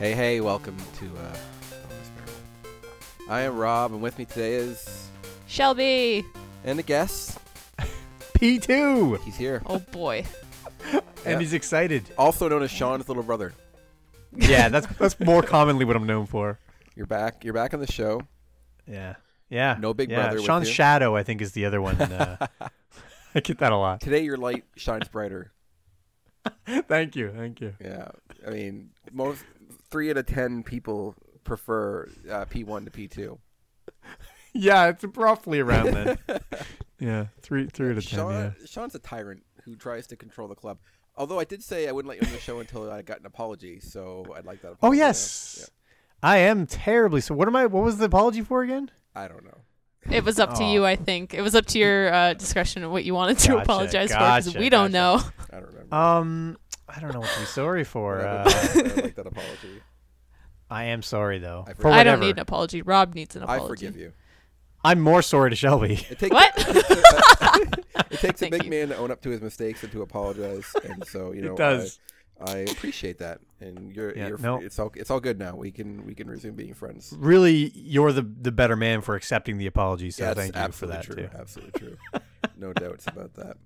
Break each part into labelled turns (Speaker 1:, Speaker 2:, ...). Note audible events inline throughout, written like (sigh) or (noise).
Speaker 1: welcome to uh, Bonus Barrel. I am Rob, and with me today is
Speaker 2: Shelby.
Speaker 1: and a guest.
Speaker 3: P2,
Speaker 1: He's here,
Speaker 2: Oh boy.
Speaker 1: Yeah.
Speaker 3: and he's excited.
Speaker 1: also known as Sean's little brother.
Speaker 3: Yeah, that's (laughs) that's more commonly what I'm known for.
Speaker 1: You're back. You're back on the show.
Speaker 3: Yeah, yeah.
Speaker 1: No Big
Speaker 3: yeah.
Speaker 1: Brother with
Speaker 3: Sean's
Speaker 1: you.
Speaker 3: shadow, I think, is the other
Speaker 1: (laughs)
Speaker 3: one. Uh, (laughs) I get that a lot.
Speaker 1: Today, your light shines brighter. (laughs)
Speaker 3: thank you, thank you.
Speaker 1: Yeah, I mean, most three out of ten people prefer uh, P1 to P2.
Speaker 3: Yeah, it's roughly around then. yeah, three three out of ten.
Speaker 1: Sean,
Speaker 3: yeah.
Speaker 1: Sean's a tyrant who tries to control the club. Although I did say I wouldn't let you on the show until I got an apology, so I'd like that. Apology
Speaker 3: (laughs) Oh
Speaker 1: now.
Speaker 3: yes, I am terribly. So what am I? What was the apology for again?
Speaker 1: Yeah, I don't know.
Speaker 2: It was up to
Speaker 3: Aw.
Speaker 2: you, I think. It was up to your uh, discretion of what you wanted to
Speaker 3: Oh. Gotcha,
Speaker 2: apologize for because
Speaker 3: gotcha,
Speaker 2: we don't
Speaker 3: gotcha.
Speaker 2: know.
Speaker 1: I don't remember.
Speaker 3: Um, I don't know what to be sorry for.
Speaker 1: But I would-
Speaker 3: Uh,
Speaker 1: I would like that apology.
Speaker 3: I am sorry though.
Speaker 1: I
Speaker 3: For
Speaker 2: I don't
Speaker 3: whatever.
Speaker 2: need an apology. Rob needs an apology.
Speaker 1: I forgive you.
Speaker 3: I'm more sorry to Shelby.
Speaker 1: It takes
Speaker 2: What?
Speaker 1: (laughs) it takes a
Speaker 2: Thank
Speaker 1: big
Speaker 2: you.
Speaker 1: man to own up to his mistakes and to apologize, and so you know
Speaker 3: it does.
Speaker 1: I, I appreciate that. And you're,
Speaker 3: Yeah,
Speaker 1: you're
Speaker 3: no.
Speaker 1: it's all it's all good now. We can we can resume being friends.
Speaker 3: Really, you're the the better man for accepting the apology. So
Speaker 1: yeah,
Speaker 3: thank
Speaker 1: that's
Speaker 3: you for
Speaker 1: absolutely
Speaker 3: that
Speaker 1: true.
Speaker 3: too.
Speaker 1: Absolutely true. No doubts about
Speaker 2: (laughs)
Speaker 1: that.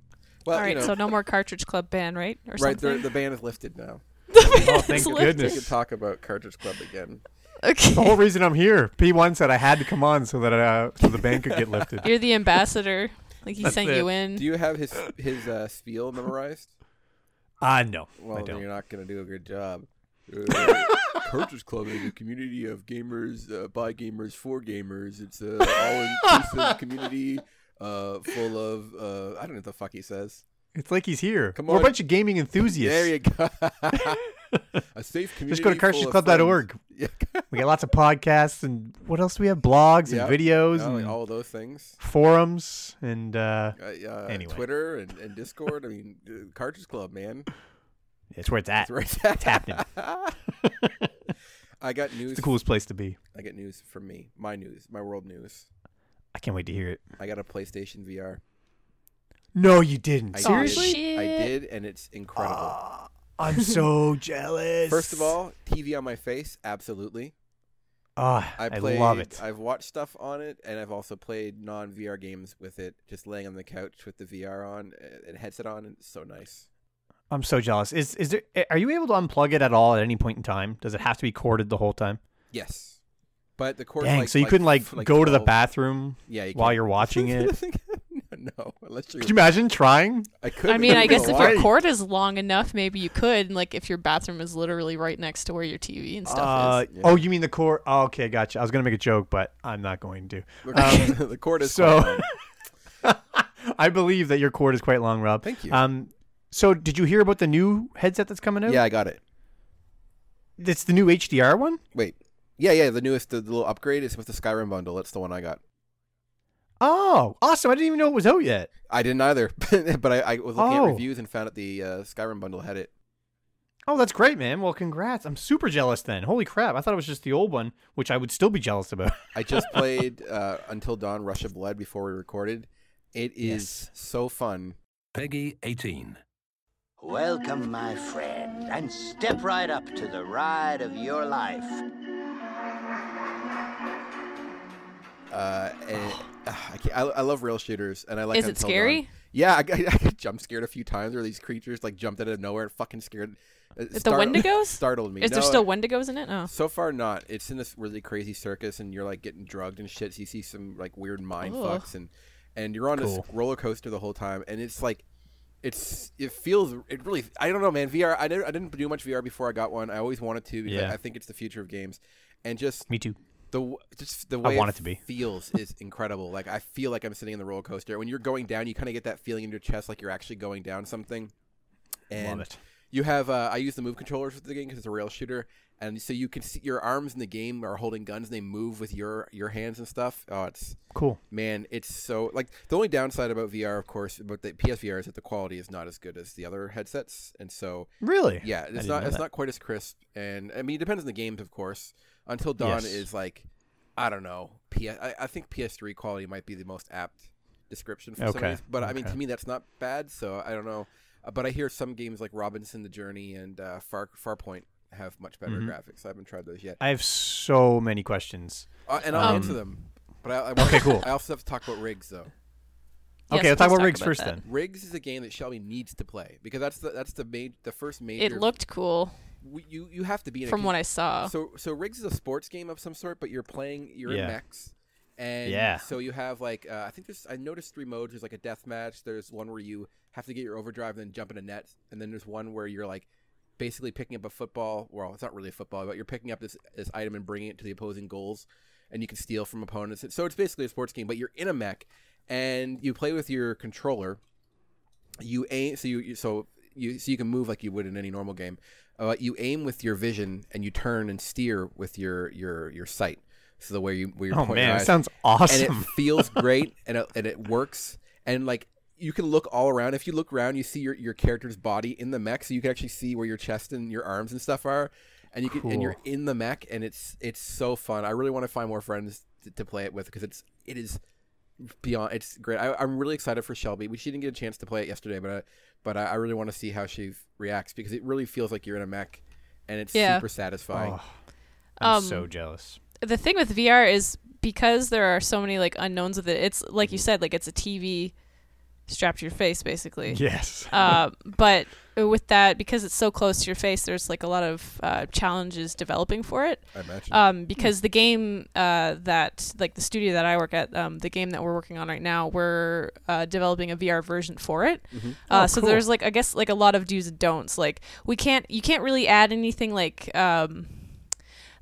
Speaker 1: Well,
Speaker 2: All right,
Speaker 1: you know,
Speaker 2: so no more Cartridge Club ban, right? Or
Speaker 1: right, the,
Speaker 2: (laughs) something.
Speaker 1: the ban is lifted now.
Speaker 3: Oh,
Speaker 2: It's lifted.
Speaker 3: thank
Speaker 1: We
Speaker 3: goodness.
Speaker 1: can talk about Cartridge Club again.
Speaker 3: the
Speaker 2: Okay.
Speaker 3: whole reason I'm here. P1 said I had to come on so that uh, so the ban could get (laughs) lifted.
Speaker 2: You're the ambassador. Like he
Speaker 3: That's
Speaker 2: sent
Speaker 3: it.
Speaker 2: you in.
Speaker 1: Do you have his his uh, spiel memorized?
Speaker 3: Ah, no,
Speaker 1: Well,
Speaker 3: I
Speaker 1: then
Speaker 3: don't.
Speaker 1: you're not going to do a good job. Uh,
Speaker 3: (laughs)
Speaker 1: Cartridge Club is a community of gamers, uh, by gamers, for gamers. It's
Speaker 3: (laughs)
Speaker 1: an all-inclusive community uh, full of, uh, I don't know what the fuck he says.
Speaker 3: It's like he's here.
Speaker 1: Come
Speaker 3: We're
Speaker 1: on.
Speaker 3: a bunch of gaming
Speaker 1: There
Speaker 3: enthusiasts.
Speaker 1: you go.
Speaker 3: (laughs)
Speaker 1: a safe community.
Speaker 3: Just go to
Speaker 1: full of
Speaker 3: cartridgeclub.org.
Speaker 1: friends. Yeah,
Speaker 3: We got lots of podcasts and what else do we have? Blogs
Speaker 1: Yeah.
Speaker 3: and videos
Speaker 1: no, like
Speaker 3: and
Speaker 1: all those things.
Speaker 3: forums and uh,
Speaker 1: Uh, uh,
Speaker 3: Anyway.
Speaker 1: Twitter and, and Discord. I mean, uh, Cartridge Club, man.
Speaker 3: (laughs) it's where it's at.
Speaker 1: That's right.
Speaker 3: It's happening.
Speaker 1: (laughs) I got news.
Speaker 3: (laughs) It's the coolest place to be.
Speaker 1: I get news from me. My news. My world news.
Speaker 3: I can't wait to hear it.
Speaker 1: I got a PlayStation VR.
Speaker 3: No, you didn't.
Speaker 1: I
Speaker 2: Aw,
Speaker 1: Seriously?
Speaker 2: shit.
Speaker 1: I did, and it's incredible.
Speaker 3: Ah, I'm so (laughs) jealous.
Speaker 1: First of all, TV on my face, absolutely.
Speaker 3: Ah, I,
Speaker 1: I played.
Speaker 3: love it.
Speaker 1: I've watched stuff on it, and I've also played non VR games with it, just laying on the couch with the VR on uh, and headset on, and it's so nice.
Speaker 3: I'm so jealous. Is is there? Are you able to unplug it at all at any point in time? Does it have to be corded the whole time?
Speaker 1: Yes, but the cord.
Speaker 3: Dang, so you couldn't like,
Speaker 1: f-
Speaker 3: go to the
Speaker 1: 12
Speaker 3: bathroom
Speaker 1: Yeah, you
Speaker 3: while
Speaker 1: can't.
Speaker 3: you're watching (laughs) it.
Speaker 1: (laughs) no, unless you're.
Speaker 3: Could you imagine trying?
Speaker 1: I could.
Speaker 2: I mean, I guess if your
Speaker 3: Why?
Speaker 2: cord is long enough, maybe you could. And like if your bathroom is literally right next to where your TV and stuff
Speaker 3: Uh,
Speaker 2: is.
Speaker 1: yeah.
Speaker 3: Oh, you mean the core? Oh, okay, gotcha. I was gonna make a joke, but I'm not going to.
Speaker 1: (laughs)
Speaker 3: (laughs)
Speaker 1: the, (laughs) the cord is
Speaker 3: um, so-
Speaker 1: fine.
Speaker 3: I believe that your cord is quite long, Rob.
Speaker 1: Thank you.
Speaker 3: (laughs) Um, so did you hear about the new headset that's coming out?
Speaker 1: yeah, I got it.
Speaker 3: it's the new HDR one.
Speaker 1: Wait. Yeah, yeah, the newest, the, the little upgrade is with the Skyrim bundle. That's the one I got.
Speaker 3: Oh, awesome! I didn't even know it was out yet.
Speaker 1: I didn't either, (laughs) but I, I was looking
Speaker 3: Oh.
Speaker 1: at reviews and found out the uh, Skyrim bundle had it.
Speaker 3: Oh, that's great, man. Well, congrats. I'm super jealous then. Holy crap! I thought it was just the old one, which I would still be jealous about.
Speaker 1: (laughs) I
Speaker 2: (laughs)
Speaker 1: just played uh, Until Dawn: Rush of Blood before we recorded. It is
Speaker 3: Yes.
Speaker 1: so fun.
Speaker 4: Peggy 18.
Speaker 5: Welcome, my friend, and step right up to the ride of your life.
Speaker 1: Uh, and ah, I, can't, I, I love rail shooters, and I like.
Speaker 2: Oh. Is it
Speaker 1: Until
Speaker 2: scary?
Speaker 1: Dawn. Yeah, I, (laughs) got- I got jump scared a few times, where these creatures like jumped out of nowhere and fucking scared. Is
Speaker 2: the
Speaker 1: (laughs)
Speaker 2: Wendigos?
Speaker 1: startled me.
Speaker 2: Is there
Speaker 1: No,
Speaker 2: still Wendigos in it? Oh.
Speaker 1: So far, not. It's in this really crazy circus, and you're like getting drugged and shit. So you see some like weird mind
Speaker 2: Ugh.
Speaker 1: fucks, and and you're on
Speaker 3: Cool.
Speaker 1: this roller coaster the whole time, and it's like. It's it feels it really I don't know man VR I didn't I didn't do much VR before I got one I always wanted to because
Speaker 3: Yeah.
Speaker 1: I think it's the future of games and just
Speaker 3: (laughs) Me too.
Speaker 1: the w- just the way
Speaker 3: want it to be.
Speaker 1: feels
Speaker 3: (laughs)
Speaker 1: is incredible like I feel like I'm sitting in the roller coaster when you're going down you kind of get that feeling in your chest like you're actually going down something and
Speaker 3: Love it.
Speaker 1: you have uh, I use the move controllers with the game because it's a rail shooter, and so you can see your arms in the game are holding guns and they move with your your hands and stuff. Oh, it's
Speaker 3: Cool.
Speaker 1: man, it's so like the only downside about VR, of course, but the PSVR is that the quality is not as good as the other headsets, and so
Speaker 3: Really?
Speaker 1: yeah,
Speaker 3: I
Speaker 1: it's
Speaker 3: didn't
Speaker 1: not
Speaker 3: know
Speaker 1: it's
Speaker 3: that.
Speaker 1: not quite as crisp. And I mean, it depends on the games, of course. Until Dawn
Speaker 3: Yes.
Speaker 1: is like, I don't know. P- I, I think PS3 quality might be the most apt description for some
Speaker 3: Okay,
Speaker 1: of these. But I mean,
Speaker 3: okay.
Speaker 1: to me, that's not bad. So I don't know. Uh, but I hear some games like Robinson: The Journey and uh, Far Farpoint have much better
Speaker 3: Mhm.
Speaker 1: graphics. I haven't tried those yet,
Speaker 3: I have so many questions.
Speaker 1: uh, and I'll
Speaker 3: Um,
Speaker 1: answer them. But I, I want,
Speaker 3: Okay, cool.
Speaker 1: I also have to talk about rigs though.
Speaker 2: Yes,
Speaker 3: okay, let's talk
Speaker 2: please
Speaker 3: about rigs first
Speaker 2: that.
Speaker 3: then.
Speaker 1: Rigs is a game that Shelby needs to play because that's the that's the main the first major.
Speaker 2: It looked cool
Speaker 1: we, you you have to be in
Speaker 2: from
Speaker 1: a,
Speaker 2: what I saw.
Speaker 1: So so rigs is a sports game of some sort, but you're playing you're
Speaker 3: Yeah.
Speaker 1: in mechs, and
Speaker 3: Yeah.
Speaker 1: So you have like uh, I think there's I noticed three modes. There's like a death match. There's one where you have to get your overdrive and then jump in a net, and then there's one where you're like basically picking up a football. Well, it's not really a football, but you're picking up this this item and bringing it to the opposing goals, and you can steal from opponents. So it's basically a sports game, but you're in a mech, and you play with your controller. You aim so you- you so you so you can move like you would in any normal game. Uh, you aim with your vision and you turn and steer with your your your sight. So the way you where you're
Speaker 3: Oh
Speaker 1: pointing your
Speaker 3: man, it
Speaker 1: eyes.
Speaker 3: sounds
Speaker 1: and
Speaker 3: awesome. (laughs)
Speaker 1: it feels great and it, and it works and like you can look all around. If you look around, you see your, your character's body in the mech, so you can actually see where your chest and your arms and stuff are, and you can and you're in the mech, and it's it's so fun. I really want to find more friends to, to play it with because it's it is beyond it's great. I, I'm really excited for Shelby. We she didn't get a chance to play it yesterday, but I, but I, I really want to see how she reacts because it really feels like you're in a mech, and it's
Speaker 2: Yeah.
Speaker 1: super satisfying.
Speaker 3: Oh, I'm
Speaker 2: Um,
Speaker 3: so jealous.
Speaker 2: the thing with VR is because there are so many like unknowns with it. It's like you said, like it's a TV strapped to your face
Speaker 1: eh,
Speaker 2: basically.
Speaker 3: Yes.
Speaker 2: Uh, but with that, because it's so close to your face, there's like a lot of uh, challenges developing for it.
Speaker 1: I imagine.
Speaker 2: Um, because the game uh, that, like the studio that I work at, um, the game that we're working on right now, we're uh, developing a VR version for it. Uh,
Speaker 3: Oh,
Speaker 2: so
Speaker 3: cool.
Speaker 2: there's like, I guess, like a lot of do's and don'ts. Like we can't, you can't really add anything like. Um,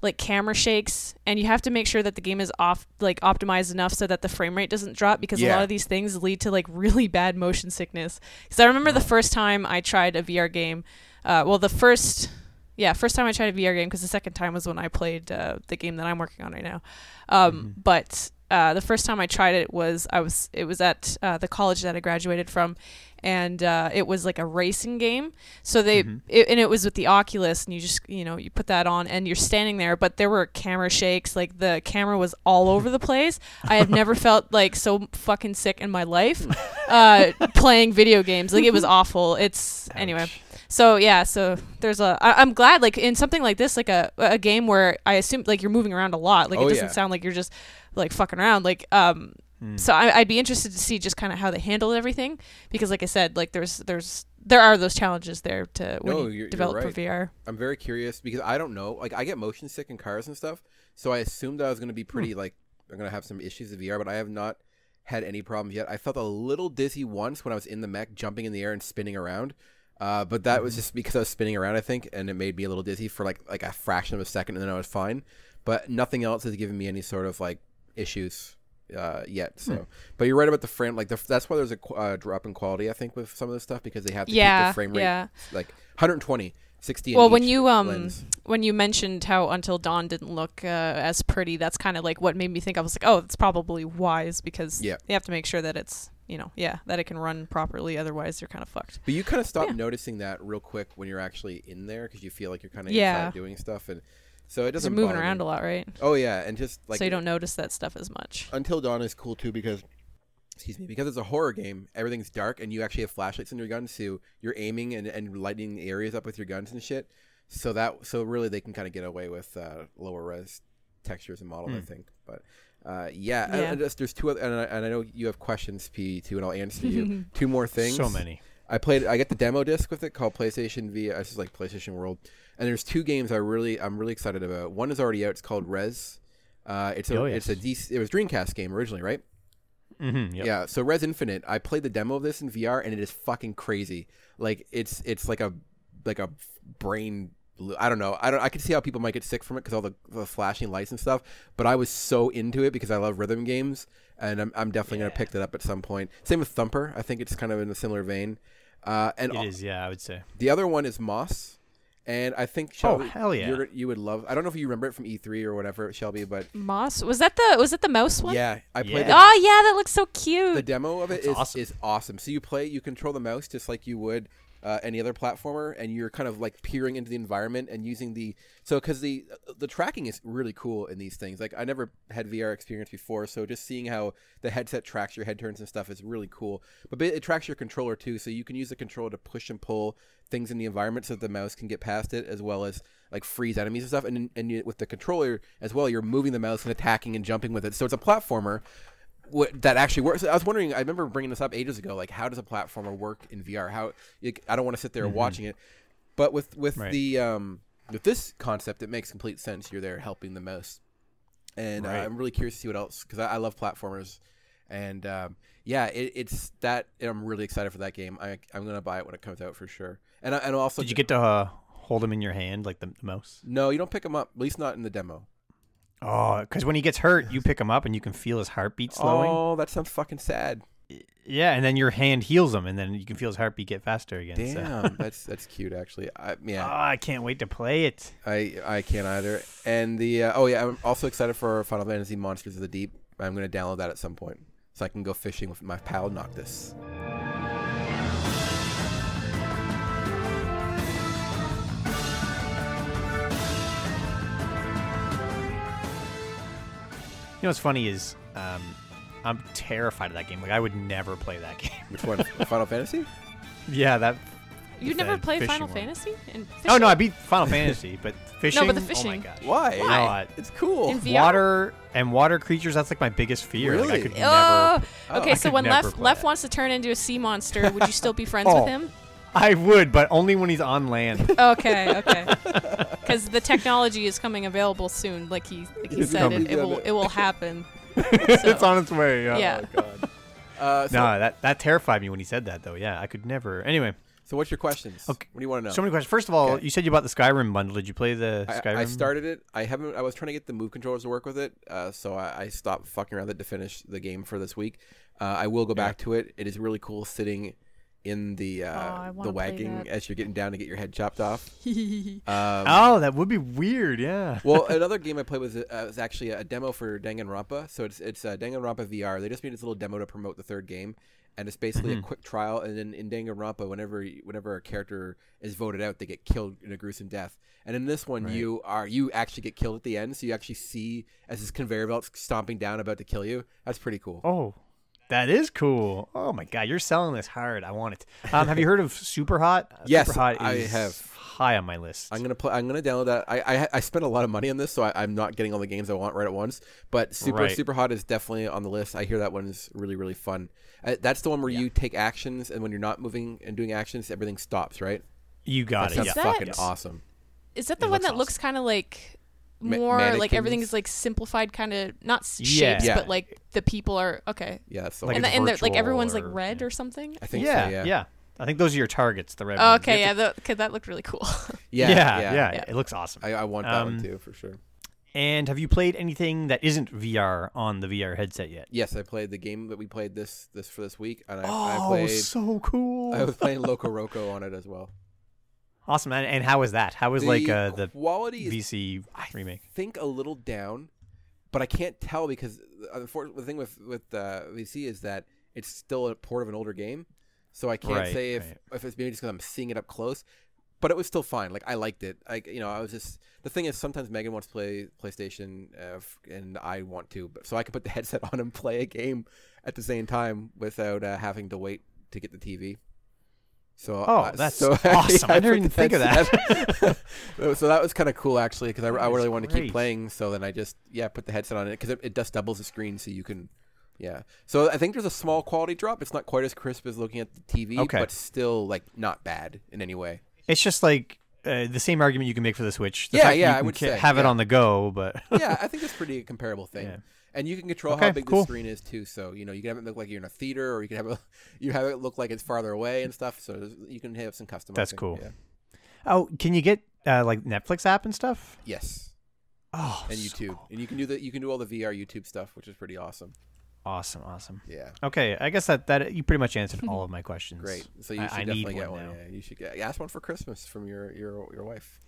Speaker 2: like camera shakes and you have to make sure that the game is off like optimized enough so that the frame rate doesn't drop because a
Speaker 1: Yeah.
Speaker 2: lot of these things lead to like (laughs) really bad motion sickness because i remember the
Speaker 3: Mm.
Speaker 2: first time i tried a vr game uh, well the first yeah first time i tried a vr game because the second time was when i played uh, the game that i'm working on right now um, but uh, the first time i tried it was i was it was at uh, the college that i graduated from and uh, it was like a racing game. So they it, and it was with the Oculus, and you just you know you put that on, and you're standing there, but there were camera shakes. Like the camera was all over the place. I have never felt like so fucking sick in my life uh, playing video games. Like it was awful. It's anyway.
Speaker 3: Ouch.
Speaker 2: So yeah, so there's a. I, I'm glad like in something like this, like a a game where I assume like you're moving around a lot. Like
Speaker 1: Oh,
Speaker 2: it doesn't
Speaker 1: yeah. Hmm.
Speaker 2: sound like you're just like fucking around. Like um, so I, I'd be interested to see just kind of how they handled everything because, like I said, like there's there's there are those challenges there to when
Speaker 1: No,
Speaker 2: you
Speaker 1: you're- you're
Speaker 2: develop
Speaker 1: right.
Speaker 2: for VR.
Speaker 1: I'm very curious because I don't know. Like I get motion sick in cars and stuff, so I assumed I was going to
Speaker 2: Hmm.
Speaker 1: be pretty like I'm going to have some issues with VR, but I have not had any problems yet. I felt a little dizzy once when I was in the mech jumping in the air and spinning around. Uh, but that
Speaker 2: Hmm.
Speaker 1: was just because I was spinning around, I think, and it made me a little dizzy for like like a fraction of a second, and then I was fine. But nothing else has given me any sort of like issues uh,
Speaker 2: Hmm.
Speaker 1: yet. So, but you're right about the frame. Like the, that's why there's a qu- uh, drop in quality, I think, with some of this stuff because they have to keep
Speaker 2: Yeah,
Speaker 1: the frame rate
Speaker 2: yeah.
Speaker 1: like 120, 60. in
Speaker 2: Well, when
Speaker 1: each
Speaker 2: you um
Speaker 1: lens.
Speaker 2: when you mentioned how Until Dawn didn't look uh, as pretty, that's kind of like what made me think I was like, oh, that's probably wise because
Speaker 1: Yeah.
Speaker 2: they have to make sure that it's you know yeah that it can run properly. Otherwise, you're kind of fucked.
Speaker 1: But you kind of stop noticing that real quick when you're actually in there because you feel like you're kind of
Speaker 2: Yeah.
Speaker 1: inside doing stuff, and so it
Speaker 2: Because you're
Speaker 1: doesn't
Speaker 2: moving
Speaker 1: bother
Speaker 2: around
Speaker 1: me.
Speaker 2: a lot, right?
Speaker 1: Oh yeah, and just like
Speaker 2: so you don't notice that stuff as much.
Speaker 1: Until Dawn is cool too because excuse me because it's a horror game. Everything's dark, and you actually have flashlights in your guns, so you're aiming and and lighting the areas up with your guns and shit. So that so really they can kind of get away with uh, lower res textures and models, I
Speaker 3: Hmm.
Speaker 1: think. But uh, yeah, and-
Speaker 2: Yeah.
Speaker 1: And, just, there's two other, and I, and I know you have questions, P too, and I'll answer
Speaker 3: (laughs)
Speaker 1: you. two more things.
Speaker 3: So many.
Speaker 1: I played. I got the demo disc with it called PlayStation V. This is like PlayStation World, and there's two games I really, I'm really excited about. One is already out. It's called Res. Uh, it's a,
Speaker 3: Oh,
Speaker 1: it's a DC, it was Dreamcast game originally, right?
Speaker 3: Mm-hmm, yep.
Speaker 1: Yeah. So Res Infinite, I played the demo of this in VR, and it is fucking crazy. Like it's, it's like a, like a brain. blo- I don't know. I don't. I could see how people might get sick from it because all the, the flashing lights and stuff. But I was so into it because I love rhythm games, and I'm, I'm definitely gonna pick that up at some point. Same with Thumper. I think it's kind of in a similar vein. Uh, and
Speaker 3: It
Speaker 1: al-
Speaker 3: is. Yeah, I would say.
Speaker 1: the other one is Moss, and I think Shelby,
Speaker 3: Oh, hell yeah.
Speaker 1: you're, you would love. I don't know if you remember it from E3 or whatever, Shelby, but
Speaker 2: Moss was that the was that the mouse one?
Speaker 1: yeah, I played
Speaker 3: Yeah.
Speaker 1: the-
Speaker 2: Oh yeah, that looks so cute.
Speaker 1: the, demo of it is
Speaker 3: awesome.
Speaker 1: is awesome. So you play, you control the mouse just like you would uh, any other platformer, and you're kind of like peering into the environment and using the so because the the tracking is really cool in these things. Like I never had VR experience before, so just seeing how the headset tracks your head turns and stuff is really cool. But it it tracks your controller too, so you can use the controller to push and pull things in the environment so that the mouse can get past it, as well as like freeze enemies and stuff. And and you, with the controller as well, you're moving the mouse and attacking and jumping with it. So it's a platformer what that actually works. I was wondering. I remember bringing this up ages ago. Like, how does a platformer work in VR? How like, I don't want to sit there watching it, but with with
Speaker 3: Mm-hmm. Right.
Speaker 1: the um with this concept, it makes complete sense. You're there helping the mouse, and
Speaker 3: Right.
Speaker 1: uh, I'm really curious to see what else because I, I love platformers, and um, yeah, it, it's that. And I'm really excited for that game. I, I'm gonna buy it when it comes out for sure. And I, and also,
Speaker 3: Did you get to uh, hold him in your hand like the, the mouse?
Speaker 1: No, you don't pick them up. At least not in the demo.
Speaker 3: Oh, because when he gets hurt, you pick him up and you can feel his heartbeat slowing.
Speaker 1: Oh, that sounds fucking sad.
Speaker 3: Yeah, and then your hand heals him, and then you can feel his heartbeat get faster again. so- (laughs)
Speaker 1: Damn, that's that's cute actually. I, yeah.
Speaker 3: Ah, I can't wait to play it.
Speaker 1: I I can't either. And the uh, oh yeah, I'm also excited for Final Fantasy Monsters of the Deep. I'm gonna download that at some point so I can go fishing with my pal Noctis.
Speaker 3: You know what's funny is um, I'm terrified of that game. Like I would never play that (laughs) game.
Speaker 1: Which one? (laughs) Final Fantasy?
Speaker 3: yeah, that.
Speaker 2: You
Speaker 3: It's
Speaker 2: never
Speaker 3: that
Speaker 2: played
Speaker 3: fishing
Speaker 2: Final
Speaker 3: one.
Speaker 2: Fantasy? And
Speaker 3: Oh no, I
Speaker 2: fishing?
Speaker 3: beat Final Fantasy, but fishing.
Speaker 2: (laughs) No, but the
Speaker 3: Oh my
Speaker 2: fishing.
Speaker 3: gosh.
Speaker 1: Why?
Speaker 3: Why?
Speaker 1: It's cool.
Speaker 2: In VR?
Speaker 3: oh, Water and water creatures. That's like my biggest fear. Like,
Speaker 1: Really?
Speaker 3: I could
Speaker 2: Oh,
Speaker 3: never.
Speaker 2: okay.
Speaker 3: I
Speaker 2: so
Speaker 3: could
Speaker 2: when
Speaker 3: never
Speaker 2: Left
Speaker 3: play
Speaker 2: Left
Speaker 3: that.
Speaker 2: wants to turn into a sea monster, would you still be friends
Speaker 3: (laughs) Oh.
Speaker 2: with him?
Speaker 3: I would, but only when he's on land.
Speaker 2: (laughs) Okay, okay. Because the technology is coming available soon, like he like he
Speaker 1: It's
Speaker 2: said,
Speaker 1: coming.
Speaker 2: it, it will it will happen.
Speaker 3: (laughs) it's
Speaker 2: So,
Speaker 3: on its way. Yeah.
Speaker 2: yeah.
Speaker 3: (laughs)
Speaker 1: God. Uh, so,
Speaker 3: No, that that terrified me when he said that though. Yeah, I could never. Anyway,
Speaker 1: so what's your questions?
Speaker 3: Okay.
Speaker 1: What do you want to know?
Speaker 3: so many questions. First of all,
Speaker 1: Okay.
Speaker 3: you said you bought the Skyrim bundle. Did you play the
Speaker 1: I,
Speaker 3: Skyrim?
Speaker 1: I started it. I haven't. I was trying to get the move controllers to work with it, uh, so I, I stopped fucking around with it to finish the game for this week. Uh, I will go back to it. It is really cool sitting in the
Speaker 2: Oh,
Speaker 1: uh,
Speaker 2: I wanna
Speaker 1: the
Speaker 2: play
Speaker 1: wagging
Speaker 2: that.
Speaker 1: as you're getting down to get your head chopped off.
Speaker 2: (laughs)
Speaker 1: um,
Speaker 3: Oh, that would be weird. Yeah. (laughs)
Speaker 1: well, another game I played was, uh, was actually a demo for Danganronpa. So it's it's uh, Danganronpa VR. They just made this little demo to promote the third game, and it's basically a quick trial. And then in Danganronpa, whenever y- whenever a character is voted out, they get killed in a gruesome death. And in this one, you are you actually get killed at the end, so you actually see as this conveyor belt's stomping down, about to kill you. That's pretty cool.
Speaker 3: Oh, that is cool. Oh my god, you're selling this hard. I want it. Um, have you heard of
Speaker 1: (laughs)
Speaker 3: Super Hot? Uh,
Speaker 1: Yes,
Speaker 3: Super Hot
Speaker 1: I
Speaker 3: is
Speaker 1: have.
Speaker 3: High on my list.
Speaker 1: I'm gonna play. I'm gonna download that. I I, I spent a lot of money on this, so I, I'm not getting all the games I want right at once. But super
Speaker 3: Right.
Speaker 1: super hot is definitely on the list. I hear that one is really really fun. Uh, that's the one where you take actions, and when you're not moving and doing actions, everything stops. Right?
Speaker 3: you got
Speaker 1: That's
Speaker 3: it. Yeah.
Speaker 2: that-
Speaker 1: fucking
Speaker 2: Yes.
Speaker 1: awesome.
Speaker 2: Is that the
Speaker 3: It
Speaker 2: one
Speaker 3: looks
Speaker 2: that looks kind of like more like everything is like simplified, kind of not s-
Speaker 3: Yeah.
Speaker 2: shapes,
Speaker 1: Yeah.
Speaker 2: but like the people are okay.
Speaker 1: Yeah, that's the
Speaker 3: Like
Speaker 1: one.
Speaker 2: and the,
Speaker 3: it's
Speaker 2: and the, like
Speaker 3: virtual
Speaker 2: everyone's like
Speaker 3: or-
Speaker 2: red
Speaker 3: yeah.
Speaker 2: or something.
Speaker 1: I think
Speaker 3: yeah,
Speaker 1: so. Yeah.
Speaker 3: yeah. I think those are your targets. The red.
Speaker 2: Oh,
Speaker 3: ones. You
Speaker 2: okay, yeah,
Speaker 3: have to-
Speaker 2: the, cause that looked really cool.
Speaker 1: Yeah.
Speaker 3: yeah,
Speaker 1: Yeah.
Speaker 3: yeah,
Speaker 2: Yeah.
Speaker 3: It looks awesome.
Speaker 1: I, I want that
Speaker 3: Um,
Speaker 1: one too for sure.
Speaker 3: and have you played anything that isn't VR on the VR headset yet?
Speaker 1: Yes, I played the game that we played this this for this week, and I, I
Speaker 3: Oh,
Speaker 1: played.
Speaker 3: so cool.
Speaker 1: I was playing Loco Roco on it as well.
Speaker 3: (laughs) awesome. And, and how was that? How was like uh, the
Speaker 1: quality is
Speaker 3: VC remake?
Speaker 1: think a little down, but I can't tell because uh, unfortunately the thing with with uh, VC is that it's still a port of an older game, so I can't
Speaker 3: Right,
Speaker 1: say if
Speaker 3: right.
Speaker 1: if it's maybe just because I'm seeing it up close. But it was still fine. Like I liked it. I you know I was just the thing is sometimes Megan wants to play PlayStation uh, f- and I want to, but so I can put the (laughs) headset on and play a game at the same time without uh, having to wait to get the TV. So
Speaker 3: Oh,
Speaker 1: uh,
Speaker 3: that's
Speaker 1: so (laughs)
Speaker 3: awesome. I
Speaker 1: put
Speaker 3: didn't
Speaker 1: the
Speaker 3: even think of
Speaker 1: headset-
Speaker 3: that.
Speaker 1: (laughs) Uh, so so that was kind of cool actually because I, I
Speaker 3: That is
Speaker 1: really want to keep
Speaker 3: great.
Speaker 1: playing. So then I just yeah put the headset on it because it, it just doubles the screen so you can yeah. So I think there's a small quality drop. It's not quite as crisp as looking at the TV,
Speaker 3: Okay.
Speaker 1: but still like not bad in any
Speaker 3: (laughs)
Speaker 1: way.
Speaker 3: It's just like uh, the same argument you can make for the Switch. The
Speaker 1: Yeah,
Speaker 3: fact that
Speaker 1: yeah,
Speaker 3: you
Speaker 1: I
Speaker 3: can
Speaker 1: would
Speaker 3: ca-
Speaker 1: say,
Speaker 3: have it
Speaker 1: yeah.
Speaker 3: on the go,
Speaker 1: (laughs)
Speaker 3: but
Speaker 1: Yeah, I think it's pretty a comparable thing.
Speaker 3: Yeah.
Speaker 1: And you can control
Speaker 3: Okay,
Speaker 1: how big
Speaker 3: cool.
Speaker 1: the screen is too. So you know you can have it look like you're in a theater, or you can have it (laughs) you have it look like it's farther away and stuff. So there's- you can have some customizing.
Speaker 3: That's cool.
Speaker 1: Yeah.
Speaker 3: oh, can you get uh, like Netflix app and stuff?
Speaker 1: Yes,
Speaker 3: Oh,
Speaker 1: and
Speaker 3: so
Speaker 1: YouTube,
Speaker 3: cool.
Speaker 1: and you can do the you can do all the VR YouTube stuff, which is pretty awesome.
Speaker 3: Awesome, awesome.
Speaker 1: Yeah.
Speaker 3: Okay, I guess that that you pretty much answered all of my questions.
Speaker 1: Great. So you
Speaker 3: I-
Speaker 1: should
Speaker 3: I need
Speaker 1: definitely get
Speaker 3: one
Speaker 1: one.
Speaker 3: now.
Speaker 1: Yeah, you should get. Ask one for Christmas from your your your wife.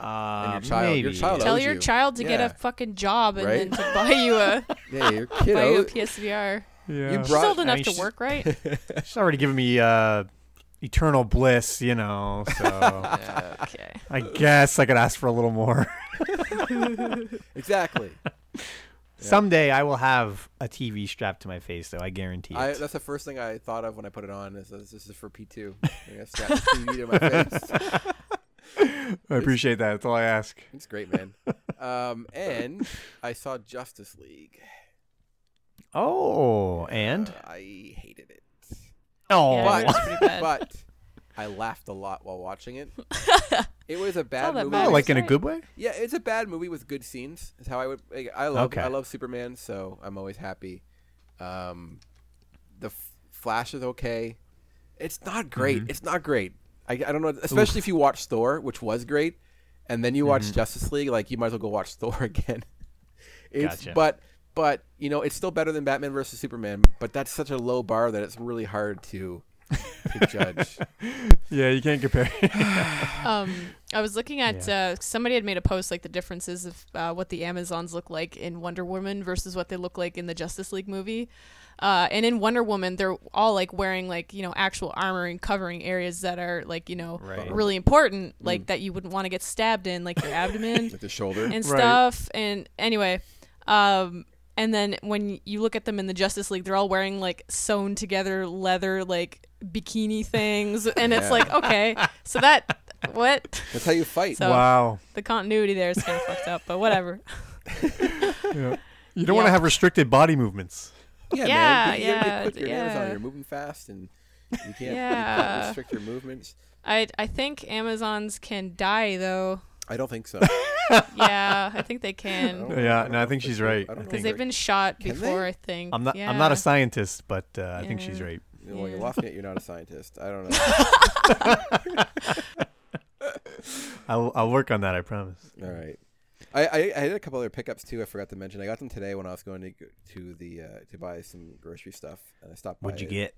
Speaker 3: Uh,
Speaker 1: And your child- your
Speaker 3: maybe.
Speaker 1: child
Speaker 2: Tell
Speaker 1: owes
Speaker 2: your
Speaker 1: you.
Speaker 2: child to get
Speaker 1: Yeah.
Speaker 2: a fucking job and
Speaker 1: Right?
Speaker 2: then to buy you a
Speaker 1: Yeah,
Speaker 3: (laughs)
Speaker 1: your
Speaker 2: buy you
Speaker 1: kiddo.
Speaker 2: a PSVR.
Speaker 1: you
Speaker 2: She's
Speaker 1: brought.
Speaker 2: old
Speaker 3: I
Speaker 2: enough
Speaker 3: mean,
Speaker 1: (laughs)
Speaker 2: to
Speaker 3: (laughs) she's-
Speaker 2: work, right?
Speaker 3: She's already given me uh, eternal bliss, you know.
Speaker 1: (laughs)
Speaker 3: So
Speaker 2: Okay.
Speaker 3: I guess I could ask for a little more. (laughs)
Speaker 1: Exactly.
Speaker 3: Someday I will have a TV strapped to my face, though. I guarantee it.
Speaker 1: I, that's the first thing I thought of when I put it on. Is this, this is for P
Speaker 3: (laughs)
Speaker 1: two? TV E to my face.
Speaker 3: (laughs) I appreciate that. That's all I ask.
Speaker 1: It's great, man. Um, and I saw Justice League.
Speaker 3: Oh, and
Speaker 1: Uh, I hated it,
Speaker 3: oh,
Speaker 2: Yeah, I
Speaker 1: but
Speaker 2: heard it's pretty bad.
Speaker 1: but I laughed a lot while watching it. It was a bad
Speaker 2: that
Speaker 1: movie.
Speaker 2: bad.
Speaker 3: Oh, like in a
Speaker 2: Sorry.
Speaker 3: good way.
Speaker 1: Yeah, it's a bad movie with good scenes. Is how I would. Like, I love.
Speaker 3: Okay.
Speaker 1: I love Superman, so I'm always happy. Um, the F- Flash is okay. It's not great.
Speaker 3: Mm-hmm.
Speaker 1: It's not great. I, I don't know. Especially if you watch Thor, which was great, and then you watch
Speaker 3: Mm-hmm.
Speaker 1: Justice League, like you might as well go watch (laughs) Thor again. it's
Speaker 3: Gotcha.
Speaker 1: but but you know it's still better than Batman versus Superman. But that's such a low bar that it's really hard to to
Speaker 3: (laughs)
Speaker 1: judge.
Speaker 3: Yeah, you can't compare.
Speaker 2: Um, I was looking at uh, somebody had made a post like the differences of uh, what the Amazons look like in Wonder Woman versus what they look like in the Justice League movie. Uh, and in Wonder Woman, they're all like wearing like you know actual armor and covering areas that are like you know
Speaker 3: Right.
Speaker 2: really important, like that you wouldn't want to get stabbed in, like your abdomen
Speaker 1: With the
Speaker 3: (laughs)
Speaker 1: shoulder.
Speaker 2: and
Speaker 3: Right.
Speaker 2: stuff. And anyway, um, and then when you look at them in the Justice League, they're all wearing like sewn together leather like bikini things, (laughs) and it's
Speaker 1: Yeah.
Speaker 2: like okay, so that what
Speaker 1: That's how you fight.
Speaker 2: So-
Speaker 3: (laughs) wow.
Speaker 2: the continuity there is kind of fucked up, but whatever.
Speaker 3: (laughs) You don't want
Speaker 2: Yeah.
Speaker 3: to have restricted body movements.
Speaker 1: Yeah,
Speaker 2: Yeah,
Speaker 1: man. You- You
Speaker 2: yeah,
Speaker 1: already put your nails on.
Speaker 2: yeah.
Speaker 1: You're moving fast, and you can't, you can't
Speaker 2: Yeah.
Speaker 1: restrict your movements.
Speaker 2: I I think Amazons can die though.
Speaker 1: I don't think so.
Speaker 2: Yeah, I think they
Speaker 1: I
Speaker 2: (laughs)
Speaker 3: (laughs)
Speaker 2: can
Speaker 1: don't-
Speaker 3: Yeah,
Speaker 1: don't
Speaker 3: no, I
Speaker 1: know
Speaker 3: think
Speaker 1: if
Speaker 3: she's
Speaker 1: they-
Speaker 3: right.
Speaker 1: I don't
Speaker 3: I
Speaker 1: know
Speaker 2: because
Speaker 1: if
Speaker 3: think-
Speaker 2: they've been shot
Speaker 1: Can they?
Speaker 2: before. I think
Speaker 3: I'm not. I'm
Speaker 2: Yeah.
Speaker 3: not a scientist, but uh, I think she's
Speaker 2: Yeah.
Speaker 3: right.
Speaker 1: they're- Well, you're
Speaker 2: Yeah.
Speaker 1: laughing at you're not a scientist. I
Speaker 2: (laughs)
Speaker 1: don't know.
Speaker 3: I'll, I'll work on that. I promise.
Speaker 1: All right. I, I, I had a couple other pickups too. I forgot to mention. I got them today when I was going to go- to the uh, to buy some grocery stuff, and I stopped. by
Speaker 3: What'd you
Speaker 1: a-
Speaker 3: get?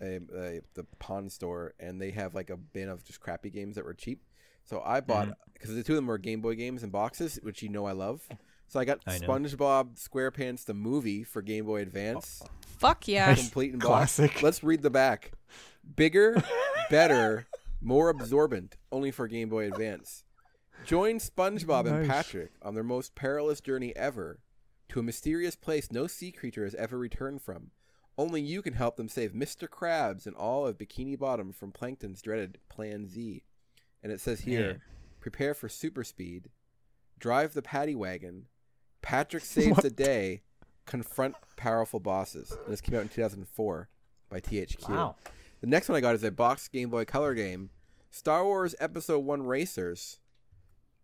Speaker 1: a, a, um, uh, the pawn store and they have like a bin of just crappy games that were cheap. So I bought
Speaker 3: Mm-hmm.
Speaker 1: because the two of them were Game Boy games in boxes, which you know I love. So I got
Speaker 3: I know.
Speaker 1: SpongeBob SquarePants the movie for Game Boy
Speaker 3: Oh.
Speaker 1: Advance,
Speaker 2: Fuck
Speaker 3: (laughs)
Speaker 2: yeah.
Speaker 1: complete in
Speaker 3: Classic.
Speaker 1: box. Let's read the back.
Speaker 3: (laughs)
Speaker 1: Bigger, better, more absorbent, only for Game Boy Advance. Join SpongeBob and
Speaker 3: Nice.
Speaker 1: Patrick on their most perilous journey ever to a mysterious place no sea creature has ever returned from. Only you can help them save Mr. Krabs and all of Bikini Bottom from Plankton's dreaded Plan Z. And it says here
Speaker 3: Man.
Speaker 1: prepare for super speed, drive the paddy wagon, Patrick saves the day, confront powerful bosses. And this came out in 2004 by THQ. The next one I got is a box Game Boy Color game, Star Wars Episode 1 Racers.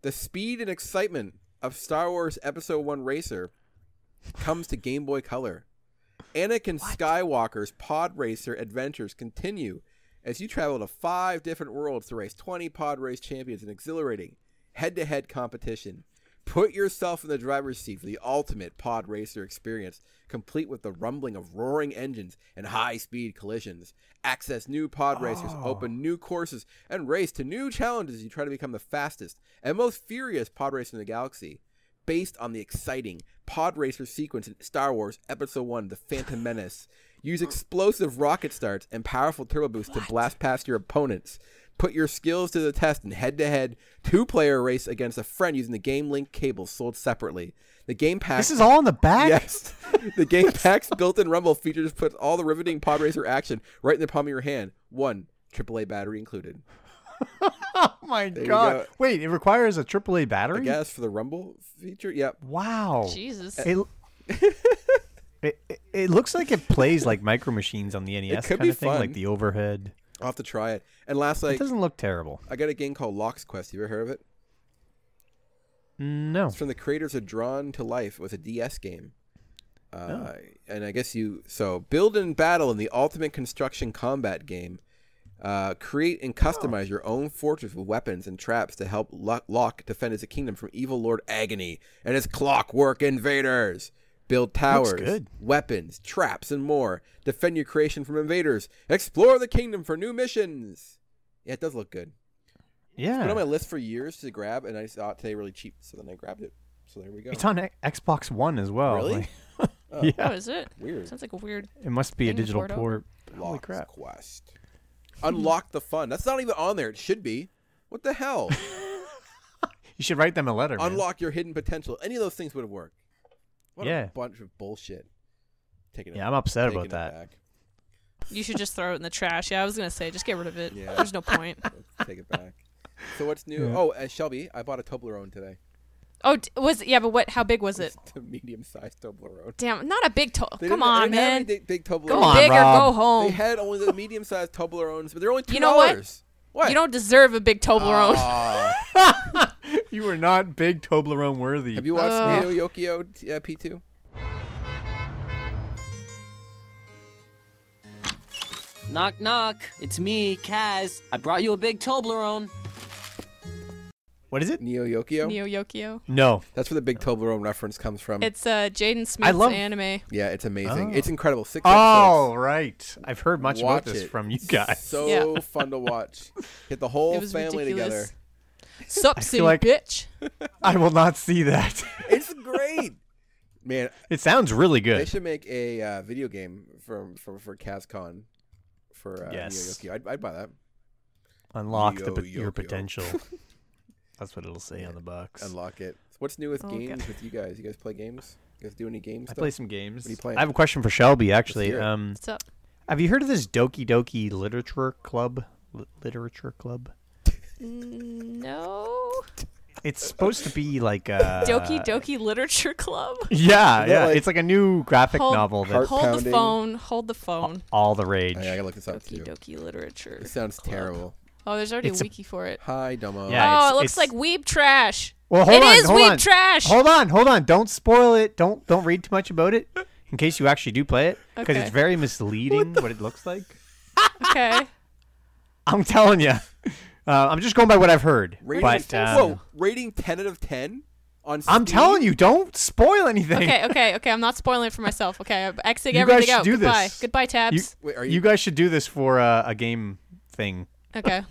Speaker 1: The speed and excitement of Star Wars Episode 1 Racer comes to Game Boy Color. Anakin Skywalker's pod racer adventures continue as you travel to five different worlds to race 20 pod race champions in exhilarating head-to-head competition. Put yourself in the driver's seat for the ultimate pod racer experience, complete with the rumbling of roaring engines and high-speed collisions. Access new pod racers, open new courses, and race to new challenges as you try to become the fastest and most furious pod racer in the galaxy based on the exciting pod racer sequence in Star Wars Episode 1 The Phantom Menace. Use explosive rocket starts and powerful turbo boosts to blast past your opponents. Put your skills to the test in head-to-head two-player race against a friend using the Game Link cable sold separately. The game pack
Speaker 3: This
Speaker 1: (laughs)
Speaker 3: is all in the back.
Speaker 1: Yes. The game pack's built-in rumble features puts all the riveting pod racer action right in the palm of your hand. One AAA battery included.
Speaker 3: (laughs) Oh my
Speaker 1: you
Speaker 3: god!
Speaker 1: go.
Speaker 3: Wait, it requires a AAA
Speaker 1: I
Speaker 3: battery.
Speaker 1: guess for the rumble feature. Yep.
Speaker 3: Wow.
Speaker 2: Jesus.
Speaker 3: It,
Speaker 1: (laughs)
Speaker 3: it it- it looks like it plays like Micro Machines on the NES
Speaker 1: could
Speaker 3: kind
Speaker 1: be
Speaker 3: of thing,
Speaker 1: fun.
Speaker 3: like the overhead.
Speaker 1: I'll have to try it. And lastly,
Speaker 3: it doesn't look terrible.
Speaker 1: I got a game called Locks Quest. You ever heard of it?
Speaker 3: No.
Speaker 1: It's from the creators of Drawn to Life. It was a DS game. Uh, And I guess you so build and battle in the ultimate construction combat game. Uh, create and customize your own fortress with weapons and traps to help Lo- Locke defend his kingdom from evil Lord Agony and his clockwork invaders. Build towers,
Speaker 3: good.
Speaker 1: weapons, traps, and more. Defend your creation from invaders. Explore the kingdom for new missions. Yeah, it does look good. It's been on my
Speaker 3: Yeah.
Speaker 1: list for years to grab, and I saw it today really cheap, so then I grabbed it. So there we go.
Speaker 3: It's on X- Xbox One as well.
Speaker 1: Really?
Speaker 3: like- (laughs)
Speaker 1: Oh.
Speaker 3: yeah.
Speaker 2: What is it?
Speaker 1: Weird.
Speaker 2: Sounds like a weird.
Speaker 3: It must be a
Speaker 2: Thing to
Speaker 3: digital
Speaker 2: port over?
Speaker 3: port.
Speaker 1: Lost
Speaker 3: crap.
Speaker 1: Quest. Unlock the fun. That's not even on there. It should be. What the
Speaker 3: (laughs)
Speaker 1: hell?
Speaker 3: You should write them a letter. man.
Speaker 1: Unlock your hidden potential. Any of those things would have worked. What
Speaker 3: Yeah.
Speaker 1: a bunch of bullshit. Taking it
Speaker 3: Yeah, I'm upset
Speaker 1: taking
Speaker 3: about
Speaker 1: it
Speaker 3: that.
Speaker 1: back.
Speaker 2: You should just throw it in the trash. Yeah, I was gonna say, just get rid of it.
Speaker 1: Yeah.
Speaker 2: There's no point.
Speaker 1: Let's take it
Speaker 3: (laughs)
Speaker 1: back. So what's new? Oh, uh, Shelby, I bought a Toblerone today.
Speaker 2: Oh, d- was it, yeah, but what? How big was it?
Speaker 1: It's a medium-sized Toblerone.
Speaker 2: Damn, not a big toe.
Speaker 1: They didn't-
Speaker 2: Come
Speaker 1: they
Speaker 2: on,
Speaker 1: didn't have
Speaker 2: man.
Speaker 1: any big, big Toblerone.
Speaker 2: Go
Speaker 3: on,
Speaker 2: big or
Speaker 3: Rob.
Speaker 2: go home.
Speaker 1: They had only the medium-sized Toblerones, but they're only two dollars.
Speaker 2: You know what?
Speaker 1: What?
Speaker 2: you don't deserve a big Toblerone.
Speaker 1: Ah.
Speaker 3: You are not big Toblerone worthy.
Speaker 1: have you watched
Speaker 2: Ugh.
Speaker 1: Hideo Yokio uh, P2?
Speaker 6: Knock, knock. It's me, Kaz. I brought you a big Toblerone.
Speaker 3: what is it?
Speaker 1: Neo Yokio.
Speaker 2: (laughs) Neo Yokio.
Speaker 3: No.
Speaker 1: That's where the big Toblerone reference comes from.
Speaker 2: It's uh, Jaden Smith's
Speaker 3: love-
Speaker 2: anime.
Speaker 1: yeah, it's amazing.
Speaker 3: Oh.
Speaker 1: It's incredible. Six
Speaker 3: All
Speaker 1: episodes.
Speaker 3: right. I've heard much
Speaker 1: Watch
Speaker 3: about this
Speaker 1: it.
Speaker 3: from you guys.
Speaker 1: So (laughs)
Speaker 2: Yeah.
Speaker 1: fun to watch. Get the whole
Speaker 2: It was
Speaker 1: family
Speaker 2: ridiculous.
Speaker 1: together.
Speaker 2: Sup,
Speaker 3: (laughs) I feel
Speaker 2: silly
Speaker 3: like-
Speaker 2: bitch.
Speaker 3: (laughs) I will not see that. (laughs)
Speaker 1: It's great. Man,
Speaker 3: it sounds really
Speaker 1: they
Speaker 3: good.
Speaker 1: should make a uh, video game from for for CasCon for uh,
Speaker 3: Yes.
Speaker 1: Neo Yokio. I'd, I'd buy that.
Speaker 3: Unlock the,
Speaker 1: Yo,
Speaker 3: pot- your
Speaker 1: yo, yo. (laughs)
Speaker 3: potential. That's what it'll say on the box.
Speaker 1: Unlock it. What's new with
Speaker 2: Oh,
Speaker 1: games
Speaker 2: God.
Speaker 1: with you guys? You guys play games? You guys do any games?
Speaker 3: I play some games.
Speaker 1: What are you playing?
Speaker 3: I have a question for Shelby, actually.
Speaker 1: hear it.
Speaker 3: Um,
Speaker 2: What's up?
Speaker 3: have you heard of this Doki Doki Literature Club? Li- literature Club?
Speaker 2: No.
Speaker 3: It's supposed to be like a.
Speaker 2: Doki Doki Literature Club.
Speaker 3: (laughs) Yeah,
Speaker 1: Is that
Speaker 3: yeah.
Speaker 1: like-
Speaker 3: it's like a new graphic
Speaker 2: Hold-
Speaker 3: novel that's
Speaker 1: Heart
Speaker 2: Hold the
Speaker 1: pounding.
Speaker 2: phone. Hold the phone.
Speaker 3: all the rage.
Speaker 1: I, Oh, I gotta look this up
Speaker 2: Doki
Speaker 1: too.
Speaker 2: Doki Literature.
Speaker 1: It sounds
Speaker 2: Club.
Speaker 1: terrible.
Speaker 2: Oh, there's already
Speaker 3: It's
Speaker 2: a
Speaker 3: a-
Speaker 2: wiki for it.
Speaker 1: Hi, Dumbo.
Speaker 3: Yeah,
Speaker 2: oh,
Speaker 3: it's-
Speaker 2: it looks
Speaker 3: it's-
Speaker 2: like weeb trash.
Speaker 3: Well, hold
Speaker 2: It
Speaker 3: on,
Speaker 2: is
Speaker 3: hold
Speaker 2: weeb
Speaker 3: on.
Speaker 2: trash.
Speaker 3: Hold on, hold on. Don't spoil it. Don't don't read too much about it in case you actually do play it because
Speaker 2: Okay.
Speaker 3: it's very misleading what, it looks like.
Speaker 2: Okay.
Speaker 3: I'm telling you. Uh, I'm just going by what I've heard.
Speaker 1: Rating,
Speaker 3: but um,
Speaker 1: whoa, rating ten out of ten on. Steam?
Speaker 3: I'm telling you, don't spoil anything.
Speaker 2: Okay. Okay. Okay. I'm not spoiling it for myself. Okay. I'm exiting
Speaker 3: You guys
Speaker 2: everything
Speaker 3: should
Speaker 2: out.
Speaker 3: do
Speaker 2: Goodbye.
Speaker 3: this.
Speaker 2: Goodbye,
Speaker 3: (laughs) You,
Speaker 2: tabs.
Speaker 1: Wait, are
Speaker 3: you
Speaker 1: you-
Speaker 3: guys should do this for uh, a game thing (laughs)
Speaker 2: Okay.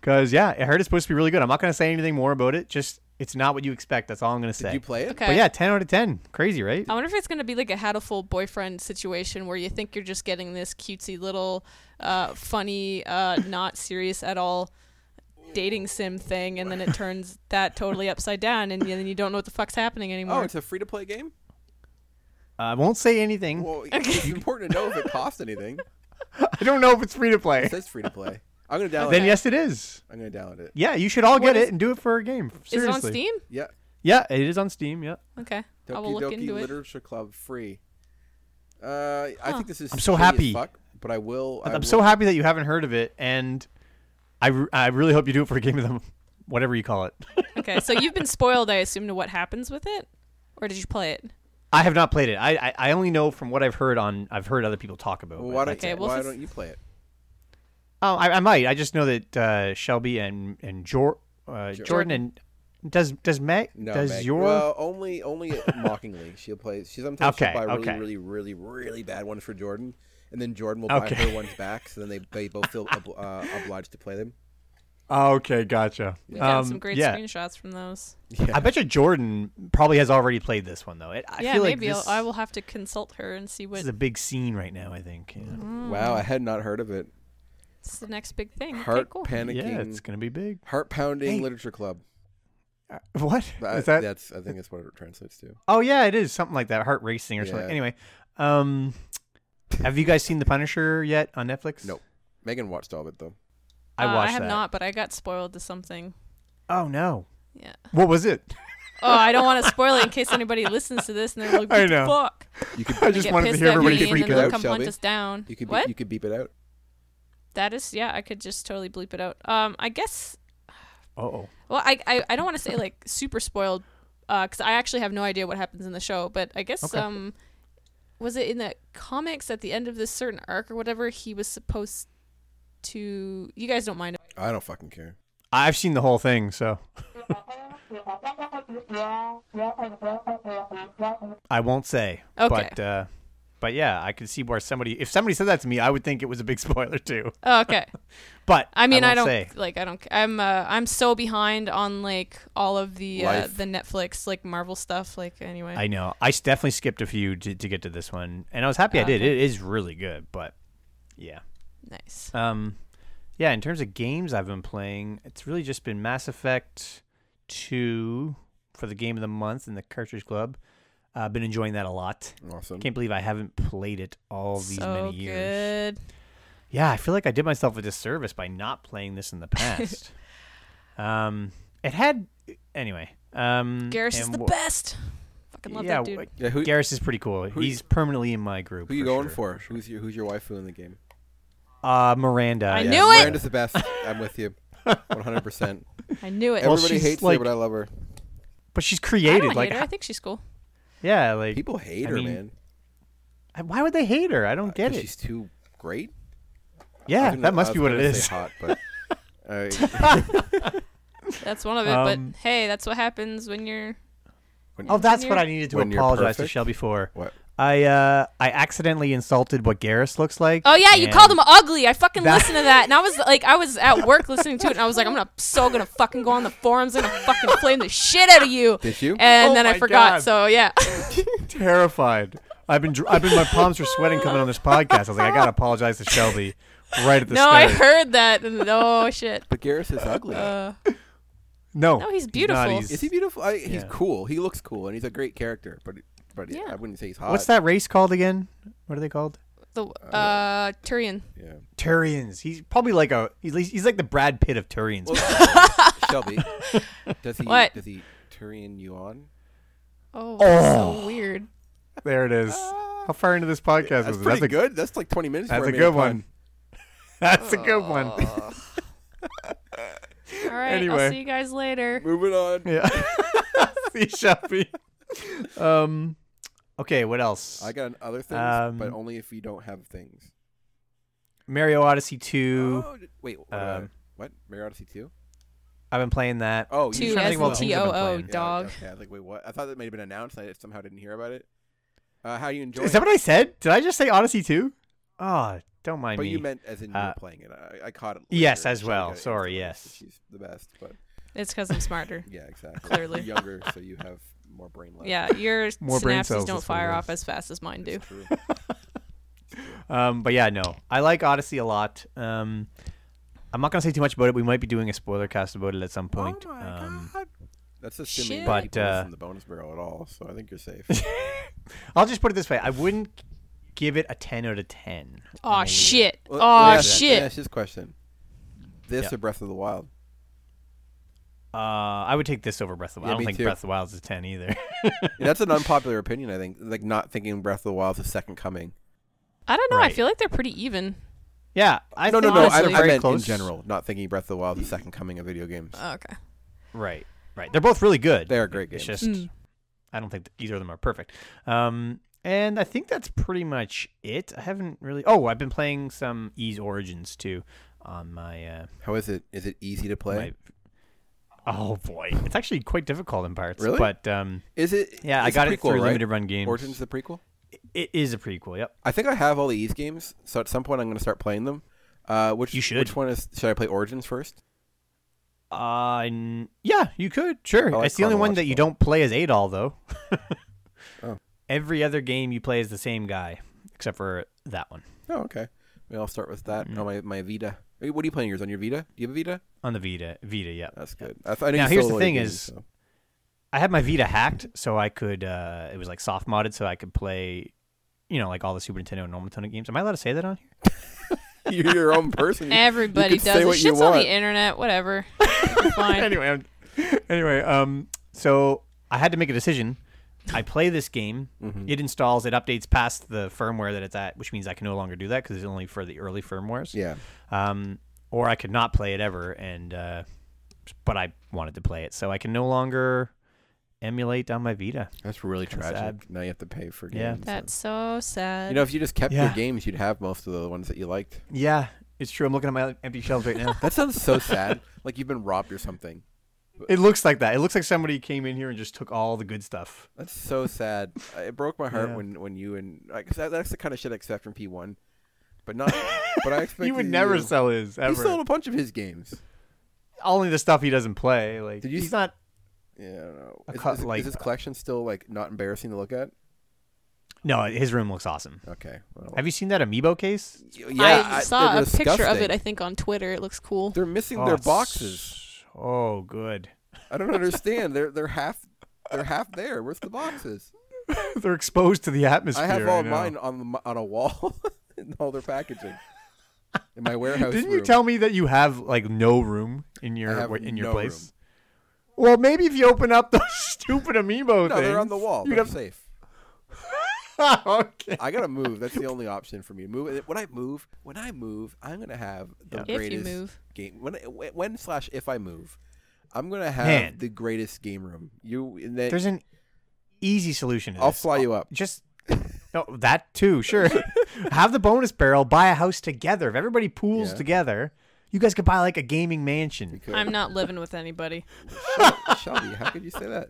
Speaker 3: because yeah, I heard it's supposed to be really good. I'm not going to say anything more about it. Just it's not what you expect. That's all I'm going to say.
Speaker 1: Did you play it?
Speaker 2: Okay.
Speaker 3: But yeah, 10 out of 10. Crazy, right?
Speaker 2: I wonder if it's going to be like a hatful boyfriend situation where you think you're just getting this cutesy little, uh, funny, uh, not serious at all dating sim thing, and then it turns that totally upside down, and then you don't know what the fuck's happening
Speaker 1: Oh,
Speaker 2: anymore.
Speaker 1: it's a free to play game.
Speaker 3: I won't say
Speaker 2: (laughs)
Speaker 3: anything.
Speaker 1: Well, it's important to know if it costs anything.
Speaker 3: (laughs) I don't know if it's free
Speaker 1: (laughs)
Speaker 3: to play.
Speaker 1: It says free to play. I'm gonna download.
Speaker 3: Then
Speaker 1: it.
Speaker 3: yes, it is.
Speaker 1: I'm gonna download it.
Speaker 3: Yeah, you should all get
Speaker 2: is-
Speaker 3: it and do it for a game.
Speaker 2: Is
Speaker 3: Seriously.
Speaker 2: it on Steam?
Speaker 1: Yeah.
Speaker 3: Yeah, it is on Steam. Yeah.
Speaker 2: Okay, I will
Speaker 1: Doki
Speaker 2: look
Speaker 1: Doki
Speaker 2: into it.
Speaker 1: Literature Club free. Uh, I think this is.
Speaker 3: I'm so
Speaker 1: shitty as
Speaker 3: happy.
Speaker 1: fuck, but I will. I
Speaker 3: I'm
Speaker 1: will-
Speaker 3: so happy that you haven't heard of it, and I, re- I really hope you do it for a game of them, (laughs) whatever you call it.
Speaker 2: Okay, so you've been spoiled, I assume, to what happens with it, or did you play it?
Speaker 3: I have not played it. I, I, I only know from what I've heard on I've heard other people talk about.
Speaker 1: Well,
Speaker 3: it.
Speaker 1: why don't
Speaker 2: Okay, well,
Speaker 1: Why
Speaker 2: since-
Speaker 1: don't you play it?
Speaker 3: oh, I, I might. I just know that uh, Shelby and and Jor, uh, Jordan and does does Meg
Speaker 1: No,
Speaker 3: does
Speaker 1: Meg.
Speaker 3: your
Speaker 1: well only only
Speaker 3: (laughs)
Speaker 1: mockingly she'll play. She sometimes
Speaker 3: Okay,
Speaker 1: she'll buy
Speaker 3: okay.
Speaker 1: really really really really bad ones for Jordan, and then Jordan will
Speaker 3: Okay.
Speaker 1: buy her ones back. So then they they both
Speaker 3: (laughs)
Speaker 1: feel obl- uh, obliged to play them.
Speaker 3: Ah, okay, gotcha.
Speaker 2: We got
Speaker 3: Um,
Speaker 2: some great
Speaker 3: yeah.
Speaker 2: screenshots from those.
Speaker 1: Yeah.
Speaker 3: I bet you Jordan probably has already played this one though. It, I
Speaker 2: yeah,
Speaker 3: feel
Speaker 2: maybe
Speaker 3: like
Speaker 2: I'll-
Speaker 3: this,
Speaker 2: I will have to consult her and see
Speaker 3: this
Speaker 2: what
Speaker 3: is a big scene right now. I think. Yeah.
Speaker 1: Wow, I had not heard of it.
Speaker 2: it's the next big thing. Hmm. okay,
Speaker 1: Heart
Speaker 2: cool.
Speaker 1: panicking,
Speaker 3: Yeah, it's gonna be big.
Speaker 1: heart pounding
Speaker 3: Hey.
Speaker 1: literature club.
Speaker 3: Uh, (laughs) What is
Speaker 1: I-
Speaker 3: that?
Speaker 1: That's I think that's what it translates to.
Speaker 3: Oh yeah, it is something like that. Heart racing or
Speaker 1: Yeah.
Speaker 3: something. Anyway, um, have you guys seen The Punisher yet on Netflix?
Speaker 1: Nope. Megan watched all of it though.
Speaker 3: I
Speaker 2: Uh,
Speaker 3: watched
Speaker 2: I have
Speaker 3: that.
Speaker 2: not, but I got spoiled to something.
Speaker 3: Oh no,
Speaker 2: Yeah.
Speaker 3: what was it?
Speaker 1: (laughs)
Speaker 2: Oh, I don't want to spoil it in case anybody listens to this and they're like,
Speaker 3: (laughs)
Speaker 2: what
Speaker 3: I
Speaker 2: the
Speaker 3: know.
Speaker 2: fuck?
Speaker 1: You could
Speaker 3: (laughs) I
Speaker 2: They
Speaker 3: just
Speaker 2: get
Speaker 3: wanted to
Speaker 2: pissed
Speaker 3: hear
Speaker 2: at
Speaker 3: everybody
Speaker 2: me and
Speaker 3: freak
Speaker 2: then they'll
Speaker 1: out,
Speaker 2: Come
Speaker 1: Shelby.
Speaker 2: hunt us down.
Speaker 1: you could be,
Speaker 2: what?
Speaker 1: you could beep it out.
Speaker 2: That is, yeah, I could just totally bleep it out. Um, I guess,
Speaker 3: Oh,
Speaker 2: well, I, I, I don't want to say like (laughs) super spoiled because I actually have no idea what happens in the show, but I guess,
Speaker 3: Okay.
Speaker 2: um, was it in the comics at the end of this certain arc or whatever? He was supposed to. You guys don't mind.
Speaker 1: I don't fucking care.
Speaker 3: I've seen the whole thing, so I won't say.
Speaker 2: Okay.
Speaker 3: But uh, but yeah, I could see where somebody, if somebody said that to me, I would think it was a big (laughs) spoiler too.
Speaker 2: Oh, okay.
Speaker 3: But
Speaker 2: I mean, I,
Speaker 3: won't
Speaker 2: don't
Speaker 3: say.
Speaker 2: like. I don't. I'm. Uh, I'm so behind on like all of the uh,
Speaker 1: Life.
Speaker 2: the Netflix like Marvel stuff. Like anyway.
Speaker 3: I know. I s-
Speaker 2: Uh,
Speaker 3: definitely skipped a few to, to get to this one, and I was happy I did. It is really good, but yeah,
Speaker 2: Nice.
Speaker 3: Um, yeah, in terms of games I've been playing, it's really just been Mass Effect 2 for the game of the month in the Cartridge Club. I've been enjoying that a lot.
Speaker 1: Awesome.
Speaker 3: Can't believe I haven't played it all these
Speaker 2: so
Speaker 3: many years.
Speaker 2: good.
Speaker 3: Yeah, I feel like I did myself a disservice by not playing this in
Speaker 2: (laughs)
Speaker 3: the past. um, it had anyway. Um,
Speaker 2: Garrus is
Speaker 3: and
Speaker 2: the
Speaker 3: wha-
Speaker 2: best. Fucking love
Speaker 3: Yeah,
Speaker 2: that dude.
Speaker 3: like,
Speaker 1: Yeah, who,
Speaker 3: Garrus is pretty cool.
Speaker 1: who-
Speaker 3: He's permanently in my group.
Speaker 1: who you
Speaker 3: for
Speaker 1: going
Speaker 3: sure.
Speaker 1: for? Who's your who's your waifu in the game?
Speaker 3: Uh, Miranda.
Speaker 2: I
Speaker 3: yeah.
Speaker 2: knew it!
Speaker 1: Miranda's the best. I'm with
Speaker 3: (laughs)
Speaker 1: you. 100. percent
Speaker 2: I knew it.
Speaker 3: Well,
Speaker 1: Everybody
Speaker 3: she's
Speaker 1: hates
Speaker 3: like-
Speaker 1: her, but I love her.
Speaker 3: But she's
Speaker 2: I
Speaker 3: created.
Speaker 2: don't
Speaker 3: like,
Speaker 2: hate her. I think she's cool.
Speaker 3: yeah, like
Speaker 1: People hate
Speaker 3: I
Speaker 1: her,
Speaker 3: mean,
Speaker 1: man.
Speaker 3: I- Why would they hate her? I don't get
Speaker 1: Uh, 'Cause
Speaker 3: it.
Speaker 1: She's too great. I
Speaker 3: Yeah,
Speaker 1: was
Speaker 3: that
Speaker 1: gonna-
Speaker 3: must
Speaker 1: I
Speaker 3: be
Speaker 1: was
Speaker 3: what it
Speaker 1: gonna say
Speaker 3: is.
Speaker 1: Hot, but Alright.
Speaker 2: That's one of it.
Speaker 3: Um,
Speaker 2: but hey, that's what happens when you're.
Speaker 3: (laughs) Oh, that's
Speaker 2: When
Speaker 3: what
Speaker 2: you're-
Speaker 3: I needed to
Speaker 1: when you're
Speaker 3: apologize to
Speaker 1: perfect.
Speaker 3: Shelby for.
Speaker 1: What?
Speaker 3: I uh, I accidentally insulted what Garrus looks like.
Speaker 2: Oh yeah, you
Speaker 3: and-
Speaker 2: called him ugly. I fucking
Speaker 3: That-
Speaker 2: listened to that, and I was like, I was at work listening to it, and I was like, I'm gonna so gonna fucking go on the forums and I'm fucking flame the shit out of you.
Speaker 1: Did you?
Speaker 2: And
Speaker 3: Oh
Speaker 2: then I
Speaker 3: my
Speaker 2: forgot.
Speaker 3: God.
Speaker 2: So yeah, (laughs)
Speaker 3: terrified. I've been, dr- I've been, my palms were sweating coming on this podcast. I was like, I gotta apologize to Shelby right at the
Speaker 2: no, I
Speaker 3: start.
Speaker 2: heard that. (laughs) and Oh shit.
Speaker 1: But Garrus is ugly.
Speaker 2: Uh,
Speaker 3: no,
Speaker 2: No, he's
Speaker 3: not.
Speaker 2: beautiful.
Speaker 3: He's-
Speaker 1: is he beautiful? I, he's
Speaker 3: Yeah.
Speaker 1: cool. He looks cool, and he's a great character. But but
Speaker 2: Yeah.
Speaker 1: I wouldn't say he's hot.
Speaker 3: Uh, what's that race called again? What are they called?
Speaker 2: the uh Tyrion.
Speaker 1: Yeah.
Speaker 3: Turians. He's probably like a he's, he's like the Brad Pitt of Turians. (laughs)
Speaker 1: Shelby, does he
Speaker 2: What?
Speaker 1: does he Turian you on?
Speaker 2: Oh, that's so weird.
Speaker 3: there it (laughs) is. How far into this podcast
Speaker 1: Ah, That's
Speaker 3: is it?
Speaker 1: pretty
Speaker 3: a
Speaker 1: good. That's like 20 minutes.
Speaker 3: That's
Speaker 1: before I
Speaker 3: a
Speaker 1: made
Speaker 3: good
Speaker 1: pun.
Speaker 3: one. That's a good one.
Speaker 2: All right,
Speaker 3: Anyway.
Speaker 2: I'll see you guys later.
Speaker 1: Moving on.
Speaker 3: (laughs) (laughs) Yeah. See Shelby. Um. Okay. What else?
Speaker 1: I got other things,
Speaker 3: Um,
Speaker 1: but only if you don't have things.
Speaker 3: Mario Odyssey Two.
Speaker 1: Oh, did- wait, what? about
Speaker 3: um,
Speaker 1: it? what? Mario Odyssey two?
Speaker 3: I've been playing that.
Speaker 1: Oh,
Speaker 2: Two
Speaker 1: you
Speaker 3: trying to
Speaker 2: as
Speaker 3: think of all the
Speaker 2: in
Speaker 3: things
Speaker 2: T
Speaker 3: I've
Speaker 2: O
Speaker 3: been
Speaker 2: O
Speaker 3: playing.
Speaker 1: Yeah,
Speaker 2: dog.
Speaker 1: Okay, I was like, wait, what? I thought that may have been announced. and I somehow didn't hear about it. Uh, how you enjoy?
Speaker 3: Is that
Speaker 1: it?
Speaker 3: what I said? Did I just say Odyssey Two? Oh, don't mind
Speaker 1: But
Speaker 3: me.
Speaker 1: you meant as in you
Speaker 3: Uh,
Speaker 1: were playing it. I, I caught it.
Speaker 3: Yes,
Speaker 1: later.
Speaker 3: as
Speaker 1: She
Speaker 3: well.
Speaker 1: got it
Speaker 3: Sorry,
Speaker 1: instantly.
Speaker 3: yes.
Speaker 1: She's the best, but
Speaker 2: It's because I'm smarter.
Speaker 1: yeah, exactly.
Speaker 2: Clearly.
Speaker 1: You're younger, so you have more brain left.
Speaker 2: (laughs) Yeah, your
Speaker 3: More brain cells,
Speaker 2: synapses don't
Speaker 3: that's what it
Speaker 2: fire
Speaker 3: is.
Speaker 2: off as fast as mine do.
Speaker 1: It's true.
Speaker 3: Um, but yeah, no, I like Odyssey a lot. Um, I'm not gonna say too much about it. We might be doing a spoiler cast about it at some point.
Speaker 1: Oh
Speaker 3: um,
Speaker 1: That's assuming that
Speaker 2: Shit.
Speaker 3: But,
Speaker 1: people
Speaker 3: uh,
Speaker 1: listen to the bonus barrel at all, so I think you're
Speaker 3: (laughs)
Speaker 1: safe.
Speaker 3: I'll just put it this way: I wouldn't give it a 10 out of 10.
Speaker 2: Oh shit.
Speaker 1: Well,
Speaker 2: Oh
Speaker 1: let me ask you that. Let me
Speaker 2: shit.
Speaker 1: ask you this question. This
Speaker 3: Yeah.
Speaker 1: or Breath of the Wild?
Speaker 3: Uh, I would take this over Breath of the Wild.
Speaker 1: Yeah,
Speaker 3: I
Speaker 1: me
Speaker 3: don't think
Speaker 1: too.
Speaker 3: Breath of the Wild is a 10 either. (laughs)
Speaker 1: Yeah, that's an unpopular opinion, I think. Like not thinking Breath of the Wild's a second coming.
Speaker 2: I don't know. I
Speaker 3: Right.
Speaker 2: feel like they're pretty even.
Speaker 3: yeah, I
Speaker 1: No, no,
Speaker 3: think
Speaker 1: no.
Speaker 3: honestly
Speaker 1: I,
Speaker 3: they're
Speaker 2: honestly-
Speaker 1: I
Speaker 3: very
Speaker 1: meant
Speaker 3: close.
Speaker 1: in general, not thinking Breath of the Wild is the second coming of video games.
Speaker 2: Oh, okay.
Speaker 3: Right, right. They're both really good.
Speaker 1: They are great games.
Speaker 3: It's
Speaker 2: Mm.
Speaker 3: just I don't think that either of them are perfect. Um, and I think that's pretty much it. I haven't really. Oh, I've been playing some Ease Origins too on my. Uh,
Speaker 1: How is it? Is it easy to play?
Speaker 3: my oh boy, it's actually quite difficult in parts.
Speaker 1: Really?
Speaker 3: But um,
Speaker 1: Is it?
Speaker 3: yeah, I
Speaker 1: it's a
Speaker 3: got it
Speaker 1: prequel,
Speaker 3: through
Speaker 1: right?
Speaker 3: limited run games.
Speaker 1: Origins the prequel.
Speaker 3: It is a prequel. Yep.
Speaker 1: I think I have all the Eve games, so at some point I'm going to start playing them. Uh, which
Speaker 3: You should.
Speaker 1: Which one is? Should I play Origins first?
Speaker 3: Uh, n- yeah, you could. Sure.
Speaker 1: Oh, I like
Speaker 3: it's the only one that you
Speaker 1: chronological.
Speaker 3: don't play as Adol, though.
Speaker 1: (laughs) Oh.
Speaker 3: Every other game you play as the same guy, except for that one
Speaker 1: Oh, okay. Maybe I'll start with that.
Speaker 3: Mm.
Speaker 1: Oh, my my Vita. Wait, What are you playing yours on your Vita? Do you have a Vita?
Speaker 3: on the Vita. Vita, yeah.
Speaker 1: That's good. I th- I know
Speaker 3: Now,
Speaker 1: you
Speaker 3: here's
Speaker 1: sold
Speaker 3: the
Speaker 1: all your
Speaker 3: thing
Speaker 1: games,
Speaker 3: is-
Speaker 1: so- (laughs)
Speaker 3: I had my Vita hacked, so I could. Uh, it was like soft modded, so I could play, you know, like all the Super Nintendo and Normatonic games. Am I allowed to say that on here?
Speaker 1: you're your own
Speaker 2: (laughs)
Speaker 1: person. You- you
Speaker 2: Everybody
Speaker 1: can
Speaker 2: does
Speaker 1: say
Speaker 2: it.
Speaker 1: what you
Speaker 2: Shit's on
Speaker 1: want.
Speaker 2: the internet. Whatever. Fine.
Speaker 3: (laughs) anyway, I'm, anyway, um, so I had to make a decision. I play this game.
Speaker 1: Mm-hmm.
Speaker 3: It installs. It updates past the firmware that it's at, which means I can no longer do that because it's only for the early firmwares.
Speaker 1: Yeah.
Speaker 3: um, or I could not play it ever. And uh, but I wanted to play it, so I can no longer emulate on my Vita.
Speaker 1: That's really tragic.
Speaker 3: sad.
Speaker 1: Now you have to pay for
Speaker 3: Yeah.
Speaker 1: games. so-
Speaker 2: That's so sad.
Speaker 1: You know, if you just kept your
Speaker 3: Yeah.
Speaker 1: games, you'd have most of the ones that you liked.
Speaker 3: Yeah, it's true. I'm looking at my empty shelves right now.
Speaker 1: That sounds so
Speaker 3: (laughs)
Speaker 1: sad. Like you've been robbed or something.
Speaker 3: it looks like that. It looks like somebody came in here and just took all the good stuff.
Speaker 1: That's so sad. Uh, It broke my heart
Speaker 3: Yeah.
Speaker 1: when when you and like, 'cause that, that's the kind of shit I expect from P1, but not. but
Speaker 3: (laughs)
Speaker 1: I expect
Speaker 3: He would never sell his
Speaker 1: He
Speaker 3: ever.
Speaker 1: sold a bunch of his games.
Speaker 3: Only the stuff he doesn't play. Like
Speaker 1: Did you
Speaker 3: he's
Speaker 1: s-
Speaker 3: not.
Speaker 1: Yeah, I don't know.
Speaker 3: A
Speaker 1: Is,
Speaker 3: co-
Speaker 1: is- is
Speaker 3: like-
Speaker 1: his collection still like not embarrassing to look at?
Speaker 3: No, his room looks awesome.
Speaker 1: Okay. Well,
Speaker 3: Have you seen that amiibo case?
Speaker 2: I saw a picture of it. I think on Twitter. It looks cool.
Speaker 1: They're missing
Speaker 3: Oh,
Speaker 1: their
Speaker 3: it's-
Speaker 1: boxes.
Speaker 3: Oh, good.
Speaker 1: I don't understand. they're they're half they're half there. Where's the boxes?
Speaker 3: They're exposed to the atmosphere.
Speaker 1: I have all
Speaker 3: know.
Speaker 1: mine on the, m- on a wall (laughs) in all their packaging in my warehouse.
Speaker 3: (laughs) Didn't you
Speaker 1: room.
Speaker 3: tell me that you have like no room in
Speaker 1: I
Speaker 3: your
Speaker 1: have
Speaker 3: in your
Speaker 1: no
Speaker 3: place? Well, maybe if you open up (laughs) those stupid
Speaker 1: No,
Speaker 3: amiibo things.
Speaker 1: they're on the wall.
Speaker 3: you'd
Speaker 1: They're safe.
Speaker 3: have- (laughs) okay.
Speaker 1: I gotta move. That's the only option for me. Move eh, when I move. When I move, I'm gonna have the
Speaker 2: If you
Speaker 1: greatest
Speaker 2: move.
Speaker 1: game. When eh, when slash if I move, I'm gonna have
Speaker 3: Man.
Speaker 1: the greatest game room. You and then
Speaker 3: There's an easy solution. To
Speaker 1: I'll
Speaker 3: this.
Speaker 1: fly you up.
Speaker 3: Just no, that
Speaker 1: (laughs)
Speaker 3: too. (laughs) Sure, have the bonus barrel. Buy a house together. If everybody pools
Speaker 1: Yeah.
Speaker 3: together, you guys could buy like a gaming (laughs) mansion.
Speaker 1: Could-
Speaker 2: (laughs) I'm not living with anybody.
Speaker 1: Shelby, how could you say that?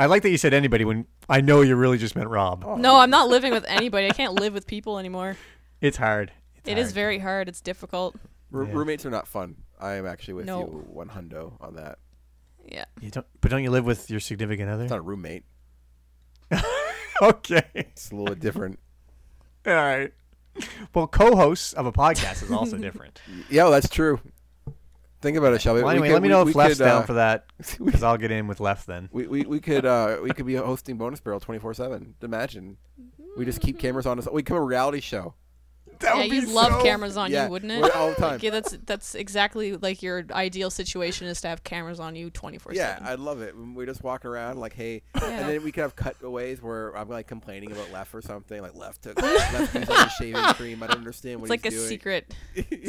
Speaker 3: I like that you said anybody when I know you really just meant Rob.
Speaker 1: Oh.
Speaker 2: No, I'm not living with anybody. I can't live with people anymore.
Speaker 3: It's hard. It's
Speaker 2: It is very hard. It's difficult.
Speaker 1: Ro- Roommates are not fun. I am actually with
Speaker 2: No.
Speaker 1: you one hundo on that.
Speaker 2: Yeah.
Speaker 3: You don't, but don't you live with your
Speaker 1: (laughs)
Speaker 3: significant
Speaker 1: It's
Speaker 3: other?
Speaker 1: not a roommate.
Speaker 3: Okay. (laughs)
Speaker 1: It's a little bit different.
Speaker 3: All right. Well, co-hosts of a podcast is also different.
Speaker 1: Yeah, well, that's true. Think about it, Shelby.
Speaker 3: Well,
Speaker 1: We
Speaker 3: anyway,
Speaker 1: could-
Speaker 3: let me
Speaker 1: we-
Speaker 3: know
Speaker 1: we
Speaker 3: if left's
Speaker 1: could,
Speaker 3: down
Speaker 1: uh, (laughs)
Speaker 3: for that,
Speaker 1: we-
Speaker 3: because I'll get in with left then.
Speaker 1: We, we, we could uh, we could be hosting bonus barrel twenty four seven. Imagine we just keep cameras on us. We become a reality show.
Speaker 2: yeah, you'd love cameras on
Speaker 1: yeah,
Speaker 2: you, wouldn't it?
Speaker 1: we're
Speaker 2: (laughs)
Speaker 1: all the time.
Speaker 2: Like, yeah, that's that's exactly like your ideal situation is to have cameras on you 24/7.
Speaker 1: Yeah, I love it. When we just walk around like, hey, and then we could have cutaways where I'm like complaining about Left or something. Like Left
Speaker 2: (laughs)
Speaker 1: took Left used all the shaving cream. I don't understand
Speaker 2: it's
Speaker 1: what
Speaker 2: like a
Speaker 1: he's doing.
Speaker 3: (laughs)
Speaker 2: secret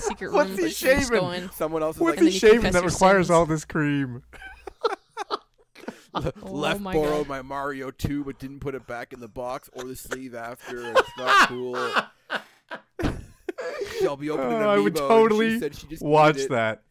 Speaker 2: secret
Speaker 3: What's
Speaker 2: room.
Speaker 3: he
Speaker 2: but you just go
Speaker 3: shaving?
Speaker 2: in.
Speaker 1: (laughs) Someone else is
Speaker 3: What's
Speaker 1: like
Speaker 3: he
Speaker 2: he
Speaker 3: shaving
Speaker 2: confess
Speaker 3: that
Speaker 2: your
Speaker 3: requires
Speaker 2: sins.
Speaker 3: all this cream?
Speaker 1: Left
Speaker 2: Oh my
Speaker 1: borrowed
Speaker 2: God.
Speaker 1: my Mario 2 but didn't put it back in the box or the sleeve after.
Speaker 2: (laughs)
Speaker 1: and It's not cool. (laughs) Shelby opened an
Speaker 3: Oh, I would
Speaker 1: Amiibo, (laughs) and
Speaker 3: totally
Speaker 1: she said she just
Speaker 3: watch
Speaker 1: needed it. (laughs)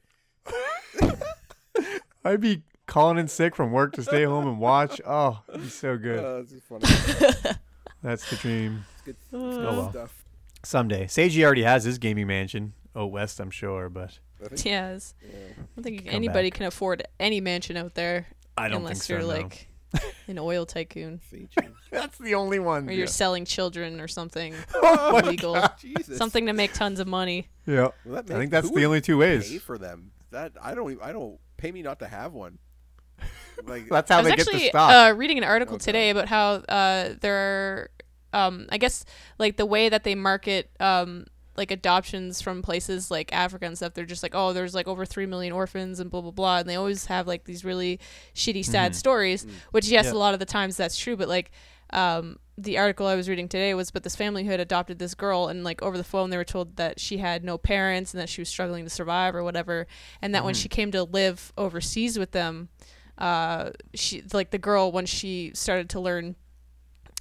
Speaker 3: that. (laughs) I'd be calling in sick from work to stay home and watch. Oh, it'd be so good.
Speaker 1: Uh, this is
Speaker 2: (laughs)
Speaker 1: funny. It's
Speaker 3: That's the dream.
Speaker 1: good, it's
Speaker 3: Oh,
Speaker 1: good
Speaker 3: well.
Speaker 1: stuff.
Speaker 3: Someday, Seiji already has his gaming mansion. Oh, West, I'm sure, but
Speaker 2: Yes. I don't think
Speaker 3: Come
Speaker 2: anybody
Speaker 3: back.
Speaker 2: can afford any mansion out there
Speaker 3: I don't
Speaker 2: unless
Speaker 3: think
Speaker 2: you're
Speaker 3: so. no.
Speaker 2: like an oil tycoon
Speaker 1: Thank you.
Speaker 3: that's the only one.
Speaker 2: or you're selling children or something
Speaker 3: (laughs) Oh my
Speaker 2: illegal.
Speaker 1: (laughs) Jesus.
Speaker 2: Something to make tons of money.
Speaker 3: Yeah,
Speaker 1: Well, that
Speaker 3: I
Speaker 1: makes-
Speaker 3: think that's
Speaker 1: who
Speaker 3: the
Speaker 1: would
Speaker 3: only two
Speaker 1: Pay
Speaker 3: ways.
Speaker 1: for them. That I don't. even- I don't pay me not to have (laughs) one. Like
Speaker 2: (laughs)
Speaker 3: That's how
Speaker 2: I was
Speaker 3: they get
Speaker 2: actually
Speaker 3: the stock.
Speaker 2: Uh, reading an article
Speaker 1: Okay.
Speaker 2: today about how uh, there are, um, I guess, like the way that they market um, like adoptions from places like Africa and stuff. They're just like, oh, there's like over three million orphans and blah blah blah, and they always have like these really shitty, sad stories. Which yes,
Speaker 3: Mm-hmm. Mm. Yeah.
Speaker 2: a lot of the times that's true, but like. Um, the article I was reading today was, but this family who had adopted this girl, and like over the phone, they were told that she had no parents and that she was struggling to survive or whatever, and that when
Speaker 3: Mm-hmm.
Speaker 2: she came to live overseas with them, uh, she like the girl when she started to learn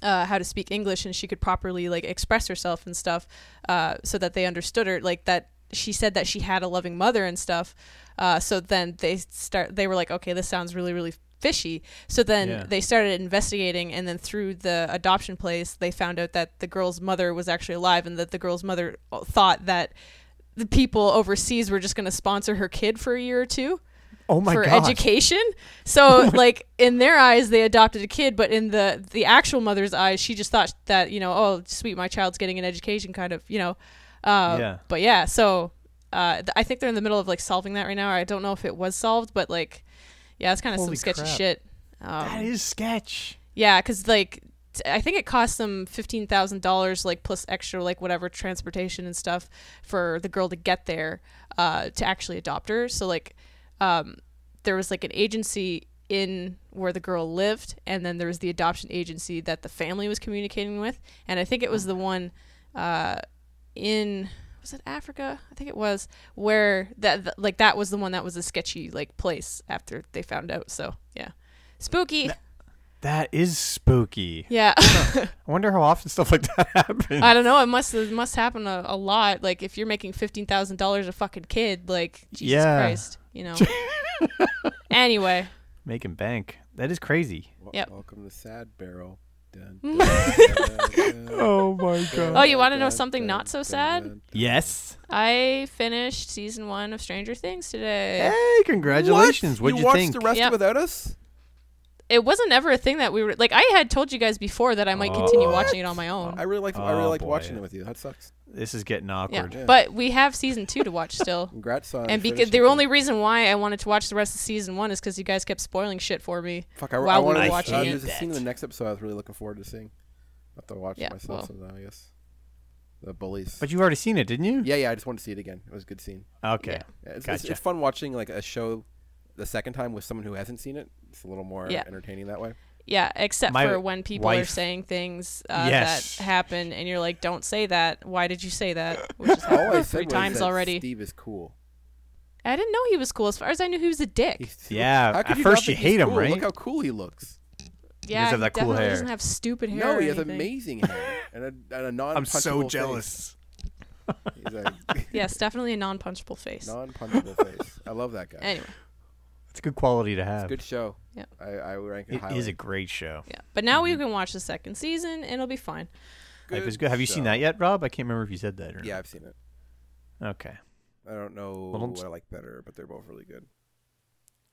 Speaker 2: uh, how to speak English and she could properly like express herself and stuff, uh, so that they understood her. Like that, she said that she had a loving mother and stuff. Uh, so then they start. They were like, okay, this sounds really, really fishy. So then
Speaker 3: Yeah.
Speaker 2: they started investigating, and then through the adoption place, they found out that the girl's mother was actually alive, and that the girl's mother thought that the people overseas were just going to sponsor her kid for a year or two
Speaker 3: oh my Oh
Speaker 2: for
Speaker 3: god!
Speaker 2: education.
Speaker 3: (laughs)
Speaker 2: So like in their eyes they adopted a kid, but in the the actual mother's eyes she just thought that, you know, oh sweet my child's getting an education kind of, you know. Uh,
Speaker 3: Yeah.
Speaker 2: but yeah, so uh, th- I think they're in the middle of like solving that right now. I don't know if it was solved, but like yeah, it's kind of some
Speaker 3: Holy
Speaker 2: sketchy
Speaker 3: crap.
Speaker 2: shit. Um,
Speaker 3: that is sketch.
Speaker 2: yeah, because like t- I think it cost them fifteen thousand dollars, like plus extra, like whatever transportation and stuff for the girl to get there uh, to actually adopt her. So like, um, there was like an agency in where the girl lived, and then there was the adoption agency that the family was communicating with, and I think it was the one uh, in was it Africa? I think it was where that th- like that was the one that was a sketchy like place after they found out. So yeah, spooky.
Speaker 3: That is spooky.
Speaker 2: yeah.
Speaker 3: I wonder how often (laughs) stuff like that happens.
Speaker 2: I don't know. It must it must happen a, a lot. Like if you're making fifteen thousand dollars a fucking kid, like Jesus
Speaker 3: Yeah.
Speaker 2: Christ, you know. anyway,
Speaker 3: Making bank. That is crazy.
Speaker 1: Wel-
Speaker 2: Yep.
Speaker 1: Welcome to Sad Barrel.
Speaker 2: (laughs)
Speaker 1: Dun,
Speaker 3: Oh (laughs) my
Speaker 2: oh, you want to know something not so sad?
Speaker 3: Yes.
Speaker 2: I finished season one of Stranger Things today.
Speaker 7: Eh?
Speaker 3: Hey, congratulations. What'd you,
Speaker 1: watched
Speaker 3: think?
Speaker 1: the rest
Speaker 2: Yep.
Speaker 1: without us?
Speaker 2: it wasn't ever a thing that we were like. I had told you guys before that I might continue watching it on my own.
Speaker 1: I really liked. I really
Speaker 3: Oh,
Speaker 1: liked
Speaker 3: boy.
Speaker 1: watching it with you. That sucks.
Speaker 3: This is getting
Speaker 2: yeah.
Speaker 3: awkward.
Speaker 2: but we have season two to watch still.
Speaker 1: Congrats on.
Speaker 2: and because
Speaker 1: finishing
Speaker 2: the
Speaker 1: it.
Speaker 2: only reason why I wanted to watch the rest of season one is because you guys kept spoiling shit for me
Speaker 1: Fuck, I,
Speaker 2: while
Speaker 1: I
Speaker 2: we
Speaker 1: wanted
Speaker 2: were
Speaker 1: to-
Speaker 2: watching
Speaker 1: uh,
Speaker 2: it.
Speaker 1: There's a scene in the next episode I was really looking forward to seeing. I have to watch
Speaker 2: Yeah,
Speaker 1: it myself
Speaker 2: well.
Speaker 1: sometime, I guess. The bullies.
Speaker 3: But you already seen it, didn't you?
Speaker 1: yeah, yeah. I just wanted to see it again. It was a good scene.
Speaker 3: Okay.
Speaker 1: Yeah, it's, it's,
Speaker 3: Gotcha.
Speaker 1: it's fun watching like a show the second time with someone who hasn't seen it. It's a little more
Speaker 2: Yeah.
Speaker 1: entertaining that way.
Speaker 2: Yeah, except
Speaker 3: My
Speaker 2: for when people are
Speaker 3: wife-
Speaker 2: saying things uh,
Speaker 3: Yes.
Speaker 2: that happen, and you're like, "Don't say that. Why did you say that?"
Speaker 1: (laughs)
Speaker 2: Which has
Speaker 1: All I
Speaker 2: happened
Speaker 1: said
Speaker 2: three
Speaker 1: was
Speaker 2: times
Speaker 1: that
Speaker 2: already.
Speaker 1: Steve is cool.
Speaker 2: I didn't know he was cool. As far as I knew, he was a dick.
Speaker 1: He's-
Speaker 3: Yeah,
Speaker 1: How could
Speaker 3: at
Speaker 1: not
Speaker 3: first you
Speaker 1: think he's
Speaker 3: hate him,
Speaker 1: cool? Look
Speaker 3: right?
Speaker 1: how cool he looks.
Speaker 2: yeah,
Speaker 3: have
Speaker 2: he
Speaker 3: that cool
Speaker 2: definitely
Speaker 3: hair.
Speaker 2: doesn't have stupid hair.
Speaker 1: no,
Speaker 2: or
Speaker 1: he has
Speaker 2: anything.
Speaker 1: amazing
Speaker 2: (laughs)
Speaker 1: hair and a, and a non.
Speaker 7: I'm so jealous.
Speaker 1: He's a
Speaker 2: Yes, definitely a non-punchable
Speaker 1: (laughs)
Speaker 2: face.
Speaker 1: non-punchable face. I love that guy.
Speaker 2: Anyway,
Speaker 3: It's a good quality to have.
Speaker 1: Good show.
Speaker 2: Yeah.
Speaker 1: I, I would rank it,
Speaker 3: It
Speaker 1: highly.
Speaker 3: is a great show.
Speaker 2: yeah, but now
Speaker 3: Mm-hmm.
Speaker 2: we can watch the second season, and it'll be fine.
Speaker 3: Life is
Speaker 1: Good
Speaker 3: good. Have you
Speaker 1: show.
Speaker 3: seen that yet, Rob? I can't remember if you said that or
Speaker 1: Yeah, I've seen it.
Speaker 3: not. Okay.
Speaker 1: I don't know
Speaker 3: Well, don't-
Speaker 1: what I like better, but they're both really good.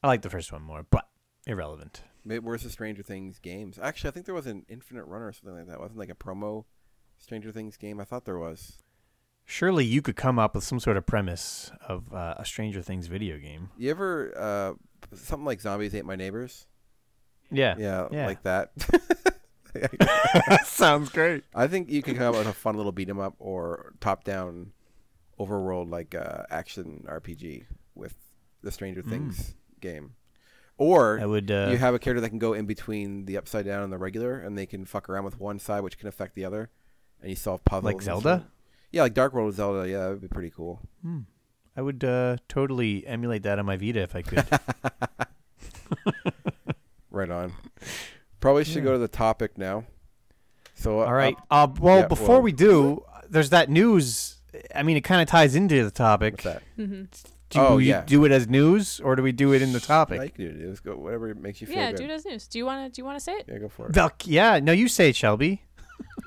Speaker 3: I like the first one more, but irrelevant.
Speaker 1: Maybe where's the Stranger Things games? Actually, I think there was an Infinite Runner or something like that. Wasn't like a promo Stranger Things game? I thought there was.
Speaker 3: Surely you could come up with some sort of premise of uh, a Stranger Things video game.
Speaker 1: You ever uh, something like Zombies Ate My Neighbors?
Speaker 3: Yeah.
Speaker 1: Yeah,
Speaker 3: Yeah. (laughs)
Speaker 1: like that. (laughs)
Speaker 7: Sounds great.
Speaker 1: I think you can come up with a fun little beat 'em up or top down overworld like uh, action RPG with the Stranger Things game. Or
Speaker 3: Mm. I would, uh,
Speaker 1: you have a character that can go in between the upside down and the regular, and they can fuck around with one side, which can affect the other, and you solve puzzles.
Speaker 3: Like
Speaker 1: and
Speaker 3: Zelda?
Speaker 1: shit. Yeah, like Dark World of Zelda. Yeah, that would be pretty cool.
Speaker 3: I would uh, totally emulate that on my Vita if I could.
Speaker 1: Right
Speaker 3: (laughs)
Speaker 1: on. Probably should go to the topic now. So
Speaker 3: (laughs) All right. Uh, well,
Speaker 1: yeah,
Speaker 3: before
Speaker 1: well-
Speaker 3: we do, there's that news. I mean, it kind of ties into the topic.
Speaker 1: what's that?
Speaker 3: Do
Speaker 1: Oh,
Speaker 3: we
Speaker 1: yeah.
Speaker 3: do it as news or do we do it in the topic?
Speaker 1: Now you can do it. Let's go. Whatever makes you feel
Speaker 2: yeah,
Speaker 1: good.
Speaker 2: dude, as news. Do you wanna? Do you wanna say it?
Speaker 1: Yeah, go for it.
Speaker 3: Duck, yeah. No, you say it, Shelby.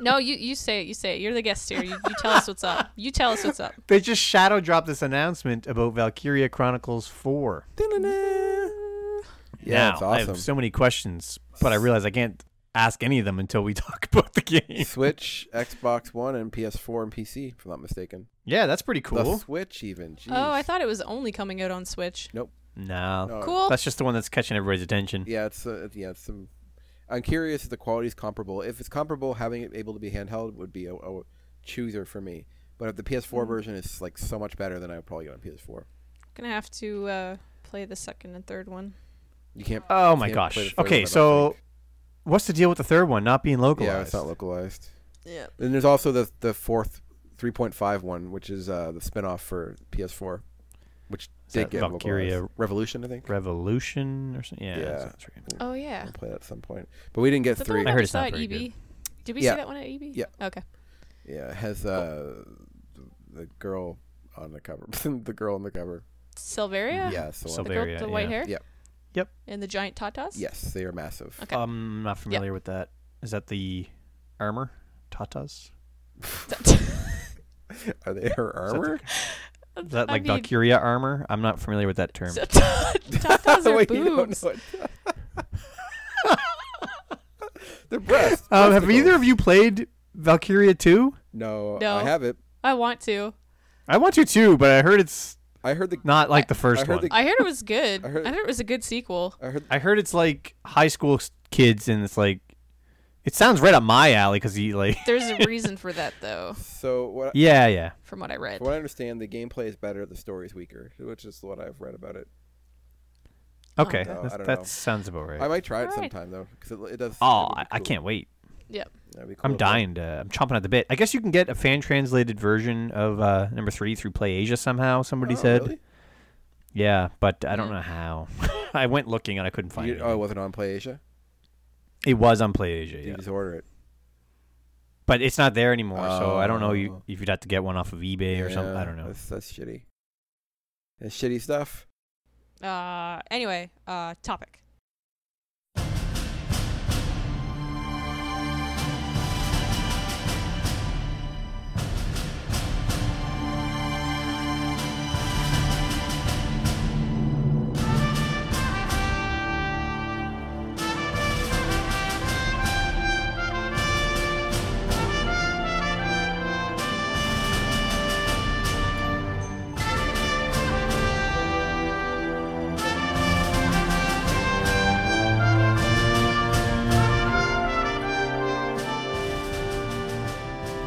Speaker 2: No, you you say it. You say it. You're the guest here. You, you tell us what's
Speaker 3: (laughs)
Speaker 2: up. You tell us what's up.
Speaker 3: They just shadow dropped this announcement about Valkyria Chronicles 4.
Speaker 1: Yeah,
Speaker 3: now,
Speaker 1: it's
Speaker 3: I have
Speaker 1: awesome.
Speaker 3: so many questions, but I realize I can't ask any of them until we (laughs) talk about the (laughs) game.
Speaker 1: Switch, Xbox One, and PS4 and PC, if I'm not mistaken.
Speaker 3: Yeah, that's pretty
Speaker 1: The
Speaker 3: cool.
Speaker 1: Switch, even. Jeez.
Speaker 2: Oh, I thought it was only coming out on Switch.
Speaker 1: Nope.
Speaker 3: No.
Speaker 1: No.
Speaker 2: Cool.
Speaker 3: That's just the one that's catching everybody's attention.
Speaker 1: Yeah, it's uh, yeah, it's some. I'm curious if the quality is comparable. If it's comparable, having it able to be handheld would be a, a chooser for me. But if the PS4
Speaker 3: Hmm.
Speaker 1: version is like so much better, then I would probably go on PS4.
Speaker 2: Gonna have to uh, play the second and third one.
Speaker 1: You can't.
Speaker 3: Oh my
Speaker 1: can't
Speaker 3: gosh.
Speaker 1: play the third one, I
Speaker 3: Okay,
Speaker 1: don't
Speaker 3: so
Speaker 1: think.
Speaker 3: what's the deal with the third one not being localized?
Speaker 1: yeah, it's not localized.
Speaker 2: Yeah.
Speaker 1: Then there's also the the fourth 3.5 one, which is uh, the spinoff for PS4, which did
Speaker 3: that
Speaker 1: get
Speaker 3: Valkyria
Speaker 1: localized. Revolution, I think.
Speaker 3: Revolution or something. Yeah.
Speaker 1: Yeah.
Speaker 3: that sounds right.
Speaker 2: Oh yeah.
Speaker 1: We'll play that at some point, but we didn't get
Speaker 2: Is that the
Speaker 1: three.
Speaker 2: one that
Speaker 3: I heard
Speaker 2: we
Speaker 3: it's not
Speaker 2: saw at
Speaker 3: very
Speaker 2: EB? Did we
Speaker 1: Yeah.
Speaker 2: see that one at E EB?
Speaker 1: Yeah.
Speaker 2: Okay.
Speaker 1: Yeah, it has uh, the girl on the cover, (laughs) the girl on the cover.
Speaker 2: Silveria.
Speaker 1: Yeah, so
Speaker 2: The girl with
Speaker 3: Silveria,
Speaker 2: the white
Speaker 3: yeah.
Speaker 2: hair.
Speaker 1: Yeah.
Speaker 3: Yep.
Speaker 2: And the giant tatas.
Speaker 1: yes, they are
Speaker 3: (laughs)
Speaker 1: massive.
Speaker 2: Okay.
Speaker 3: I'm not familiar with that. Is that the armor? Tatas?
Speaker 1: Are they her
Speaker 3: (laughs)
Speaker 1: armor?
Speaker 3: Is that
Speaker 2: I
Speaker 3: like
Speaker 2: mean-
Speaker 3: Valkyria armor? I'm not familiar with that term.
Speaker 1: (laughs)
Speaker 2: tatas are
Speaker 1: Wait, you don't
Speaker 2: boobs.
Speaker 1: know it. They're breasts.
Speaker 3: Um, have
Speaker 1: breasticles.
Speaker 3: either of you played Valkyria 2?
Speaker 1: No,
Speaker 2: No.
Speaker 1: I have it.
Speaker 2: I want to.
Speaker 3: I want to too, but I heard it's
Speaker 1: I heard the.
Speaker 3: not like the
Speaker 1: I
Speaker 3: first
Speaker 1: heard
Speaker 3: one.
Speaker 1: the-
Speaker 2: I heard it was
Speaker 1: (laughs)
Speaker 2: good.
Speaker 1: I
Speaker 2: I
Speaker 1: heard-
Speaker 2: heard, it was a good sequel.
Speaker 1: I heard.
Speaker 3: I heard it's like high school s- kids, and it's like it sounds right up my alley because he like
Speaker 2: There's a reason for that though,
Speaker 1: So what?
Speaker 3: (laughs) yeah yeah.
Speaker 2: from what I read.
Speaker 1: From what I understand, the gameplay is better, the story is weaker, which is what I've read about it.
Speaker 3: (laughs) Okay,
Speaker 1: no, Oh, I
Speaker 3: that's-
Speaker 1: don't know.
Speaker 3: that sounds about right.
Speaker 1: I might try it
Speaker 2: Alright.
Speaker 1: sometime though, because it, it does. it
Speaker 3: oh,
Speaker 1: would be
Speaker 3: I, I
Speaker 1: cool.
Speaker 3: can't wait.
Speaker 2: Yep.
Speaker 1: That'd be cool
Speaker 3: I'm
Speaker 1: if it-
Speaker 3: dying to. I'm chomping at the bit. I guess you can get a fan translated version of uh, number three through Play Asia somehow. Somebody
Speaker 1: Oh,
Speaker 3: said.
Speaker 1: really? Hmm.
Speaker 3: Yeah, but I don't know how. (laughs) I went looking and I couldn't find
Speaker 1: You-
Speaker 3: it.
Speaker 1: oh, it wasn't on PlayAsia.
Speaker 3: It was on Play Asia,
Speaker 1: You
Speaker 3: yeah.
Speaker 1: just order it.
Speaker 3: but it's not there anymore. so I don't know you,
Speaker 1: Oh.
Speaker 3: if you'd have to get one off of eBay or something. I
Speaker 1: Yeah,
Speaker 3: don't know.
Speaker 1: That's, that's shitty. That's shitty stuff.
Speaker 2: Uh, anyway, uh, topic. (laughs)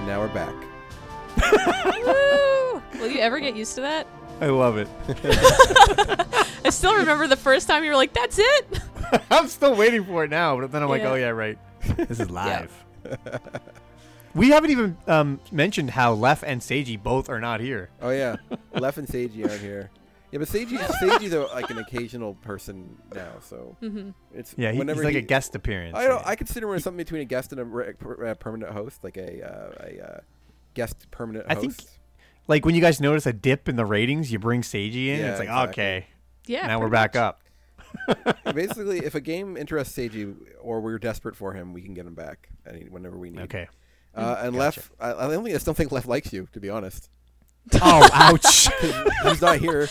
Speaker 1: now we're back.
Speaker 2: Woo! Will you ever get used to that?
Speaker 3: I love it.
Speaker 2: I still remember the first time you were like, "That's it." (laughs)
Speaker 3: I'm still waiting for it now, but then I'm like,
Speaker 2: Yeah.
Speaker 3: oh yeah, right. (laughs) This is live. (laughs) we haven't even um, mentioned how Lef and Seiji both are not here.
Speaker 1: Oh
Speaker 3: (laughs)
Speaker 1: yeah, Lef and Seiji aren't here. Yeah, but Seiji Seiji's a, like an occasional person now, so
Speaker 2: Mm-hmm.
Speaker 1: it's
Speaker 3: Yeah, he, he's
Speaker 1: whenever
Speaker 3: like a
Speaker 1: he-
Speaker 3: guest appearance.
Speaker 1: I don't.
Speaker 3: Yeah.
Speaker 1: I consider him as something between a guest and a, re- per- uh, permanent host, like a uh, a uh, guest permanent
Speaker 3: I
Speaker 1: host.
Speaker 3: think- like when you guys notice a dip in the ratings, you bring Seiji in.
Speaker 1: Yeah,
Speaker 3: it's like
Speaker 1: exactly.
Speaker 3: okay,
Speaker 2: Yeah.
Speaker 3: now we're
Speaker 2: pretty
Speaker 3: back
Speaker 2: much.
Speaker 3: up.
Speaker 1: basically, if a game interests Seiji or we're desperate for him, we can get him back any, whenever we need.
Speaker 3: (laughs) Okay.
Speaker 1: Uh, and Lef, I, I don't think I still think Lef likes you, to be honest.
Speaker 3: oh, (laughs) ouch!
Speaker 1: He's not
Speaker 3: (laughs)
Speaker 1: here,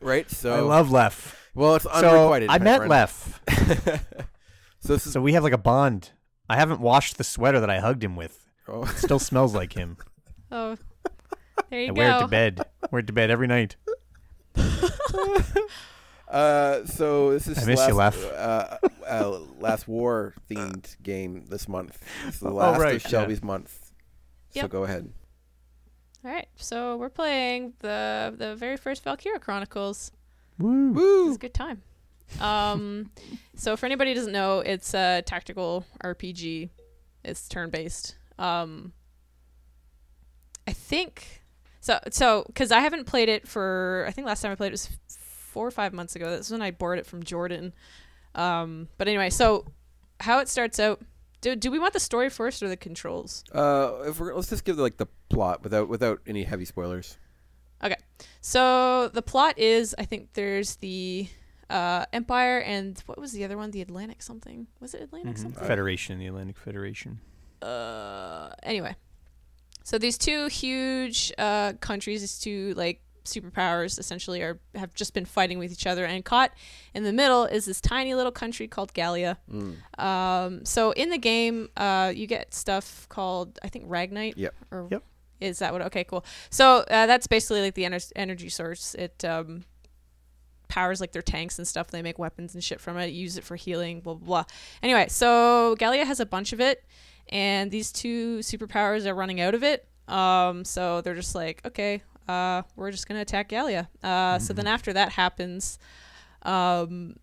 Speaker 1: right? So
Speaker 3: I love Lef.
Speaker 1: Well, it's
Speaker 3: So
Speaker 1: unrequited.
Speaker 3: I
Speaker 1: my
Speaker 3: met
Speaker 1: friend.
Speaker 3: Lef,
Speaker 1: (laughs) So this is
Speaker 3: so we have like a bond. I haven't washed the sweater that I hugged him with.
Speaker 1: oh, (laughs)
Speaker 3: It still smells like him. (laughs)
Speaker 2: Oh, (laughs) there you
Speaker 3: I
Speaker 2: go.
Speaker 3: wear it to bed. wear it to bed every night.
Speaker 1: uh, so this is
Speaker 3: I miss
Speaker 1: last,
Speaker 3: you, Lef.
Speaker 1: Uh,
Speaker 3: (laughs)
Speaker 1: uh, last war themed game this month. It's the last
Speaker 3: right,
Speaker 1: of
Speaker 3: yeah.
Speaker 1: Shelby's month. So
Speaker 2: Oh, Yep.
Speaker 1: go ahead.
Speaker 2: All right, so we're playing the the very first Valkyria Chronicles. It's a good time. Um, (laughs) so for anybody who doesn't know, it's a tactical RPG. It's turn based. Um, I think so. So because I haven't played it for, I think last time I played it was four or five months ago. That's when I borrowed it from Jordan. Um, but anyway, so how it starts out. Do, do we want the story first or the controls?
Speaker 1: Uh, if we're, let's just give like the plot without without any heavy spoilers.
Speaker 2: Okay. So the plot is I think there's the uh, Empire and what was the other one? The Atlantic something. Was it Atlantic
Speaker 3: Mm-hmm.
Speaker 2: something?
Speaker 3: Federation, the Atlantic Federation.
Speaker 2: Uh, anyway. So these two huge uh, countries, these two like superpowers essentially are have just been fighting with each other and caught in the middle is this tiny little country called Gallia.
Speaker 1: Mm.
Speaker 2: Um, so in the game, uh, you get stuff called I think Ragnite.
Speaker 1: Yep.
Speaker 2: Or
Speaker 3: Yep.
Speaker 2: Is that what? Okay, cool. So uh, that's basically like the ener- energy source. It um, powers like their tanks and stuff. They make weapons and shit from it. Use it for healing. Blah blah. blah. Anyway, so Gallia has a bunch of it, and these two superpowers are running out of it. Um, so they're just like, okay, uh, we're just gonna attack Gallia. Uh, So then after that happens, um,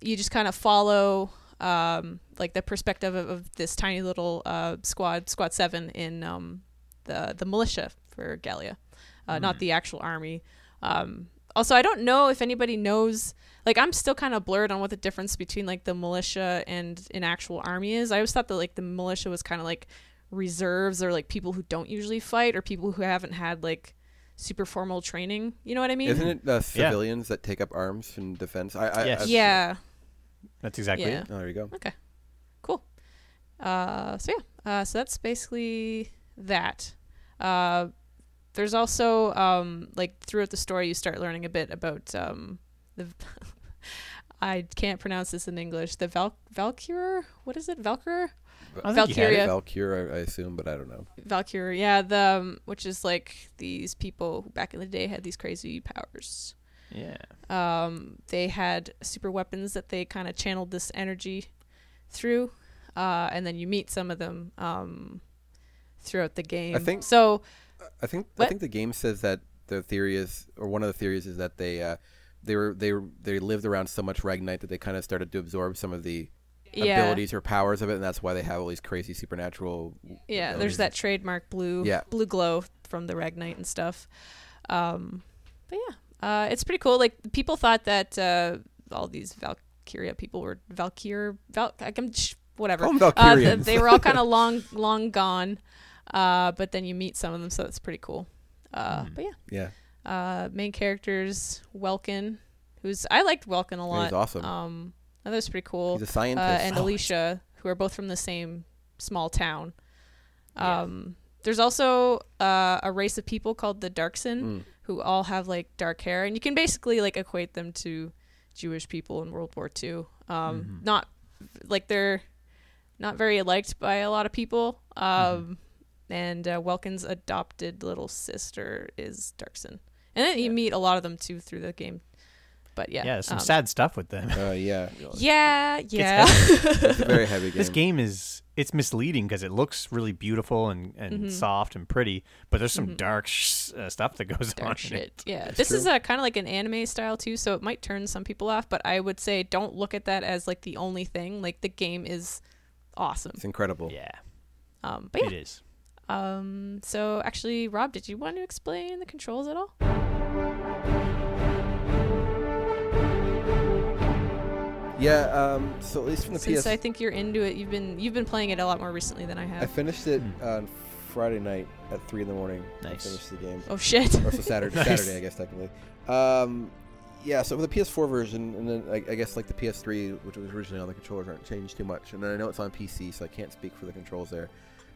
Speaker 2: you just kind of follow um, like the perspective of, of this tiny little uh, squad, squad seven in um, the the militia for Gallia, uh, not the actual army. Um, also, I don't know if anybody knows. Like, I'm still kind of blurred on what the difference between like the militia and an actual army is. I always thought that like the militia was kind of like reserves or like people who don't usually fight or people who haven't had like super formal training. You know what I mean?
Speaker 1: Isn't it uh, civilians that take up arms in defense? I, I,
Speaker 3: Yes.
Speaker 1: I-
Speaker 2: yeah.
Speaker 3: That's exactly
Speaker 2: Yeah.
Speaker 3: it.
Speaker 1: Oh, there you go.
Speaker 2: cool. Uh, so yeah, uh, so that's basically that. Uh, there's also um, like throughout the story, you start learning a bit about um, the. (laughs) I can't pronounce this in English. The Val Valkyr, what is it? Valkyr,
Speaker 3: I think you had
Speaker 2: Valkyria,
Speaker 3: it.
Speaker 1: Valkyr, I, I assume, but I don't know.
Speaker 2: Valkyr. Yeah, the um, which is like these people who back in the day had these crazy powers
Speaker 3: Yeah.
Speaker 2: um, they had super weapons that they kind of channeled this energy through uh, and then you meet some of them um, throughout the game
Speaker 1: think-
Speaker 2: so
Speaker 1: I think I
Speaker 2: What?
Speaker 1: think the game says that the theory is, or one of the theories is that they uh, they were they were, they lived around so much ragnite that they kind of started to absorb some of the
Speaker 2: yeah
Speaker 1: abilities or powers of it, and that's why they have all these crazy supernatural.
Speaker 2: yeah
Speaker 1: abilities.
Speaker 2: there's that trademark blue
Speaker 1: Yeah.
Speaker 2: blue glow from the ragnite and stuff um, but yeah uh, it's pretty cool like people thought that uh, all these valkyria people were valkyr Val- like, I'm sh- whatever
Speaker 1: Call 'em
Speaker 2: uh, th- (laughs)
Speaker 1: Valkyrians.
Speaker 2: they were
Speaker 1: (laughs)
Speaker 2: all kind of long long gone uh, but then you meet some of them so that's pretty cool
Speaker 1: Hmm.
Speaker 2: uh, but yeah
Speaker 1: Yeah,
Speaker 2: uh, main characters Welkin, who's I liked Welkin a lot.
Speaker 1: awesome.
Speaker 2: Um, that was pretty cool.
Speaker 1: he's a
Speaker 2: Uh,
Speaker 1: scientist.
Speaker 2: and Alicia, who are both from the same small town. Um, There's also uh, a race of people called the
Speaker 1: Mm.
Speaker 2: Darkson, who all have like dark hair, and you can basically like equate them to Jewish people in World War II. Um,
Speaker 3: Mm-hmm.
Speaker 2: Not like they're not very liked by a lot of people. Um,
Speaker 3: Mm-hmm.
Speaker 2: And uh, Welkin's adopted little sister is Darkson, and then you meet a lot of them too through the game. But yeah,
Speaker 3: Yeah, there's some
Speaker 2: um,
Speaker 3: sad stuff with them. (laughs)
Speaker 1: Uh, yeah.
Speaker 2: Yeah, yeah.
Speaker 1: It's a very heavy game.
Speaker 3: This game is it's misleading because it looks really beautiful and, and
Speaker 2: Mm-hmm.
Speaker 3: soft and pretty, but there's some dark sh- uh, stuff that goes (laughs) on.
Speaker 2: (laughs) dark
Speaker 3: in it.
Speaker 2: shit. Yeah, this is a kind of like an anime style too, so it might turn some people off. But I would say don't look at that as like the only thing. Like the game is awesome.
Speaker 1: It's incredible.
Speaker 3: Yeah,
Speaker 2: Um, but yeah.
Speaker 3: it is.
Speaker 2: Um, so actually, Rob, did you want to explain the controls at all?
Speaker 1: Yeah. Um, so at least from the
Speaker 2: Since
Speaker 1: PS,
Speaker 2: I think you're into it, you've been you've been playing it a lot more recently than I have.
Speaker 1: I finished it on Friday night at three in the morning.
Speaker 3: Hmm. Nice.
Speaker 1: I finished the game.
Speaker 2: oh shit. (laughs)
Speaker 1: or so Saturday,
Speaker 3: Nice.
Speaker 1: Saturday, I guess technically. Um, yeah, so with the PS4 version, and then I, I guess like the PS3, which was originally on the controllers, aren't changed too much. And then I know it's on PC, so I can't speak for the controls there.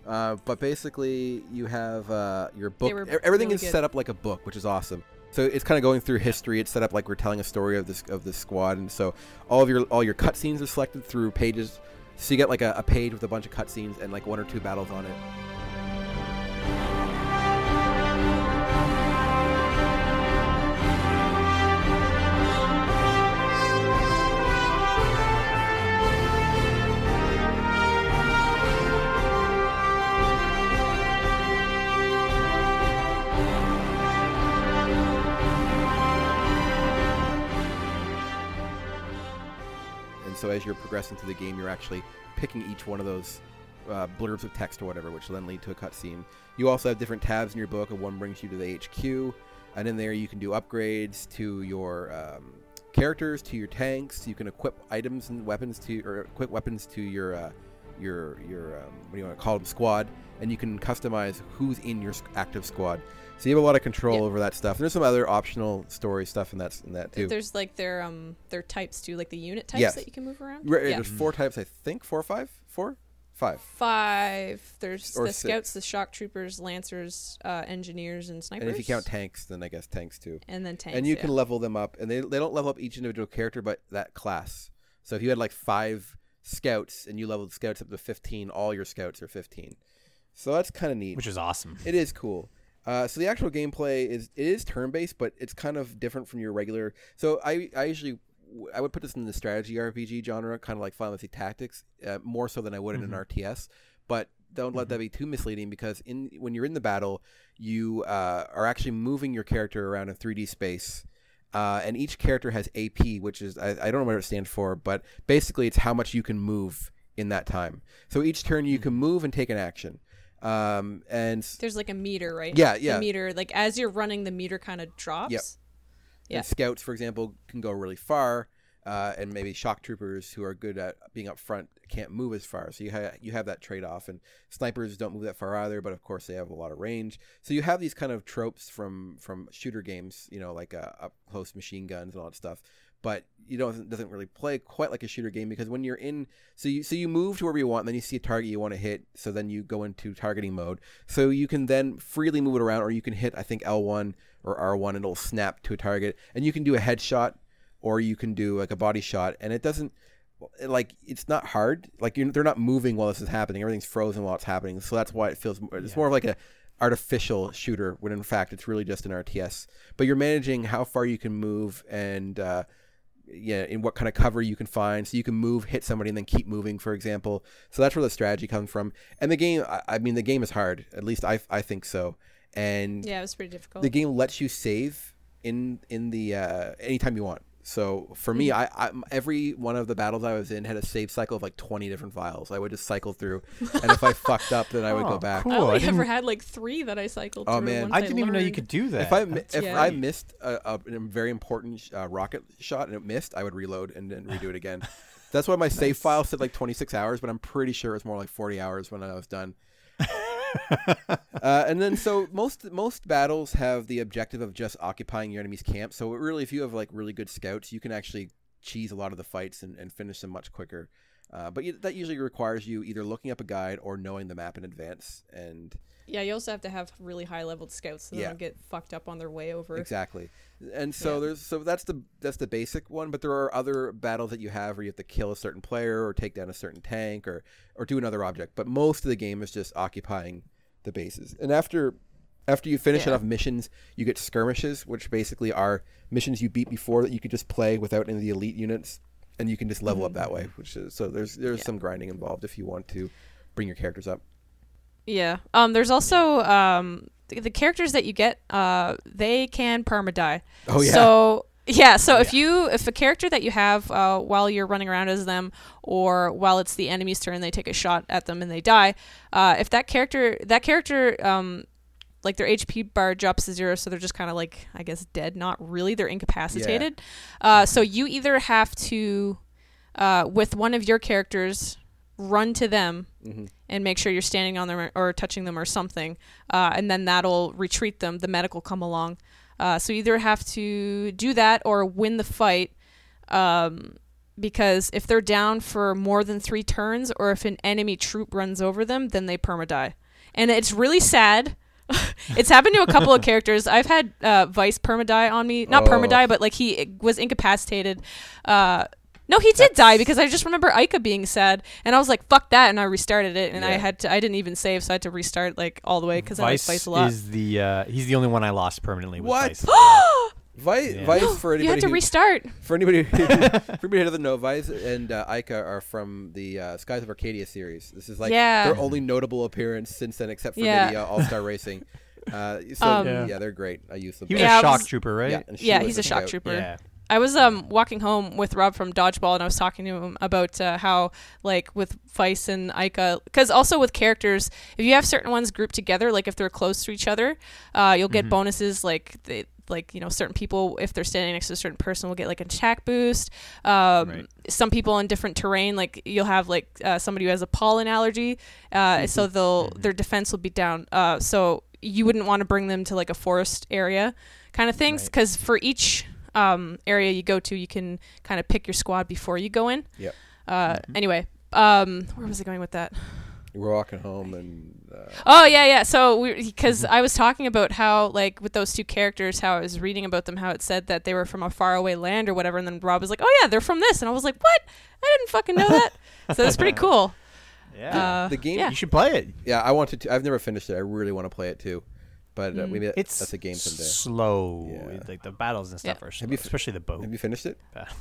Speaker 1: Uh, but basically, you have uh, your book.
Speaker 2: were
Speaker 1: e- Everything
Speaker 2: really
Speaker 1: is
Speaker 2: good.
Speaker 1: set up like a book, which is awesome. So it's kind of going through history. It's set up like we're telling a story of this of this squad, and so all of your all your cutscenes are selected through pages. So you get like a, a page with a bunch of cutscenes and like one or two battles on it. And so as you're progressing through the game, you're actually picking each one of those uh, blurbs of text or whatever, which then lead to a cutscene. You also have different tabs in your book, and one brings you to the HQ, and in there you can do upgrades to your um, characters, to your tanks. You can equip items and weapons to, or equip weapons to your uh, your your um, what do you want to call them squad, and you can customize who's in your s- active squad. So you have a lot of control
Speaker 2: Yeah.
Speaker 1: over that stuff. And there's some other optional story stuff in that in that too.
Speaker 2: There's like their um their types too, like the unit types
Speaker 1: Yes.
Speaker 2: that you can move around.
Speaker 1: Right,
Speaker 2: yeah.
Speaker 1: There's four types, I think, four or five, four, five.
Speaker 2: Five. There's
Speaker 1: Or
Speaker 2: the
Speaker 1: six.
Speaker 2: scouts, the shock troopers, lancers, uh, engineers, and snipers.
Speaker 1: And if you count tanks, then I guess tanks too.
Speaker 2: and then tanks.
Speaker 1: and you
Speaker 2: yeah.
Speaker 1: can level them up, and they, they don't level up each individual character, but that class. So if you had like five scouts and you leveled scouts up to fifteen, all your scouts are fifteen. So that's kind of neat.
Speaker 3: which is awesome.
Speaker 1: It is cool. Uh, so the actual gameplay is it is turn based, but it's kind of different from your regular. So I I usually I would put this in the strategy RPG genre, kind of like Final Fantasy Tactics, uh, more so than I would in an RTS. But don't let that be too misleading because in when you're in the battle, you uh, are actually moving your character around in 3D space. Uh, and each character has AP, which is I, I don't know what it stands for, but basically it's how much you can move in that time. So each turn you can move and take an action. Um, and
Speaker 2: There's like a meter, right?
Speaker 1: Yeah,
Speaker 2: The
Speaker 1: yeah.
Speaker 2: meter, like as you're running, the meter kind of drops. Yeah.
Speaker 1: And scouts, for example, can go really far, uh, and maybe shock troopers who are good at being up front can't move as far. So you ha- you have that trade off, and snipers don't move that far either. But of course, they have a lot of range. So you have these kind of tropes from from shooter games, you know, like uh, up close machine guns and all that stuff. But you know, it doesn't really play quite like a shooter game because when you're in, so you so you move to wherever you want, and then you see a target you want to hit. So then you go into targeting mode. So you can then freely move it around, or you can hit I think L one or R1 and it'll snap to a target and you can do a headshot or you can do like a body shot and it doesn't like it's not hard like you're, they're not moving while this is happening everything's frozen while it's happening so that's why it feels more, it's more of like a artificial shooter when in fact it's really just an RTS but you're managing how far you can move and uh yeah, in what kind of cover you can find, so you can move, hit somebody, and then keep moving. For example, so that's where the strategy comes from. And the game, I, I mean, the game is hard. At least I, I think so. And
Speaker 2: Yeah, it was pretty difficult.
Speaker 1: the game lets you save in in the uh, anytime you want. So for
Speaker 3: Hmm.
Speaker 1: me, I, I every one of the battles I was in had a save cycle of like twenty different files. I would just cycle through, and
Speaker 3: (laughs)
Speaker 1: if I fucked up, then I would go
Speaker 3: Oh,
Speaker 1: back.
Speaker 3: cool.
Speaker 2: I only
Speaker 3: I
Speaker 2: ever
Speaker 3: didn't-
Speaker 2: had like three that I cycled
Speaker 1: Oh,
Speaker 2: through.
Speaker 1: man.
Speaker 2: once
Speaker 3: I didn't even know you
Speaker 2: learned.
Speaker 3: could do that.
Speaker 1: If I mi-
Speaker 3: That's
Speaker 1: if
Speaker 2: great.
Speaker 1: I missed a, a, a very important sh- uh, rocket shot and it missed, I would reload and then redo it
Speaker 3: (laughs)
Speaker 1: again. That's why my save file said like 26 hours, but I'm pretty sure it was more like 40 hours when I was
Speaker 3: (laughs)
Speaker 1: done. uh, and then so most most battles have the objective of just occupying your enemy's camp. So it really, if you have like really good scouts, you can actually cheese a lot of the fights and, and finish them much quicker. Uh, but you- that usually requires you either looking up a guide or knowing the map in advance. And
Speaker 2: Yeah, you also have to have really high leveled scouts so they
Speaker 1: Yeah.
Speaker 2: don't get fucked up on their way over.
Speaker 1: Exactly. And so there's so that's the that's the basic one, but there are other battles that you have where you have to kill a certain player or take down a certain tank or or do another object. But most of the game is just occupying the bases. And after After you finish
Speaker 2: Yeah.
Speaker 1: enough missions, you get skirmishes, which basically are missions you beat before that you could just play without any of the elite units, and you can just level up
Speaker 2: Mm-hmm.
Speaker 1: that way. Which is so there's there's some grinding involved if you want to bring your characters up.
Speaker 2: Yeah. Um. There's also um the, the characters that you get. Uh, they can perma die.
Speaker 1: Oh, yeah.
Speaker 2: So yeah. So if you if a character that you have uh, while you're running around as them, or while it's the enemy's turn, they take a shot at them and they die. Uh, if that character that character um. Like their HP bar drops to zero, so they're just kind of like, I guess, dead. Not really. They're incapacitated. Uh, so you either have to, uh, with one of your characters, run to them
Speaker 1: Mm-hmm.
Speaker 2: and make sure you're standing on them or, or touching them or something, uh, and then that'll retreat them. The medic will come along. Uh, so you either have to do that or win the fight, um, because if they're down for more than three turns or if an enemy troop runs over them, then they perma die, and it's really sad. (laughs) it's happened to a couple of characters. I've had uh, Vice perma die on me, not perma
Speaker 1: Oh.
Speaker 2: die, but like he was incapacitated. Uh, no, he did die because I just remember Ica being sad, and I was like, "Fuck that!" and I restarted it, and I
Speaker 1: Yeah.
Speaker 2: had to, I didn't even save, so I had to restart like all the way because I like
Speaker 3: Vice
Speaker 2: Vice a lot.
Speaker 3: is the uh, he's the only one I lost permanently. With
Speaker 1: What?
Speaker 2: (gasps)
Speaker 3: Vice.
Speaker 1: Vice,
Speaker 3: Yeah.
Speaker 1: Vice for anybody
Speaker 2: you had to
Speaker 1: who-
Speaker 2: restart.
Speaker 1: for anybody who, (laughs) for
Speaker 2: (laughs)
Speaker 1: anybody who doesn't know, Vice and uh, Ica are from the uh, Skies of Arcadia series. This is like
Speaker 2: Yeah.
Speaker 1: their only notable appearance since then, except for
Speaker 2: Yeah.
Speaker 1: maybe uh, All Star
Speaker 2: (laughs)
Speaker 1: Racing. Uh, so
Speaker 2: Um,
Speaker 1: yeah.
Speaker 3: Yeah.
Speaker 1: they're great. I use them.
Speaker 3: He was
Speaker 2: Yeah, I
Speaker 3: a shock
Speaker 2: was-
Speaker 3: trooper, right?
Speaker 1: and she
Speaker 2: Yeah,
Speaker 1: was
Speaker 2: he's a shock
Speaker 1: scout.
Speaker 2: trooper.
Speaker 3: Yeah.
Speaker 2: I was um walking home with Rob from dodgeball, and I was talking to him about uh, how like with Vice and Ica, because also with characters, if you have certain ones grouped together, like if they're close to each other, uh, you'll get bonuses like they, like you know certain people if they're standing next to a certain person will get like an attack boost. Um,
Speaker 3: Right.
Speaker 2: Some people on different terrain, like you'll have like uh, somebody who has a pollen allergy,
Speaker 1: Mm-hmm.
Speaker 2: uh, so they'll their defense will be down. Uh, so you wouldn't want to bring them to like a forest area kind of things because for each um, area you go to, you can kind of pick your squad before you go in.
Speaker 1: Yep. Mm-hmm.
Speaker 2: Uh, Anyway, um, where was I going with that?
Speaker 1: We're walking home, and uh,
Speaker 2: Oh yeah, yeah. So because
Speaker 1: Mm-hmm.
Speaker 2: I was talking about how like with those two characters, how I was reading about them, how it said that they were from a faraway land or whatever, and then Rob was like, "Oh yeah, they're from this," and I was like, "What? I didn't fucking know that." so that's
Speaker 1: (laughs)
Speaker 2: pretty cool.
Speaker 3: Yeah.
Speaker 1: the game.
Speaker 2: Uh, yeah.
Speaker 1: Yeah.
Speaker 3: you should play it.
Speaker 1: I wanted to. I've never finished it. I really want to play it too, but
Speaker 2: Mm.
Speaker 1: uh, maybe that,
Speaker 3: It's
Speaker 1: that's a game someday.
Speaker 3: slow.
Speaker 1: Yeah.
Speaker 3: Like the battles and stuff
Speaker 2: Yeah.
Speaker 3: are slow,
Speaker 1: Have you f-
Speaker 3: especially the boat.
Speaker 1: Have you finished it?
Speaker 3: battle.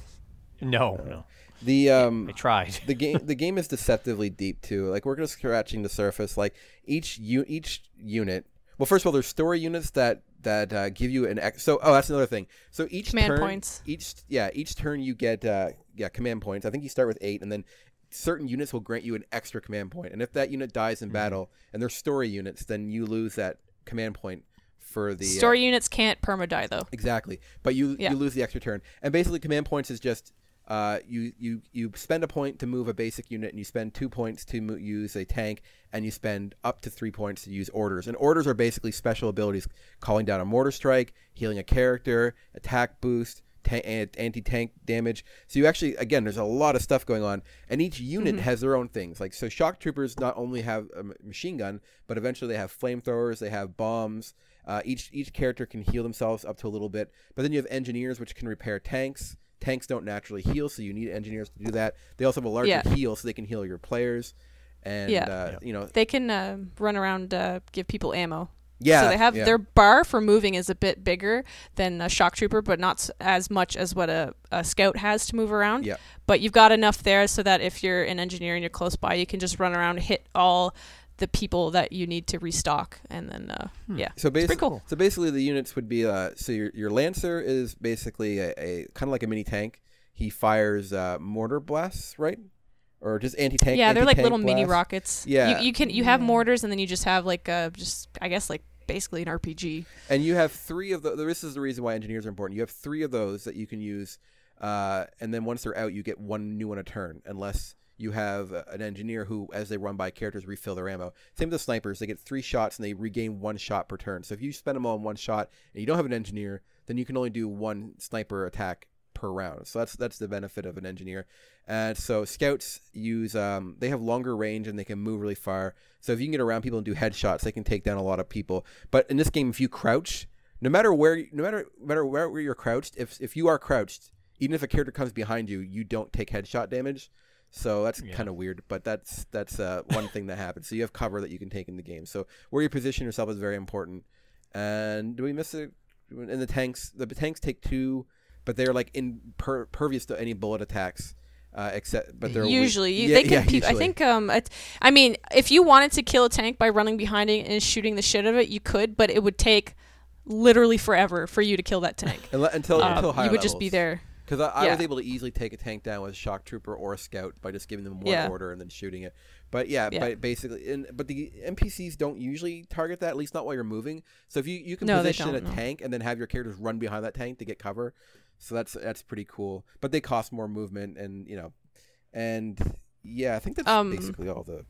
Speaker 3: No, no.
Speaker 1: The um,
Speaker 3: I tried.
Speaker 1: the
Speaker 2: (laughs)
Speaker 1: game the game is deceptively deep too. Like we're just scratching the surface. Like each u- each unit. Well, first of all, there's story units that that uh, give you an ex- so oh that's another thing. So each
Speaker 2: Command
Speaker 1: turn,
Speaker 2: points.
Speaker 1: Each yeah each turn you get uh, yeah command points. I think you start with eight and then. Certain units will grant you an extra command point, and if that unit dies
Speaker 2: Mm-hmm.
Speaker 1: in battle and they're story units, then you lose that command point for the uh,
Speaker 2: Story units can't perma die though.
Speaker 1: Exactly, but you
Speaker 2: Yeah.
Speaker 1: you lose the extra turn, and basically command points is just uh, you you you spend a point to move a basic unit, and you spend two points to mo- use a tank, and you spend up to three points to use orders. And orders are basically special abilities: calling down a mortar strike, healing a character, attack boost, ta- anti tank damage. So you actually again, there's a lot of stuff going on, and each unit has their own things. Like so, shock troopers not only have a m- machine gun, but eventually they have flamethrowers, they have bombs. Uh, each each character can heal themselves up to a little bit, but then you have engineers which can repair tanks. Tanks don't naturally heal, so you need engineers to do that. They also have a larger
Speaker 2: Yeah.
Speaker 1: heal, so they can heal your players. And
Speaker 2: Yeah.
Speaker 1: uh, you know,
Speaker 2: They can uh, run around, uh, give people ammo.
Speaker 1: yeah,
Speaker 2: So they have
Speaker 1: yeah.
Speaker 2: their bar for moving is a bit bigger than a shock trooper, but not s- as much as what a, a scout has to move around.
Speaker 1: Yeah.
Speaker 2: But you've got enough there so that if you're an engineer and you're close by, you can just run around, hit all the people that you need to restock, and then uh, yeah.
Speaker 1: So
Speaker 2: It's
Speaker 1: basically,
Speaker 2: pretty cool.
Speaker 1: so basically, the units would be uh, so your, your lancer is basically a, a kind of like a mini tank. He fires uh, mortar blasts, right, or just anti tank.
Speaker 2: yeah, they're like little mini rockets.
Speaker 1: Yeah.
Speaker 2: You, you can you have mortars, and then you just have like uh just I guess like basically an RPG.
Speaker 1: And you have three of the. This is the reason why engineers are important. You have three of those that you can use, uh, and then once they're out, you get one new one a turn, unless you have uh, an engineer who, as they run by characters, refill their ammo. Same with the snipers; they get three shots and they regain one shot per turn. So if you spend them all in one shot and you don't have an engineer, then you can only do one sniper attack per round. So that's that's the benefit of an engineer. And so scouts use um, they have longer range and they can move really far. So if you can get around people and do headshots, they can take down a lot of people. But in this game, if you crouch, no matter where, no matter no matter where where you're crouched, if if you are crouched, even if a character comes behind you, you don't take headshot damage. So that's kind of weird, but that's that's uh, one thing that happens. So you have cover that you can take in the game. So where you position yourself is very important. And do we miss it? And the tanks, the tanks take two, but they're like impervious to any bullet attacks, uh, except but they're weak.
Speaker 2: usually you,
Speaker 1: Yeah,
Speaker 2: they can.
Speaker 1: yeah,
Speaker 2: pe- I
Speaker 1: usually.
Speaker 2: think. Um, it, I mean, if you wanted to kill a tank by running behind it and shooting the shit out of it, you could, but it would take literally forever for you to kill that tank.
Speaker 1: Unle- until
Speaker 2: Um,
Speaker 1: until higher
Speaker 2: you would just be
Speaker 1: levels.
Speaker 2: there.
Speaker 1: Because I, I was
Speaker 2: Yeah.
Speaker 1: able to easily take a tank down with a shock trooper or a scout by just giving them one
Speaker 2: Yeah.
Speaker 1: order and then shooting it. But yeah,
Speaker 2: Yeah.
Speaker 1: but basically, and, but the NPCs don't usually target that, at least not while you're moving. So if you, you can
Speaker 2: No, they
Speaker 1: position a
Speaker 2: don't, no.
Speaker 1: tank and then have your characters run behind that tank to get cover, so that's that's pretty cool. But they cost more movement, and you know, and yeah, I think that's
Speaker 2: Um,
Speaker 1: basically all the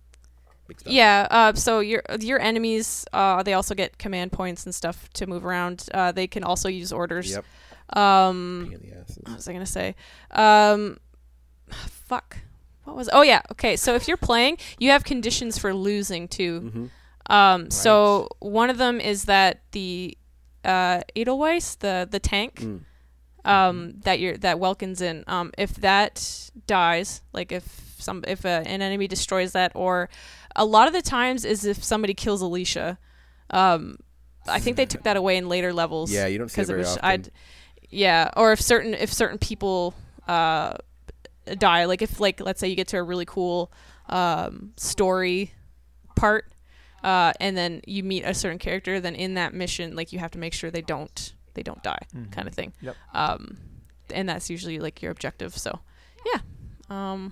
Speaker 1: big stuff.
Speaker 2: Yeah. Uh, so your your enemies, uh, they also get command points and stuff to move around. Uh, they can also use orders.
Speaker 1: Yep.
Speaker 2: Um,
Speaker 1: Pain in the asses.
Speaker 2: what was I gonna say? Um, fuck. What was? Oh yeah. Okay. So if you're playing, you have conditions for losing too.
Speaker 1: Mm-hmm.
Speaker 2: Um, So one of them is that the uh, Edelweiss, the the tank um, that you're that Welkin's in, um, if that dies, like if some if uh an enemy destroys that, or a lot of the times is if somebody kills Alicia. Um, I think they took that away in later levels.
Speaker 1: Yeah, you don't see it
Speaker 2: 'cause
Speaker 1: very often.
Speaker 2: I'd- yeah, or if certain if certain people uh, die, like if like let's say you get to a really cool um, story part, uh, and then you meet a certain character, then in that mission, like you have to make sure they don't they don't die, kind of thing.
Speaker 3: Mm-hmm. Yep.
Speaker 2: Um, and that's usually like your objective. So, yeah. Um,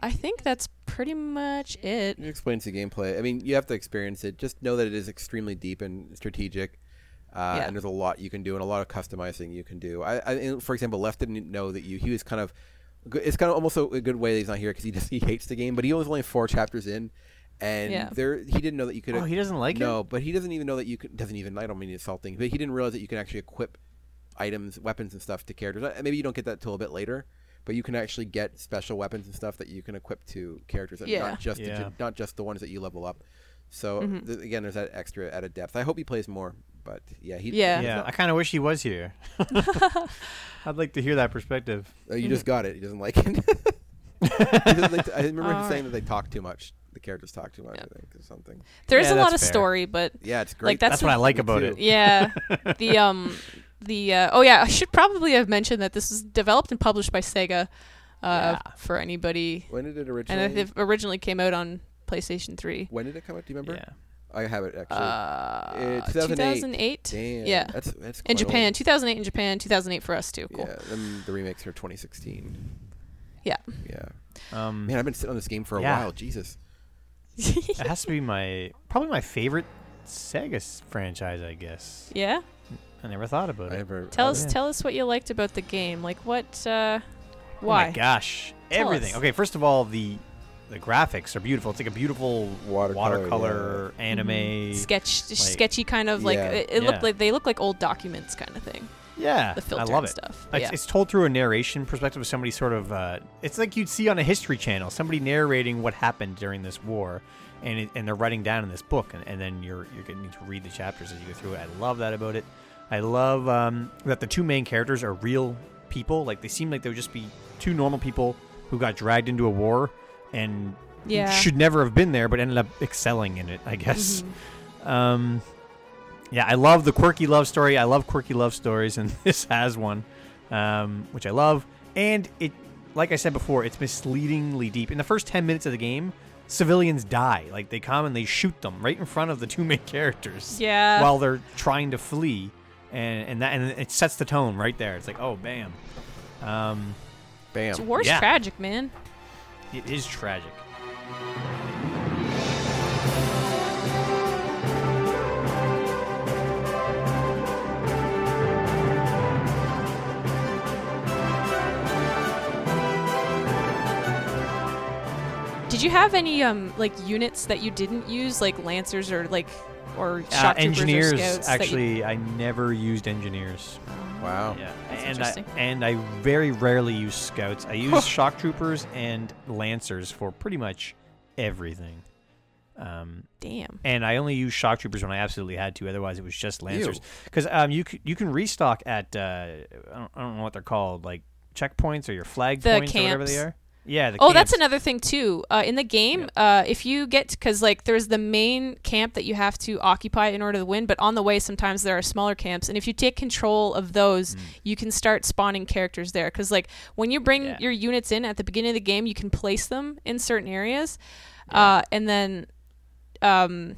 Speaker 2: I think that's pretty much it.
Speaker 1: It explains the gameplay. I mean, you have to experience it. Just know that it is extremely deep and strategic, uh,
Speaker 2: Yeah.
Speaker 1: and there's a lot you can do and a lot of customizing you can do. I, I and for example, Left didn't know that you. He was kind of. It's kind of almost a, a good way that he's not here because he just (laughs) he hates the game. But he was only four chapters in, and
Speaker 2: Yeah.
Speaker 1: there he didn't know that you could.
Speaker 3: Oh, he doesn't like it?
Speaker 1: No, but he doesn't even know that you can. Doesn't even. I don't mean insulting, but he didn't realize that you can actually equip items, weapons, and stuff to characters. Uh, Maybe you don't get that till a bit later. But you can actually get special weapons and stuff that you can equip to characters, and
Speaker 2: Yeah.
Speaker 1: not just the
Speaker 3: Yeah.
Speaker 1: gen- not just the ones that you level up. So
Speaker 2: Mm-hmm.
Speaker 1: th- again, there's that extra added depth. I hope he plays more, but yeah, he
Speaker 2: Yeah.
Speaker 3: Yeah, I kind of wish he
Speaker 2: (laughs)
Speaker 3: was here. I'd like to hear that perspective.
Speaker 1: Uh, you
Speaker 2: Mm-hmm.
Speaker 1: just got it. He doesn't like it. (laughs) he doesn't like to- I remember him saying that they talk too much. The characters talk too much, I think, or something.
Speaker 2: There is
Speaker 3: Yeah,
Speaker 2: a lot of
Speaker 3: that's fair.
Speaker 2: story, but
Speaker 1: Yeah, it's great.
Speaker 2: Like, that's
Speaker 3: That's what I like
Speaker 1: Me
Speaker 3: about
Speaker 1: too.
Speaker 3: it. (laughs)
Speaker 2: yeah, the um, the uh, oh yeah, I should probably have mentioned that this was developed and published by Sega. Uh, for anybody,
Speaker 1: when did it
Speaker 2: and
Speaker 1: originally?
Speaker 2: it it originally came out on PlayStation Three.
Speaker 1: when did it come out? Do you remember?
Speaker 3: Yeah.
Speaker 1: I have it actually.
Speaker 2: Uh,
Speaker 1: Uh, 2008.
Speaker 2: 2008?
Speaker 1: Damn.
Speaker 2: Yeah.
Speaker 1: That's that's
Speaker 2: in
Speaker 1: quite old.
Speaker 2: Japan, 2008 in Japan, 2008 for us too. Cool.
Speaker 1: Yeah, then the remakes are 2016.
Speaker 2: Yeah.
Speaker 1: Yeah.
Speaker 3: Um,
Speaker 1: Man, I've been sitting on this game for a
Speaker 3: Yeah.
Speaker 1: while. Jesus.
Speaker 3: it has to be my probably my favorite Sega s- franchise, I guess.
Speaker 2: (laughs) Yeah.
Speaker 3: I never thought about
Speaker 1: I
Speaker 3: it.
Speaker 1: never.
Speaker 2: Tell
Speaker 1: I
Speaker 2: us,
Speaker 3: Oh, yeah.
Speaker 2: tell us what you liked about the game. Like what? Uh,
Speaker 3: Oh
Speaker 2: why?
Speaker 3: my gosh,
Speaker 2: Tell
Speaker 3: everything.
Speaker 2: us.
Speaker 3: Okay, first of all, the the graphics are beautiful. It's like a beautiful
Speaker 1: Watercolor,
Speaker 3: watercolor, anime.
Speaker 2: Mm-hmm. Sketch,
Speaker 3: Like-
Speaker 2: sketchy kind of like
Speaker 1: Yeah.
Speaker 2: it, it looked
Speaker 3: Yeah.
Speaker 2: like they look like old documents kind of thing.
Speaker 3: Yeah,
Speaker 2: The filter
Speaker 3: I
Speaker 2: and
Speaker 3: love it.
Speaker 2: stuff.
Speaker 3: It's,
Speaker 2: Yeah.
Speaker 3: it's told through a narration perspective of somebody sort of. Uh, it's like you'd see on a history channel, somebody narrating what happened during this war, and it, and they're writing down in this book, and, and then you're you're getting to read the chapters as you go through it. I love that about it. I love um, that the two main characters are real people. Like they seem like they would just be two normal people who got dragged into a war and
Speaker 2: Yeah. Mm-hmm.
Speaker 3: should never have been there, but ended up excelling in it. I guess. Um, yeah, I love the quirky love story. I love quirky love stories, and (laughs) this has one, um, which I love. And it, like I said before, it's misleadingly deep. In the first ten minutes of the game, civilians die. Like they come and they shoot them right in front of the two main (laughs) characters
Speaker 2: Yeah.
Speaker 3: while they're trying to flee, and and that and it sets the tone right there. It's like, oh, bam. Um,
Speaker 2: It's
Speaker 1: Bam.
Speaker 2: war's
Speaker 3: Yeah.
Speaker 2: tragic, man.
Speaker 3: it is tragic.
Speaker 2: Did you have any um like units that you didn't use, like lancers or like or
Speaker 3: Uh,
Speaker 2: shock troopers or
Speaker 3: engineers,
Speaker 2: scouts? that you-
Speaker 3: actually, I never used engineers.
Speaker 1: Wow.
Speaker 3: Yeah,
Speaker 2: Oh, That's
Speaker 3: and
Speaker 2: interesting.
Speaker 3: I, and I very rarely use scouts.
Speaker 2: (laughs)
Speaker 3: I use shock troopers and lancers for pretty much everything. Um,
Speaker 2: damn.
Speaker 3: and I only use shock troopers when I absolutely had to. Otherwise, it was just lancers. Because um, you c- you can restock at uh, I, don't, I don't know what they're called, like checkpoints or your flag
Speaker 2: The
Speaker 3: points or whatever they
Speaker 2: camps.
Speaker 3: are. Yeah. The
Speaker 2: Oh, that's
Speaker 3: camps.
Speaker 2: another thing too. Uh, in the game, uh, if you get because like there's the main camp that you have to occupy in order to win, but on the way sometimes there are smaller camps, and if you take control of those,
Speaker 3: Mm.
Speaker 2: you can start spawning characters there. Because like when you bring
Speaker 3: Yeah.
Speaker 2: your units in at the beginning of the game, you can place them in certain areas, uh, and then um,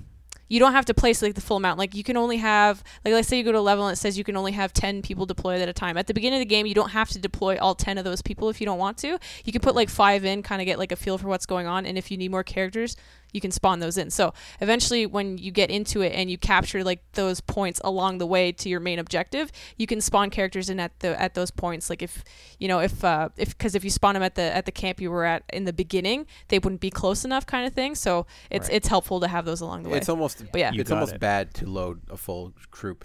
Speaker 2: you don't have to place like the full amount. Like you can only have like let's say you go to a level and it says you can only have ten people deployed at a time. At the beginning of the game, you don't have to deploy all ten of those people if you don't want to. You can put like five in, kind of get like a feel for what's going on, and if you need more characters, you can spawn those in. So eventually, when you get into it and you capture like those points along the way to your main objective, you can spawn characters in at the at those points. Like if you know if uh, if because if you spawn them at the at the camp you were at in the beginning, they wouldn't be close enough, kind of thing. So it's it's helpful to have those along the way.
Speaker 1: It's almost
Speaker 2: But yeah. You
Speaker 1: it's
Speaker 3: got
Speaker 1: almost
Speaker 3: it.
Speaker 1: bad to load a full troop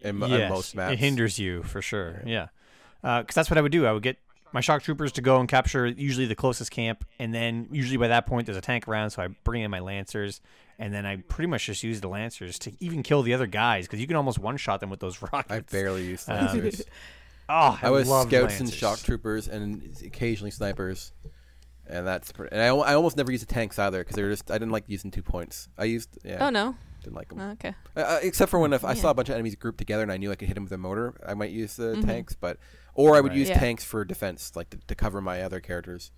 Speaker 1: in, m- on
Speaker 3: Yes,
Speaker 1: most maps.
Speaker 3: It hinders you for sure. Yeah. Because that's what I would do. I would get my shock troopers to go and capture usually the closest camp. And then usually by that point, there's a tank around. So I bring in my lancers. And then I pretty much just use the lancers to even kill the other guys because you can almost one shot them with those (laughs) rockets.
Speaker 1: I barely used
Speaker 2: (laughs)
Speaker 3: Um,
Speaker 1: lasers.
Speaker 3: Oh, I,
Speaker 1: I was
Speaker 3: loved
Speaker 1: scouts and
Speaker 3: lancers.
Speaker 1: shock troopers and occasionally snipers, and that's pr- and I, al- I almost never used the tanks either because they were just I didn't like using two points. I used yeah.
Speaker 2: Oh no.
Speaker 1: Didn't like them.
Speaker 2: Oh, okay.
Speaker 1: Uh, Uh, except for when if I
Speaker 2: Yeah. Mm-hmm.
Speaker 1: saw a bunch of enemies grouped together and I knew I could hit them with a motor, I might use the tanks, but or I would use
Speaker 2: Yeah.
Speaker 1: tanks for defense, like to, to cover my other characters.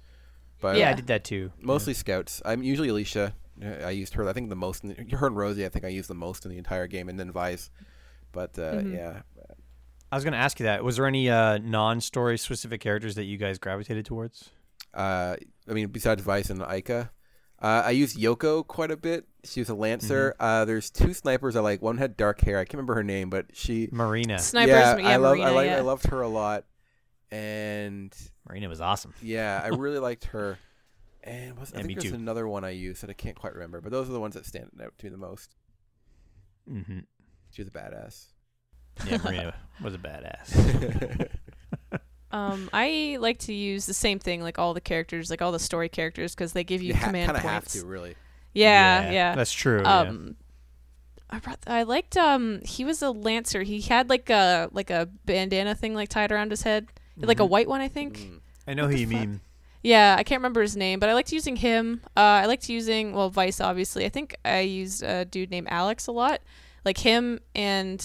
Speaker 1: But
Speaker 3: Yeah, I
Speaker 2: Yeah.
Speaker 3: did that too.
Speaker 1: mostly scouts. I'm usually Alicia. Uh, I used her. I think the most. In the, her and Rosie. I think I used the most in the entire game, and then Vice. But uh,
Speaker 2: Mm-hmm.
Speaker 1: yeah,
Speaker 3: I was going to ask you that. Was there any uh, non-story specific characters that you guys gravitated towards?
Speaker 1: uh, I mean, besides Vice and Ica, uh, I used Yoko quite a bit. She was a lancer.
Speaker 2: Mm-hmm.
Speaker 1: Uh, there's two snipers I like. One had dark hair. I can't remember her name, but she.
Speaker 3: Marina.
Speaker 2: Snipers.
Speaker 1: yeah,
Speaker 2: Yeah,
Speaker 1: I love. I
Speaker 2: Marina,
Speaker 1: like.
Speaker 2: yeah.
Speaker 1: I loved her a lot, and
Speaker 3: Marina
Speaker 1: (laughs)
Speaker 3: was awesome.
Speaker 1: yeah, I really liked her. And was, I
Speaker 3: Yeah,
Speaker 1: think
Speaker 3: me
Speaker 1: there's
Speaker 3: too.
Speaker 1: another one I used that I can't quite remember, but those are the ones that stand out to me the most.
Speaker 3: hmm
Speaker 1: She was a
Speaker 3: (laughs)
Speaker 1: badass.
Speaker 3: Yeah, Marina was a badass.
Speaker 1: (laughs)
Speaker 2: (laughs) Um, I like to use the same thing, like all the characters, like all the story characters, because they give you,
Speaker 1: you ha-
Speaker 2: command
Speaker 1: kind of
Speaker 2: points.
Speaker 1: have to really.
Speaker 2: Yeah, yeah.
Speaker 3: That's true. yeah.
Speaker 2: Um, I brought. I liked. Um, he was a lancer. He had like a like a bandana thing like tied around his head, like a
Speaker 1: Mm-hmm.
Speaker 2: white one, I think.
Speaker 3: I know who you mean.
Speaker 2: Yeah, I can't remember his name, but I liked using him. Uh, I liked using well Vice, obviously. I think I used a dude named Alex a lot, like him and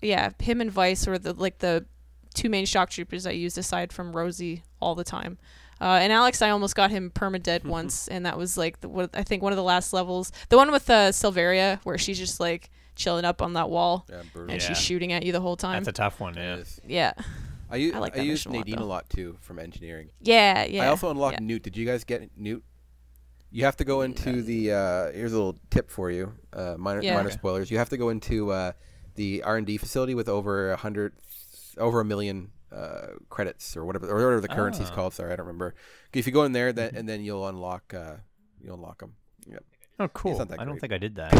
Speaker 2: yeah, him and Vice were the like the two main shock troopers I used aside from Rosie all the time. Uh, and Alex, I almost got him
Speaker 1: (laughs)
Speaker 2: perma dead once, and that was like the, one I think one of the last levels, the one with uh, Silveria, where she's just like chilling up on that wall
Speaker 1: Yeah, brutal.
Speaker 2: and
Speaker 3: Yeah.
Speaker 2: she's shooting at you the whole time.
Speaker 3: That's a tough one. Yeah.
Speaker 1: Yes.
Speaker 2: yeah,
Speaker 1: I, u- I,
Speaker 2: I like that
Speaker 1: used
Speaker 2: mission a lot,
Speaker 1: Nadine a
Speaker 2: though.
Speaker 1: lot too from engineering.
Speaker 2: yeah, yeah.
Speaker 1: I also unlocked
Speaker 2: yeah.
Speaker 1: Newt. Did you guys get Newt? You have to go into the. Uh, here's a little tip for you. Uh, minor
Speaker 2: Yeah.
Speaker 1: minor
Speaker 2: Okay.
Speaker 1: spoilers. You have to go into uh, the R and D facility with over a hundred, over a million uh, credits or whatever or whatever the currency's called. Sorry, I don't remember. If you go in there, that and then you'll unlock. Uh, you'll unlock them. Yep.
Speaker 3: Oh, cool.
Speaker 1: not that
Speaker 3: I don't
Speaker 1: great.
Speaker 3: think I did that.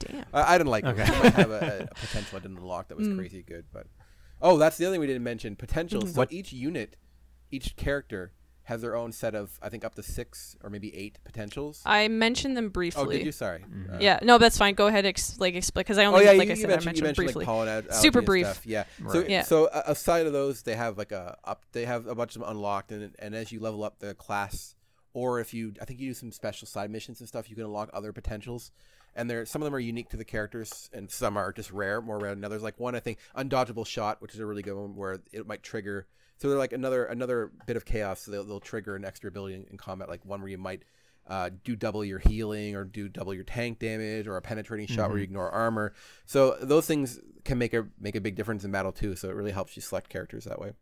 Speaker 2: Damn.
Speaker 1: I, I didn't like
Speaker 3: Okay.
Speaker 1: it. It might have a, a potential I didn't unlock that was crazy good, but oh, that's the other thing we didn't mention potentials. So each unit, each character has their own set of I think up to six or maybe eight potentials.
Speaker 2: I mentioned them briefly.
Speaker 1: oh, did you? Sorry. Uh,
Speaker 2: Yeah, no, that's fine. Go ahead, ex- like explain because I
Speaker 1: Oh
Speaker 2: only,
Speaker 1: yeah,
Speaker 2: like
Speaker 1: you,
Speaker 2: I
Speaker 1: you
Speaker 2: said,
Speaker 1: mentioned,
Speaker 2: I
Speaker 1: you
Speaker 2: mentioned
Speaker 1: mentioned
Speaker 2: briefly.
Speaker 1: like pollen al- allergy
Speaker 2: Super
Speaker 1: and
Speaker 2: brief.
Speaker 1: Stuff. Yeah. So
Speaker 3: Right.
Speaker 2: Yeah.
Speaker 1: so uh, aside of those, they have like a up. They have a bunch of them unlocked, and and as you level up the class, or if you, I think you do some special side missions and stuff, you can unlock other potentials. And there, some of them are unique to the characters, and some are just rare, more rare than others. Like one, I think, undodgeable shot, which is a really good one, where it might trigger. So they're like another another bit of chaos. So they'll, they'll trigger an extra ability in, in combat, like one where you might uh, do double your healing or do double your tank damage or a penetrating shot where you ignore armor. So those things can make a make a big difference in battle too. So it really helps you select characters that way.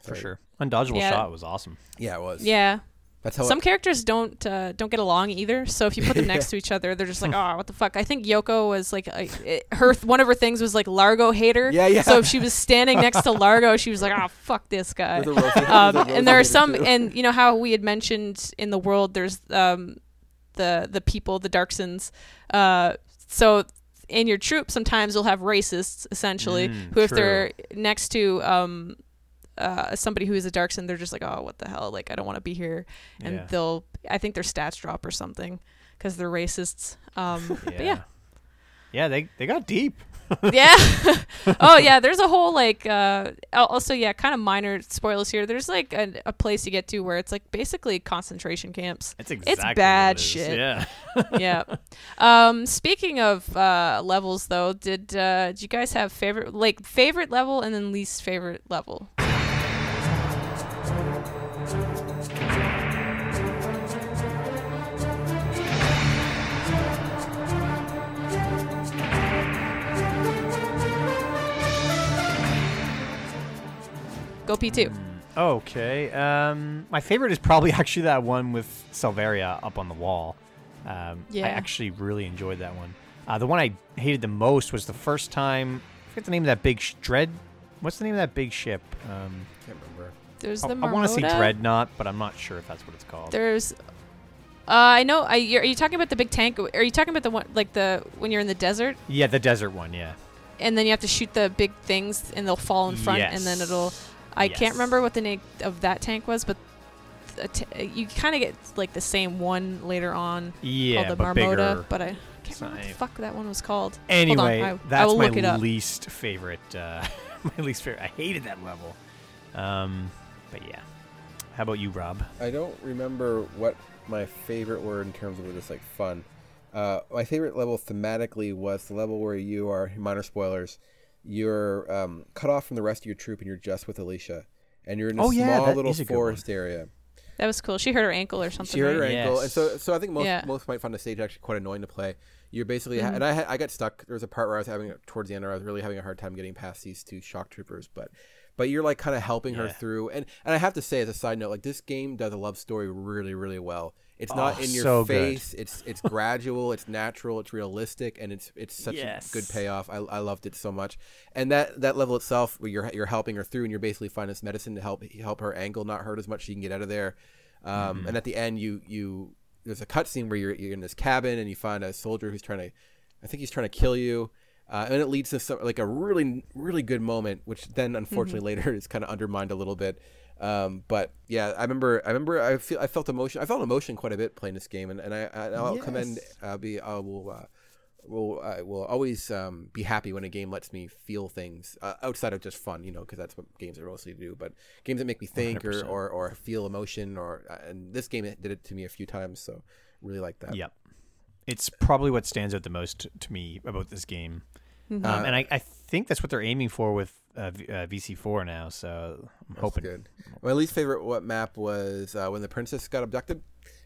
Speaker 3: For
Speaker 1: Sorry.
Speaker 3: sure. Undodgeable
Speaker 2: Yeah.
Speaker 3: shot was (laughs) awesome.
Speaker 1: Yeah, it was.
Speaker 2: Yeah,
Speaker 1: That's how
Speaker 2: some
Speaker 1: it,
Speaker 2: characters don't uh, don't get along either. So if you put
Speaker 1: (laughs)
Speaker 2: them next to each other, they're just
Speaker 1: Hmm.
Speaker 2: like, oh, what the fuck? I think Yoko was like, I it, her one of her things was like Largo hater.
Speaker 1: Yeah, yeah.
Speaker 2: So if she was standing next to Largo, she was like, oh, fuck this guy.
Speaker 1: With a rosy-
Speaker 2: (laughs)
Speaker 1: with a
Speaker 2: um,
Speaker 1: rosy
Speaker 3: "Oh,
Speaker 2: and there are
Speaker 1: hater,
Speaker 2: some,
Speaker 1: too.
Speaker 2: and you know how we had mentioned in the world, there's um, the the people, the Darksons. Uh, so in your troop, sometimes you'll have racists essentially
Speaker 3: Mm,
Speaker 2: who, if
Speaker 3: true.
Speaker 2: they're next to um, uh, somebody who is a Darkson, they're just like, oh, what the hell? Like, I don't want to be here. And
Speaker 3: Yeah.
Speaker 2: they'll, I think their stats drop or
Speaker 3: (laughs)
Speaker 2: something because they're racists. Um, But yeah,
Speaker 3: Yeah, they, they got deep. (laughs)
Speaker 2: yeah. oh yeah, there's a whole like uh al- also yeah, kind of minor spoilers here. There's like a, a place you get to where it's like basically concentration camps.
Speaker 3: That's exactly what
Speaker 2: bad
Speaker 3: it is.
Speaker 2: shit.
Speaker 3: Yeah.
Speaker 2: yeah. Um speaking of uh levels though, did uh did you guys have favorite like favorite level and then least favorite level? Go P2.
Speaker 3: (laughs) Okay. Um, my favorite is probably (laughs) actually that one with Salveria up on the wall. Um,
Speaker 2: Yeah.
Speaker 3: I actually really enjoyed that one. Uh, the one I hated the most was the first time. I forget the name of that big sh- dread. What's the name of that big ship? Um,
Speaker 8: can't remember.
Speaker 2: There's
Speaker 3: I,
Speaker 2: the
Speaker 3: want to see
Speaker 2: Marmota.
Speaker 3: Dreadnought, but I'm not sure if that's what it's called.
Speaker 2: There's, uh, I know. I, you're, are you talking about the big tank? Are you talking about the one like the when you're in the desert
Speaker 3: yeah, the desert one. Yeah.
Speaker 2: and then you have to shoot the big things and they'll fall in front and then it'll.
Speaker 3: Yes.
Speaker 2: I
Speaker 3: Yes.
Speaker 2: can't remember what the name of that tank was, but a t- you kind of get like the same one later on
Speaker 3: Yeah,
Speaker 2: called the
Speaker 3: but
Speaker 2: Marmota,
Speaker 3: bigger.
Speaker 2: but I can't
Speaker 3: It's
Speaker 2: remember what the
Speaker 3: not-
Speaker 2: fuck that one was called. Hold on,
Speaker 3: Anyway,
Speaker 2: I- I
Speaker 3: that's
Speaker 2: will
Speaker 3: my
Speaker 2: look it up.
Speaker 3: least favorite. Uh, (laughs) my least favorite. I hated that level. Um, but yeah. How about you, Rob?
Speaker 1: I don't remember what my favorite were in terms of just like fun. Uh, my favorite level thematically was the level where you are minor spoilers. You're um, cut off from the rest of your troop, and you're just with Alicia, and you're in a
Speaker 3: Oh,
Speaker 1: small
Speaker 3: yeah, that
Speaker 1: little
Speaker 3: is a good one.
Speaker 1: forest area.
Speaker 2: That was cool. She hurt her ankle or something.
Speaker 1: She hurt her
Speaker 2: right?
Speaker 3: right?
Speaker 1: ankle, and so
Speaker 3: Yes.
Speaker 1: so I think most
Speaker 2: Yeah. Mm-hmm.
Speaker 1: most might find the stage actually quite annoying to play. You're basically, ha- and I had- I got stuck. There was a part where I was having towards the end, where I was really having a hard time getting past these two shock troopers, but but you're like kind of helping her
Speaker 3: Yeah.
Speaker 1: through. And and I have to say, as a side note, like this game does a love story really really well. It's not
Speaker 3: Oh,
Speaker 1: in your
Speaker 3: so good.
Speaker 1: face. It's it's gradual. It's natural. It's realistic, and it's it's such a good
Speaker 3: Yes.
Speaker 1: payoff. I, I loved it so much. And that that level itself, where you're you're helping her through, and you're basically finding this medicine to help help her ankle not hurt as much. She can get out of there. Um, And at the end, you you there's a cutscene where you're, you're in this cabin and you find a soldier who's trying to, I think he's trying to kill you. Uh, and it leads to some, like a really, really good moment, which then unfortunately later (laughs) is kind of undermined a little bit. Um, but yeah, I remember, I remember, I feel, I felt emotion, I felt emotion quite a bit playing this game, and, and I, I I'll commend, I'll be, I will, uh, will, I will always um, be happy when a game lets me feel things uh, outside of just fun, you know, because that's what games are mostly to do. But games that make me think or,
Speaker 3: 100%.
Speaker 1: or or feel emotion, or uh, and this game did it to me a few times, so really like that.
Speaker 3: Yep. It's probably what stands out the most to me about this game.
Speaker 2: Mm-hmm.
Speaker 3: Um,
Speaker 1: Uh,
Speaker 3: and I, I think that's what they're aiming for with uh, v- uh, VC4 now. So I'm hoping.
Speaker 1: Good. My least favorite what map was uh, when the princess got abducted,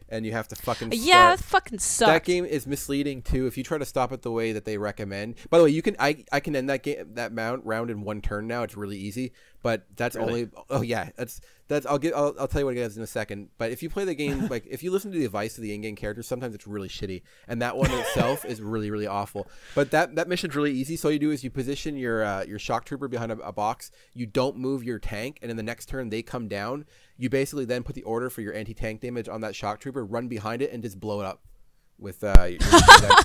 Speaker 1: and you have to fucking
Speaker 2: Yeah,
Speaker 1: start-
Speaker 2: that fucking sucked.
Speaker 1: That game is misleading too. If you try to stop it the way that they recommend, by the way, you can I, I can end that game that mount round in one turn now. It's really easy, but that's only oh yeah that's that's I'll get I'll, I'll tell you what it is in a second. But if you play the game like if you listen to the advice of the in-game characters, sometimes it's really shitty, and that one itself is really really awful. But that that mission's really easy. So all you do is you position your uh, your shock trooper behind a, a box. You don't move your tank, and in the next turn they come down. You basically then put the order for your anti-tank damage on that shock trooper, run behind it, and just blow it up with uh your-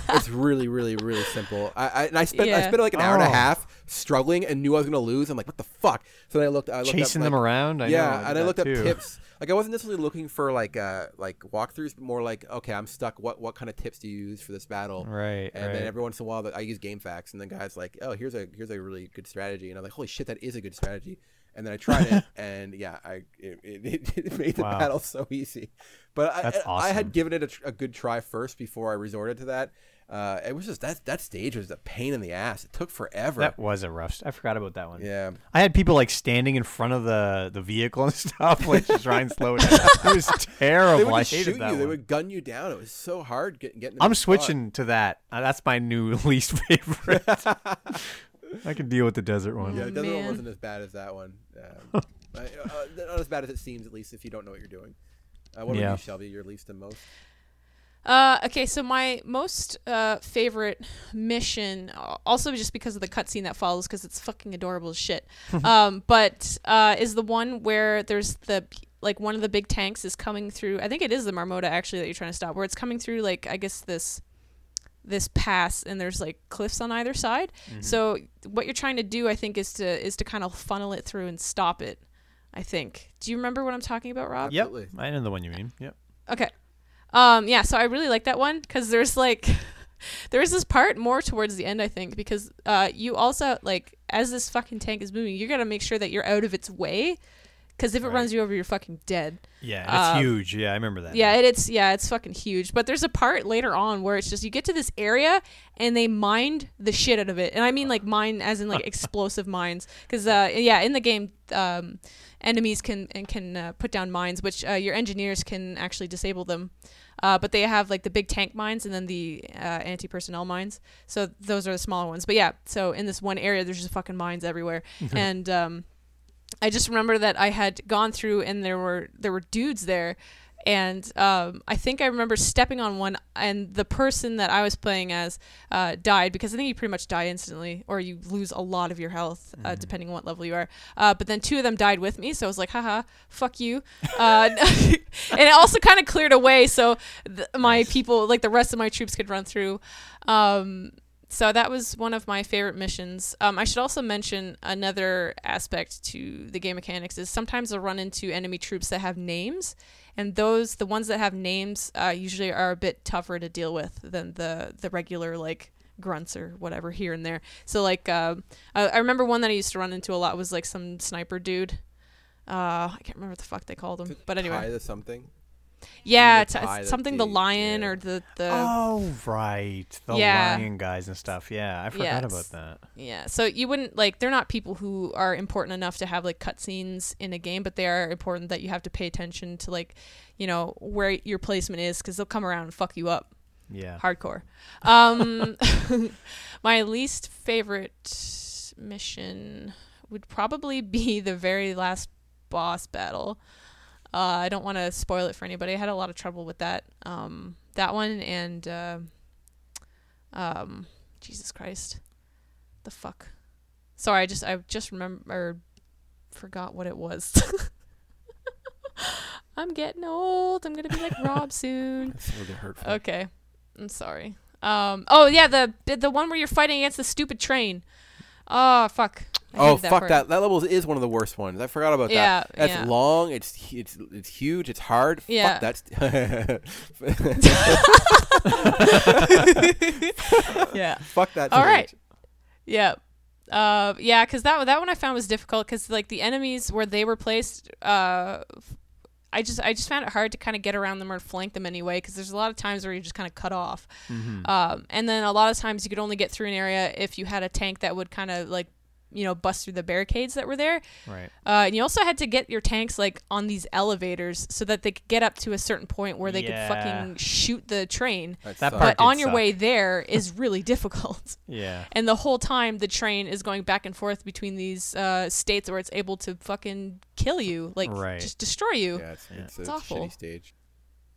Speaker 1: it's really really really simple i, I and i spent i
Speaker 2: Yeah.
Speaker 1: spent like an hour and a
Speaker 3: Oh.
Speaker 1: half struggling and knew i was gonna lose i'm like what the fuck so then i looked i looked
Speaker 3: Chasing
Speaker 1: up, like-
Speaker 3: them around. I know,
Speaker 1: yeah
Speaker 3: did
Speaker 1: and i
Speaker 3: that
Speaker 1: looked
Speaker 3: too.
Speaker 1: up tips like i wasn't necessarily looking for like uh like walkthroughs but more like okay i'm stuck what what kind of tips do you use for this battle
Speaker 3: Right,
Speaker 1: and
Speaker 3: right.
Speaker 1: then every once in a while i use game facts and the guy's like oh here's a here's a really good strategy and i'm like holy shit that is a good strategy and then I tried
Speaker 3: (laughs)
Speaker 1: it, and yeah, I it, it, (laughs) it made the
Speaker 3: Wow.
Speaker 1: battle so easy. But I,
Speaker 3: That's
Speaker 1: I had
Speaker 3: awesome.
Speaker 1: given it a, tr- a good try first before I resorted to that. Uh, it was just that that stage was a pain in the ass. It took forever.
Speaker 3: That was a rough. St- I forgot about that one.
Speaker 1: yeah,
Speaker 3: I had people like standing in front of the, the vehicle and (laughs) stuff, like just trying
Speaker 1: (laughs)
Speaker 3: to slow it down. It was
Speaker 1: they
Speaker 3: terrible.
Speaker 1: would
Speaker 3: I
Speaker 1: just
Speaker 3: hated
Speaker 1: shoot you.
Speaker 3: that
Speaker 1: They
Speaker 3: one.
Speaker 1: would gun you down. It was so hard get- getting. them
Speaker 3: I'm
Speaker 1: in front.
Speaker 3: switching to that. Uh, that's my new (laughs) least favorite. I can deal with the desert one.
Speaker 1: Yeah, the other one
Speaker 2: man.
Speaker 1: wasn't as bad as that one. Um,
Speaker 3: (laughs)
Speaker 1: I- uh, not as bad as it seems, at least if you don't know what you're doing. Uh, what about
Speaker 3: Yeah.
Speaker 1: you, Shelby? Your least and most.
Speaker 2: Uh, okay, so my most uh, favorite mission, uh, also just because of the cutscene that follows, because it's fucking adorable as shit. um, but uh, is the one where there's the like one of the big tanks is coming through. I think it is the Marmota actually that you're trying to stop, where it's coming through like I guess this this pass and there's like cliffs on either side. So what you're trying to do, I think, is to is to kind of funnel it through and stop it. I think. Do you remember what I'm talking about, Rob?
Speaker 3: Yep.
Speaker 1: Absolutely.
Speaker 3: I know the one you mean. Yep.
Speaker 2: Okay. Um, yeah, so I really like (laughs) that one because there's like there is this part more towards the end, I think, because uh, you also like as this fucking tank is moving, you gotta make sure that you're out of its way, because if it runs you over, you're fucking dead.
Speaker 3: Yeah, that's
Speaker 2: Uh,
Speaker 3: huge. Yeah, I remember that.
Speaker 2: Yeah, it, it's yeah, it's fucking huge. But there's a part later on where it's just you get to this area and they mined the shit out of it, and I mean like mine as in like explosive mines, because uh, yeah, in the game, um, enemies can and can uh, put down mines, which uh, your engineers can actually disable them. Uh, but they have like the big tank mines and then the uh, anti personnel mines. So those are the smaller ones. But yeah, so in this one area, there's just fucking mines everywhere, and um, I just remember that I had gone through and there were there were dudes there, and um, I think I remember stepping on one, and the person that I was playing as uh, died because I think you pretty much die instantly, or you lose a lot of your health uh, depending on what level you are. Uh, but then two of them died with me, so I was like, haha, fuck you, uh, (laughs) and it also kind of cleared away so th- my people, like the rest of my troops, could run through. Um, so that was one of my favorite missions. Um, I should also mention another aspect to the game mechanics is sometimes I'll run into enemy troops that have names, and those the ones that have names uh, usually are a bit tougher to deal with than the the regular like grunts or whatever here and there. So like uh, I, I remember one that I used to run into a lot was like some sniper dude. Uh, I can't remember what the fuck they called him, but
Speaker 1: Tie
Speaker 2: anyway,
Speaker 1: to something.
Speaker 2: yeah,
Speaker 1: the tie
Speaker 2: t-
Speaker 1: that
Speaker 2: something the
Speaker 1: the-
Speaker 2: lion
Speaker 1: yeah.
Speaker 2: or the the
Speaker 3: Oh right, the
Speaker 2: Yeah.
Speaker 3: lion guys and stuff. Yeah, I forgot
Speaker 2: Yes.
Speaker 3: about that.
Speaker 2: Yeah, so you wouldn't like they're not people who are important enough to have like cutscenes in a game, but they are important that you have to pay attention to like, you know, where your placement is because they'll come around and fuck you up
Speaker 3: Yeah.
Speaker 2: hardcore. Um, (laughs) my least favorite mission would probably be the very last boss battle. Uh, I don't want to spoil it for anybody. I had a lot of trouble with that. Um, that one and uh, um, Jesus Christ, the fuck. Sorry, I just I just remember forgot what it was. (laughs) I'm getting old. I'm gonna be like
Speaker 1: (laughs)
Speaker 2: Rob soon.
Speaker 1: That's really hurtful.
Speaker 2: Okay, I'm sorry. Um. Oh yeah, the the one where you're fighting against the stupid train. Oh fuck. I
Speaker 1: Oh
Speaker 2: hated
Speaker 1: fuck
Speaker 2: part.
Speaker 1: that! That level is one of the worst ones. I forgot about
Speaker 2: Yeah,
Speaker 1: that. That's
Speaker 2: yeah.
Speaker 1: long. It's hu- it's it's huge. It's hard.
Speaker 2: Yeah.
Speaker 1: Fuck that's.
Speaker 2: (laughs) Yeah.
Speaker 1: (laughs) fuck that.
Speaker 2: All right.
Speaker 1: stage.
Speaker 2: Yeah. Uh, yeah, because that one- that one I found was difficult because like the enemies where they were placed, uh, I just I just found it hard to kind of get around them or flank them anyway because there's a lot of times where you're just kind of cut off,
Speaker 3: Mm-hmm.
Speaker 2: um, and then a lot of times you could only get through an area if you had a tank that would kind of like you know bust through the barricades that were there.
Speaker 3: Right.
Speaker 2: Uh, and you also had to get your tanks like on these elevators so that they could get up to a certain point where they
Speaker 3: Yeah.
Speaker 2: could fucking shoot the train.
Speaker 3: That
Speaker 1: sucks.
Speaker 3: part
Speaker 2: But
Speaker 3: did
Speaker 2: on your
Speaker 3: suck.
Speaker 2: way there is really (laughs) difficult.
Speaker 3: Yeah.
Speaker 2: And the whole time the train is going back and forth between these uh, states where it's able to fucking kill you, like
Speaker 3: Right.
Speaker 2: just destroy you.
Speaker 1: Yeah, it's, it's,
Speaker 2: It's
Speaker 1: a
Speaker 2: awful.
Speaker 1: shitty stage.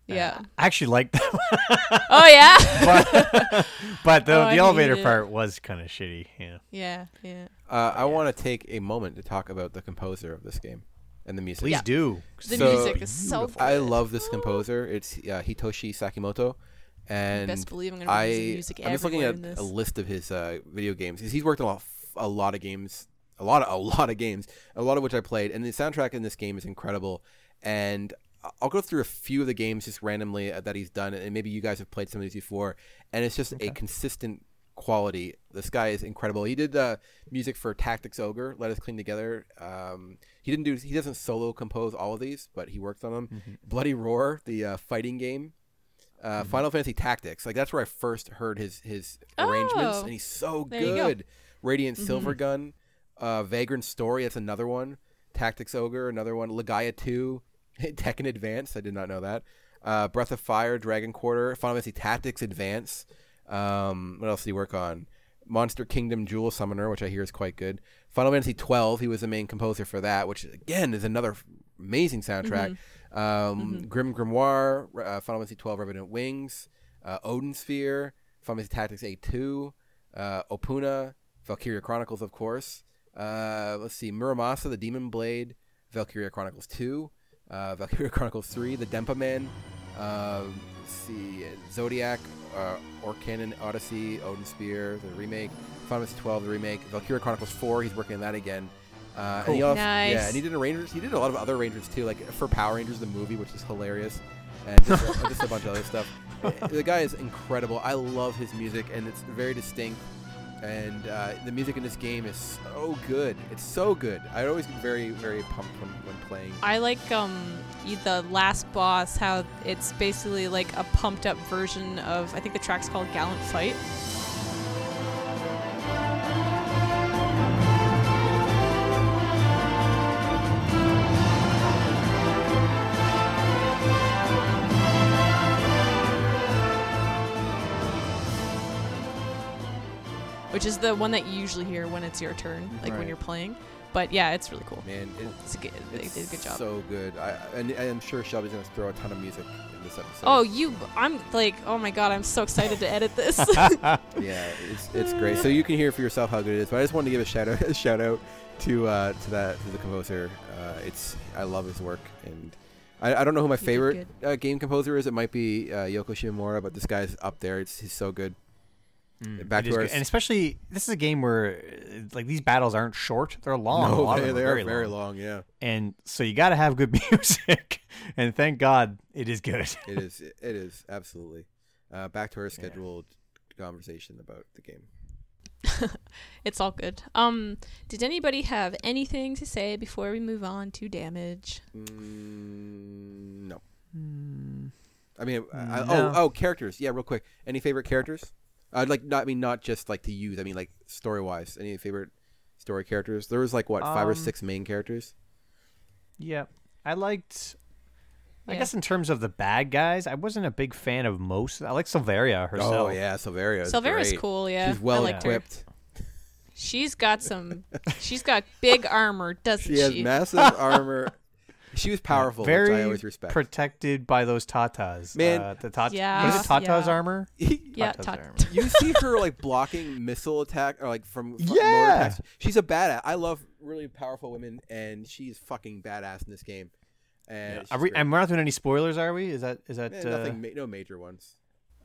Speaker 2: Yeah.
Speaker 3: I actually liked that, (laughs) one,
Speaker 2: oh yeah.
Speaker 3: but the,
Speaker 2: Oh, I
Speaker 3: the elevator
Speaker 2: hated it.
Speaker 3: part was kind of shitty. Yeah.
Speaker 2: yeah. Yeah.
Speaker 1: Uh, I want to take a moment to talk about the composer of this game and the music.
Speaker 3: Please (laughs) do. 'cause
Speaker 2: The
Speaker 3: it's
Speaker 1: So-
Speaker 2: music is so good.
Speaker 1: I love this composer. It's uh, Hitoshi Sakimoto, and
Speaker 2: best believe I'm gonna be
Speaker 1: I
Speaker 2: using music
Speaker 1: I'm just looking
Speaker 2: everywhere
Speaker 1: at
Speaker 2: in this.
Speaker 1: a list of his uh, video games. He's- He's worked on a, f- a lot of games, a lot of a lot of games, a lot of which I played. And the soundtrack in this game is incredible. And I- I'll go through a few of the games just randomly uh, that he's done, and maybe you guys have played some of these before. And it's just a consistent quality. This guy is incredible. He did uh, music for Tactics Ogre, Let Us Clean Together. Um, he didn't do. He doesn't solo compose all of these, but he worked on them. Bloody Roar, the uh, fighting game. Uh, Final Fantasy Tactics, like that's where I first heard his his arrangements,
Speaker 2: Oh,
Speaker 1: and he's so
Speaker 2: there you go. Mm-hmm.
Speaker 1: good. Radiant Silver Gun, uh, Vagrant Story, that's another one. Tactics Ogre, another one. Legaia Two, (laughs) Tekken Advance, I did not know that. Uh, Breath of Fire, Dragon Quarter, Final Fantasy Tactics Advance. Um, what else did he work on? Monster Kingdom Jewel Summoner, which I hear is quite good. Final Fantasy twelve, he was the main composer for that, which again is another f- amazing
Speaker 2: Mm-hmm.
Speaker 1: soundtrack. Um, Grim Grimoire, uh, Final Fantasy twelve, Revenant Wings, uh, Odin Sphere, Final Fantasy Tactics A two, uh, Opuna, Valkyria Chronicles, of course. Uh, let's see, Muramasa, the Demon Blade, Valkyria Chronicles two, uh, (laughs) Valkyria Chronicles three, the Dempa Man. Um, let's see, Zodiac, uh, Orcanon Odyssey, Odin Spear, the remake, Final Fantasy 12, the remake, Valkyria Chronicles 4. He's working on that again. Uh, and he also,
Speaker 2: Nice.
Speaker 1: Yeah, and he did arrangements. He did
Speaker 2: (laughs)
Speaker 1: a lot of other arrangements too, like for Power Rangers the movie, which is hilarious, and just, just a bunch of other stuff. the guy is incredible. I love his music, and it's very distinct. And uh, the music in this game is so good. It's so good. I always get very, very pumped when, when playing.
Speaker 2: I like um y- the last boss how it's basically like a pumped up version of I think the track's called Gallant Fight. Which is the one that you usually hear when it's your turn, like when
Speaker 1: Right.
Speaker 2: you're playing. But yeah, it's really cool.
Speaker 1: Man, it,
Speaker 2: It's a good, they
Speaker 1: it's
Speaker 2: did a good job.
Speaker 1: so good. I, and I'm sure Shelby's going to throw a ton of music in this episode.
Speaker 2: oh, you! I'm like, oh my god, I'm so excited to edit
Speaker 1: (laughs)
Speaker 2: this. (laughs)
Speaker 3: Mm,
Speaker 1: yeah, it's, it's great. So you can hear for yourself how good it is. But I just wanted to give a shout out, (laughs) a shout out to uh, to that to the composer. Uh, it's I love his work, and I, I don't know who my
Speaker 2: did
Speaker 1: favorite uh, game composer is. It might be uh, Yoko Shimomura, but this guy's up there. It's he's so good. Back to
Speaker 3: It is
Speaker 1: our
Speaker 3: good.
Speaker 1: s-
Speaker 3: and especially this is a game where uh, like these battles aren't short; they're long. a
Speaker 1: No,
Speaker 3: lot of
Speaker 1: they,
Speaker 3: them
Speaker 1: they
Speaker 3: are
Speaker 1: are
Speaker 3: very, long.
Speaker 1: Yeah,
Speaker 3: and so you got to have good (laughs) music. and thank God it is good.
Speaker 1: it is. It is absolutely. Uh, back to our scheduled conversation about the game.
Speaker 2: it's all good. Um, did anybody have anything to say before we move on to damage?
Speaker 1: Mm, no. I mean, I,
Speaker 3: Hmm. Mm, No.
Speaker 1: oh, oh, characters. Yeah, real quick. Any favorite characters? I'd like not. I mean, not just like to use. I mean, like story wise. Any favorite story characters? There was like what five or
Speaker 3: Um,
Speaker 1: six main characters.
Speaker 3: Yeah, I liked. I
Speaker 2: Yeah.
Speaker 3: guess in terms of the bad guys, I wasn't a big fan of most. I like Silveria
Speaker 1: Oh
Speaker 3: herself.
Speaker 1: yeah, Silveria. is
Speaker 2: Silvera's
Speaker 1: great.
Speaker 2: cool, yeah.
Speaker 1: She's well
Speaker 2: I liked her.
Speaker 1: equipped.
Speaker 2: She's
Speaker 1: (laughs)
Speaker 2: got some. she's got big armor, doesn't
Speaker 1: She
Speaker 2: she?
Speaker 1: has
Speaker 2: (laughs)
Speaker 1: massive armor. She was powerful,
Speaker 3: Very
Speaker 1: which I always respect. (laughs)
Speaker 3: protected by those tatas.
Speaker 1: Man.
Speaker 3: uh, the tatas.
Speaker 2: Yeah,
Speaker 3: What is it,
Speaker 2: yeah.
Speaker 3: tatas armor?
Speaker 2: yeah,
Speaker 3: Tata's
Speaker 2: ta-
Speaker 3: armor.
Speaker 1: (laughs) you see her like blocking missile attack or like from, from mortar
Speaker 3: Yeah.
Speaker 1: attacks. She's a badass. I love really powerful women, and she's fucking badass in this game. And she's
Speaker 3: Are we,
Speaker 1: great.
Speaker 3: and we're not doing any spoilers, are we? Is that is that
Speaker 1: Eh,
Speaker 3: uh,
Speaker 1: nothing, ma- no major ones.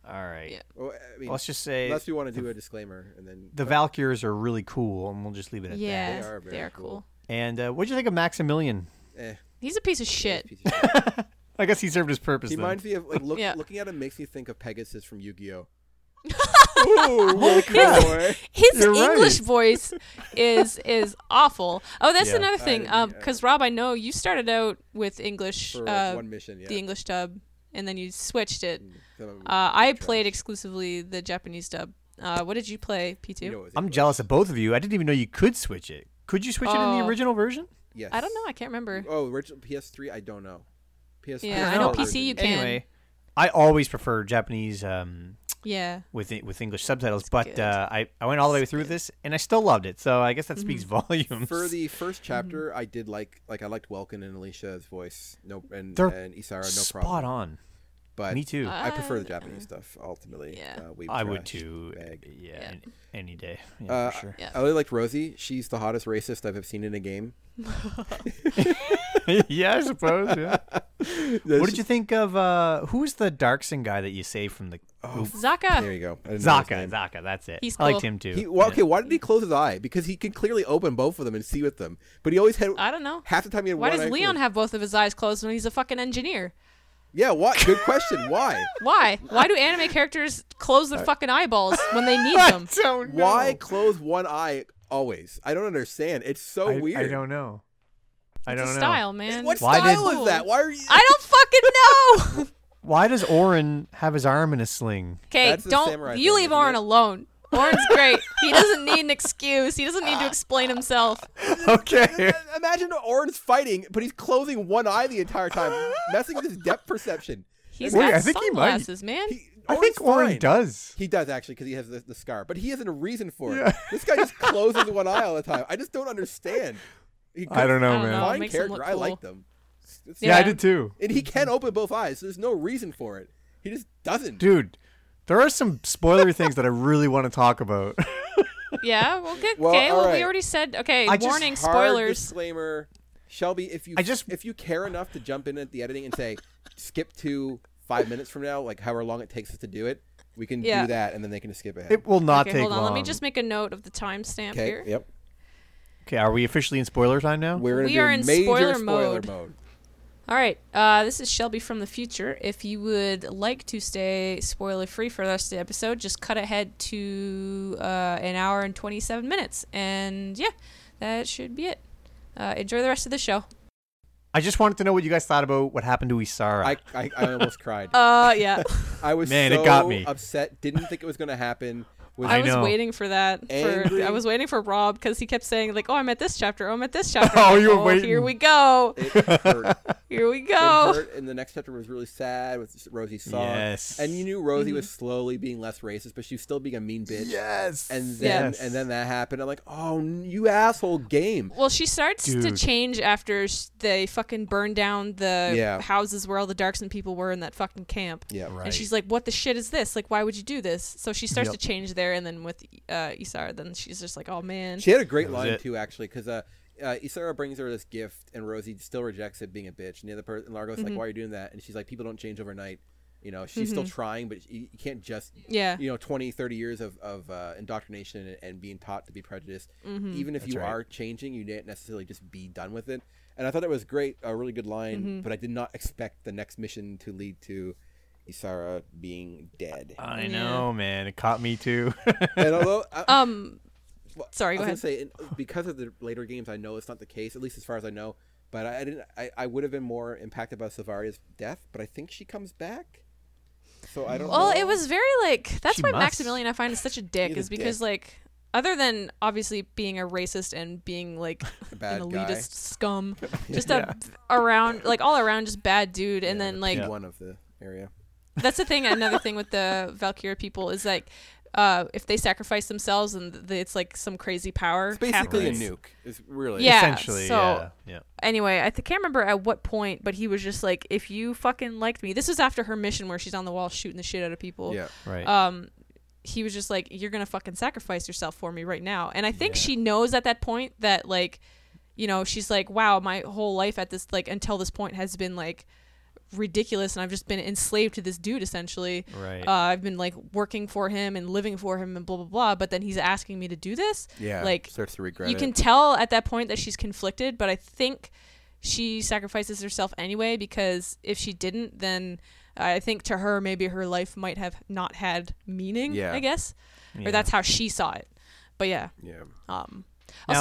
Speaker 3: all right?
Speaker 2: Yeah.
Speaker 1: Well, I mean,
Speaker 3: Let's just say
Speaker 1: unless we want to do a disclaimer, and then
Speaker 3: the Valkyrs are really cool, and we'll just leave it at that.
Speaker 2: yeah,
Speaker 1: They are very
Speaker 2: they are
Speaker 1: cool.
Speaker 2: cool.
Speaker 3: And uh, what do you think of Maximilian? (laughs)
Speaker 1: eh,
Speaker 2: He's a piece of shit.
Speaker 1: piece of shit.
Speaker 3: I guess he served his purpose.
Speaker 1: he
Speaker 3: then.
Speaker 1: reminds me of like look,
Speaker 2: Yeah.
Speaker 1: looking at him makes me think of Pegasus from
Speaker 2: (laughs)
Speaker 1: Yu-Gi-Oh.
Speaker 2: His, his
Speaker 3: You're right.
Speaker 1: (laughs)
Speaker 2: English voice is is awful. Oh, that's
Speaker 3: Yeah.
Speaker 2: another thing.
Speaker 1: I-
Speaker 2: Um, because Rob, I know you started out with English,
Speaker 1: For like,
Speaker 2: (laughs) uh,
Speaker 1: one mission, yeah. Mm,
Speaker 2: the English dub, and then you switched it.
Speaker 1: Some of them-
Speaker 2: Uh, I played exclusively the Japanese dub. Uh, what did you play, P2?
Speaker 1: you know it was
Speaker 3: I'm
Speaker 1: English.
Speaker 3: jealous of both of you. I didn't even know you could switch it. Could you switch it in the
Speaker 2: Oh.
Speaker 3: original version?
Speaker 1: Yes.
Speaker 2: I don't know. I can't remember.
Speaker 1: Oh, original PS3. I don't know. PS3.
Speaker 2: Yeah,
Speaker 3: I know
Speaker 1: version.
Speaker 2: PC you can-
Speaker 3: Anyway, I always prefer Japanese um,
Speaker 2: Yeah.
Speaker 3: with E, with English subtitles,
Speaker 2: good.
Speaker 3: but uh, I I went all the way through this and I still loved it. So I guess
Speaker 2: Mm-hmm.
Speaker 3: that speaks (laughs) volumes.
Speaker 1: For the
Speaker 3: Mm-hmm.
Speaker 1: first chapter, I did like like I liked Welkin and Alicia's voice. No, and
Speaker 3: They're
Speaker 1: and Isara. No
Speaker 3: Spot
Speaker 1: problem.
Speaker 3: on.
Speaker 1: But
Speaker 3: Me too.
Speaker 1: I prefer the
Speaker 2: Uh,
Speaker 1: Japanese stuff ultimately.
Speaker 2: Yeah.
Speaker 1: Uh, we
Speaker 3: I would
Speaker 1: trash
Speaker 3: too.
Speaker 1: bag.
Speaker 3: Yeah,
Speaker 2: Yeah.
Speaker 3: an- any day. Yeah,
Speaker 1: Uh, (laughs)
Speaker 3: for sure. (laughs)
Speaker 2: Yeah.
Speaker 1: I really liked Rosie. She's the hottest racist I've ever seen in a game.
Speaker 3: yeah, I suppose.
Speaker 1: (laughs)
Speaker 3: Yeah. what did you think of uh, who was the Darkson guy that you saved from the
Speaker 1: There
Speaker 2: Zaka.
Speaker 1: you go. I didn't know Oh, his
Speaker 3: Zaka?
Speaker 1: name.
Speaker 3: Zaka, that's it.
Speaker 2: He's
Speaker 3: I
Speaker 2: cool.
Speaker 3: liked him too.
Speaker 1: He, well, okay, why did he close his eye? Because he could clearly open both of them and see with them. But he always had.
Speaker 2: I don't know.
Speaker 1: Half the time he had
Speaker 2: Uh, Why
Speaker 1: one
Speaker 2: does
Speaker 1: eye
Speaker 2: Leon
Speaker 1: closed.
Speaker 2: have both of his eyes closed when he's a fucking engineer?
Speaker 1: Yeah, what? Good
Speaker 2: (laughs)
Speaker 1: question. Why?
Speaker 2: Why? Why do
Speaker 1: (laughs)
Speaker 2: anime characters close their fucking eyeballs when they need them?
Speaker 3: don't
Speaker 1: Why close one eye always? I don't understand. It's so
Speaker 3: I,
Speaker 1: weird.
Speaker 3: I don't know. I
Speaker 2: It's
Speaker 3: don't
Speaker 2: a
Speaker 3: know.
Speaker 2: style, man.
Speaker 1: What
Speaker 3: Why did-
Speaker 1: style is that? Why are you? (laughs)
Speaker 2: I don't fucking know.
Speaker 3: Why does Orin have his arm in a sling?
Speaker 2: Okay,
Speaker 1: That's the samurai
Speaker 2: don't you
Speaker 1: thing,
Speaker 2: leave
Speaker 1: isn't
Speaker 2: Orin
Speaker 1: it?
Speaker 2: alone. Orin's great. He doesn't
Speaker 1: (laughs)
Speaker 2: need an excuse. He doesn't need to explain himself.
Speaker 3: Okay.
Speaker 1: I- Imagine Orin's fighting, but he's closing one eye the entire (laughs) time, messing with his depth perception.
Speaker 2: He's
Speaker 3: Wait,
Speaker 2: got
Speaker 3: I think he might.
Speaker 2: sunglasses, man.
Speaker 1: He,
Speaker 3: I
Speaker 1: Orin's
Speaker 3: think Orin
Speaker 1: fine.
Speaker 3: does.
Speaker 1: He does actually because he has the, the scar, but he has a reason for it. This guy
Speaker 3: (laughs)
Speaker 1: just closes one eye all the time. I just don't understand. He
Speaker 3: I don't know,
Speaker 2: I don't
Speaker 3: man.
Speaker 2: know.
Speaker 1: Fine
Speaker 2: Makes him
Speaker 1: character.
Speaker 2: look
Speaker 1: I like
Speaker 2: cool.
Speaker 1: them. It's- it's-
Speaker 3: Yeah, I
Speaker 2: Yeah.
Speaker 3: did too.
Speaker 1: And he can open both eyes. So there's no reason for it. He just doesn't.
Speaker 3: Dude, there are some spoiler (laughs) things that I really want to talk about. (laughs)
Speaker 2: Yeah, well, good.
Speaker 1: Well,
Speaker 2: okay, well,
Speaker 1: alright.
Speaker 2: we already said. Okay,
Speaker 3: I just
Speaker 2: warning,
Speaker 1: Hard
Speaker 2: spoilers.
Speaker 1: disclaimer. Shelby, if you
Speaker 3: I just-
Speaker 1: if you care enough to jump in at the editing and say skip to five minutes from now, like however long it takes us to do it, we can
Speaker 2: Yeah.
Speaker 1: do that, and then they can just skip ahead.
Speaker 3: It will not
Speaker 2: Okay,
Speaker 3: take
Speaker 2: hold on.
Speaker 3: long.
Speaker 2: Let me just make a note of the timestamp
Speaker 1: okay.
Speaker 2: here.
Speaker 1: Yep.
Speaker 3: Okay, are we officially in spoiler time now?
Speaker 1: We're gonna
Speaker 2: We
Speaker 1: do
Speaker 2: are in
Speaker 1: major
Speaker 2: spoiler
Speaker 1: spoiler
Speaker 2: mode.
Speaker 1: mode.
Speaker 2: All right. Uh, this is Shelby from the future. If you would like to stay spoiler free for the rest of the episode, just cut ahead to uh, an hour and 27 minutes. And yeah, that should be it. Uh, enjoy the rest of the show.
Speaker 3: I just wanted to know what you guys thought about what happened to Isara.
Speaker 1: I, I, I almost
Speaker 2: (laughs)
Speaker 1: cried.
Speaker 2: Uh,
Speaker 3: (laughs)
Speaker 2: yeah.
Speaker 1: I was
Speaker 3: Man, it
Speaker 1: so
Speaker 3: got me.
Speaker 1: upset. Didn't think it was going to happen. Was
Speaker 2: I,
Speaker 3: I
Speaker 2: was
Speaker 3: know.
Speaker 2: waiting for that. For,
Speaker 1: Angry.
Speaker 2: I was waiting for Rob because he kept saying like, "Oh, I'm at this chapter. Oh, I'm at this chapter."
Speaker 3: (laughs) Oh,
Speaker 2: I'm like,
Speaker 3: you were
Speaker 2: Here
Speaker 3: waiting.
Speaker 2: we go.
Speaker 3: (laughs)
Speaker 1: it hurt.
Speaker 2: Here we
Speaker 1: it
Speaker 2: go.
Speaker 1: hurt, and the next chapter was really sad with Rosie's song.
Speaker 3: Yes.
Speaker 1: And you knew
Speaker 2: Mm-hmm.
Speaker 1: Rosie was slowly being less racist, but she was still being a mean bitch.
Speaker 3: yes.
Speaker 1: And then
Speaker 3: Yes.
Speaker 1: and then that happened. I'm like, oh, n- you asshole game.
Speaker 2: Well, she starts to
Speaker 3: Dude.
Speaker 2: change after sh- they fucking burn down the
Speaker 1: Yeah.
Speaker 2: houses where all the darks and people were in that fucking camp.
Speaker 1: Yeah, right.
Speaker 2: And she's like, "What the shit is this? Like, why would you do this?" So she starts to change there, and then with uh, Isara, then she's just like, "Oh man."
Speaker 1: She had a great line
Speaker 3: it.
Speaker 1: too, actually, because uh, uh, Isara brings her this gift, and Rosie still rejects it being a bitch. And the other person, Largo's like, "Why are you doing that?" And she's like, "People don't change overnight." You know, she's still trying, but you, you can't just,
Speaker 2: Yeah.
Speaker 1: you know, 20, 30 years of, of uh, indoctrination and, and being taught to be prejudiced. Even if you are changing, you didn't necessarily just be done with it. And I thought that was great, a really good line, but I did not expect the next mission to lead to Isara being dead.
Speaker 3: I know, man. It caught me too. (laughs)
Speaker 1: and although,
Speaker 2: (laughs)
Speaker 1: I-
Speaker 2: um. Sorry, go
Speaker 1: I
Speaker 2: ahead.
Speaker 1: was gonna say in- because of the later games, I know it's not the case, at least as far as I know. But I, I didn't. I, I would have been more impacted by Savaria's death, but I think she comes back. So I don't.
Speaker 2: Well,
Speaker 1: know.
Speaker 2: it was very like that's
Speaker 3: She
Speaker 2: why
Speaker 3: must.
Speaker 2: Maximilian I find is
Speaker 1: (laughs)
Speaker 2: such a dick
Speaker 1: He's a
Speaker 2: is because
Speaker 1: dick.
Speaker 2: like other than obviously being a racist and being like
Speaker 1: (laughs) bad
Speaker 2: an elitist
Speaker 1: guy. (laughs)
Speaker 2: scum, just a around like all around just bad dude, and then like
Speaker 1: one of the area.
Speaker 2: that's the thing. Another thing with the Valkyria people is like. Uh, if they sacrifice themselves and th- it's like some crazy power,
Speaker 1: It's basically
Speaker 2: happens.
Speaker 1: a nuke. It's really
Speaker 2: Yeah,
Speaker 3: Essentially,
Speaker 2: so-
Speaker 3: yeah. Yeah.
Speaker 2: anyway, I th- can't remember at what point, but he was just like, "If you fucking liked me, this was after her mission where she's on the wall shooting the shit out of people."
Speaker 1: Yeah.
Speaker 3: Right.
Speaker 2: uh, he was just like, "You're gonna fucking sacrifice yourself for me right now." And I think she knows at that point that like, you know, she's like, "Wow, my whole life at this like until this point has been like ridiculous, and I've just been enslaved to this dude essentially.
Speaker 3: Right.
Speaker 2: Uh, I've been like working for him and living for him and blah blah blah. But then he's asking me to do this.
Speaker 1: Yeah,
Speaker 2: Like
Speaker 1: starts to regret
Speaker 2: You
Speaker 1: it.
Speaker 2: can tell at that point that she's conflicted, but I think she sacrifices herself anyway because if she didn't, then I think to her maybe her life might have not had meaning.
Speaker 1: Yeah.
Speaker 2: I guess, or that's how she saw it. But yeah.
Speaker 1: Yeah.
Speaker 2: Um.
Speaker 3: now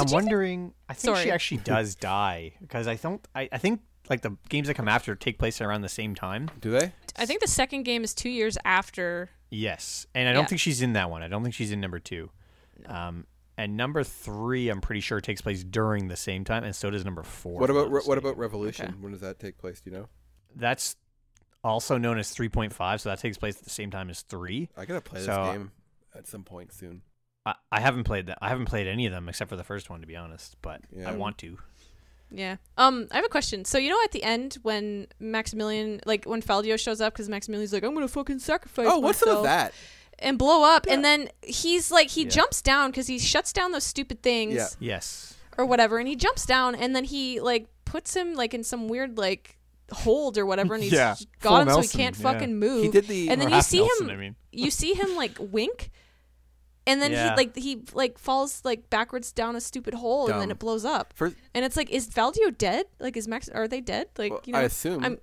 Speaker 2: also, do
Speaker 3: I'm
Speaker 2: you think-
Speaker 3: wondering. I think
Speaker 2: Sorry.
Speaker 3: she actually (laughs) does die because I don't. I, I think like the games that come after take place around the same time.
Speaker 1: Do they?
Speaker 2: I think the second game is two years after.
Speaker 3: Yes, and I don't
Speaker 2: Yeah.
Speaker 3: think she's in that one. I don't think she's in number two. Um, and number three, I'm pretty sure takes place during the same time, and so does number four.
Speaker 1: What
Speaker 3: if I'm
Speaker 1: about
Speaker 3: not
Speaker 1: re- what
Speaker 3: mistaken.
Speaker 1: about Revolution? When does that take place? Do you know?
Speaker 3: that's also known as 3.5, so that takes place at the same time as three.
Speaker 1: I gotta play
Speaker 3: So,
Speaker 1: this
Speaker 3: uh,
Speaker 1: game at some point soon.
Speaker 3: I, I haven't played that. I haven't played any of them except for the first one, to be honest. But
Speaker 1: Yeah.
Speaker 3: I want to.
Speaker 2: Yeah. Um. I have a question. So you know, at the end when Maximilian, like when Faldio shows up, because Maximilian's like, "I'm gonna fucking sacrifice."
Speaker 1: Oh, what's some of
Speaker 2: myself
Speaker 1: that?
Speaker 2: And blow up, and then he's like, he
Speaker 3: Yeah.
Speaker 2: jumps down because he shuts down those stupid things.
Speaker 1: Yeah.
Speaker 3: Yes.
Speaker 2: or whatever and he jumps down and then he like puts him like in some weird like hold or whatever and he's
Speaker 3: Yeah, full
Speaker 2: got him so
Speaker 3: Nelson,
Speaker 2: he can't
Speaker 3: yeah.
Speaker 2: fucking move
Speaker 1: He did the-
Speaker 2: and then
Speaker 3: or
Speaker 2: you
Speaker 3: half
Speaker 2: see
Speaker 3: Nelson,
Speaker 2: him
Speaker 3: I mean.
Speaker 2: you see him like wink and then
Speaker 3: Yeah.
Speaker 2: he like he like falls like backwards down a stupid hole and then
Speaker 1: Dumb.
Speaker 2: it blows up
Speaker 1: First-
Speaker 2: and it's like is Valdio dead like is Max are they dead like
Speaker 1: Well,
Speaker 2: you know
Speaker 1: I assume.
Speaker 2: I'm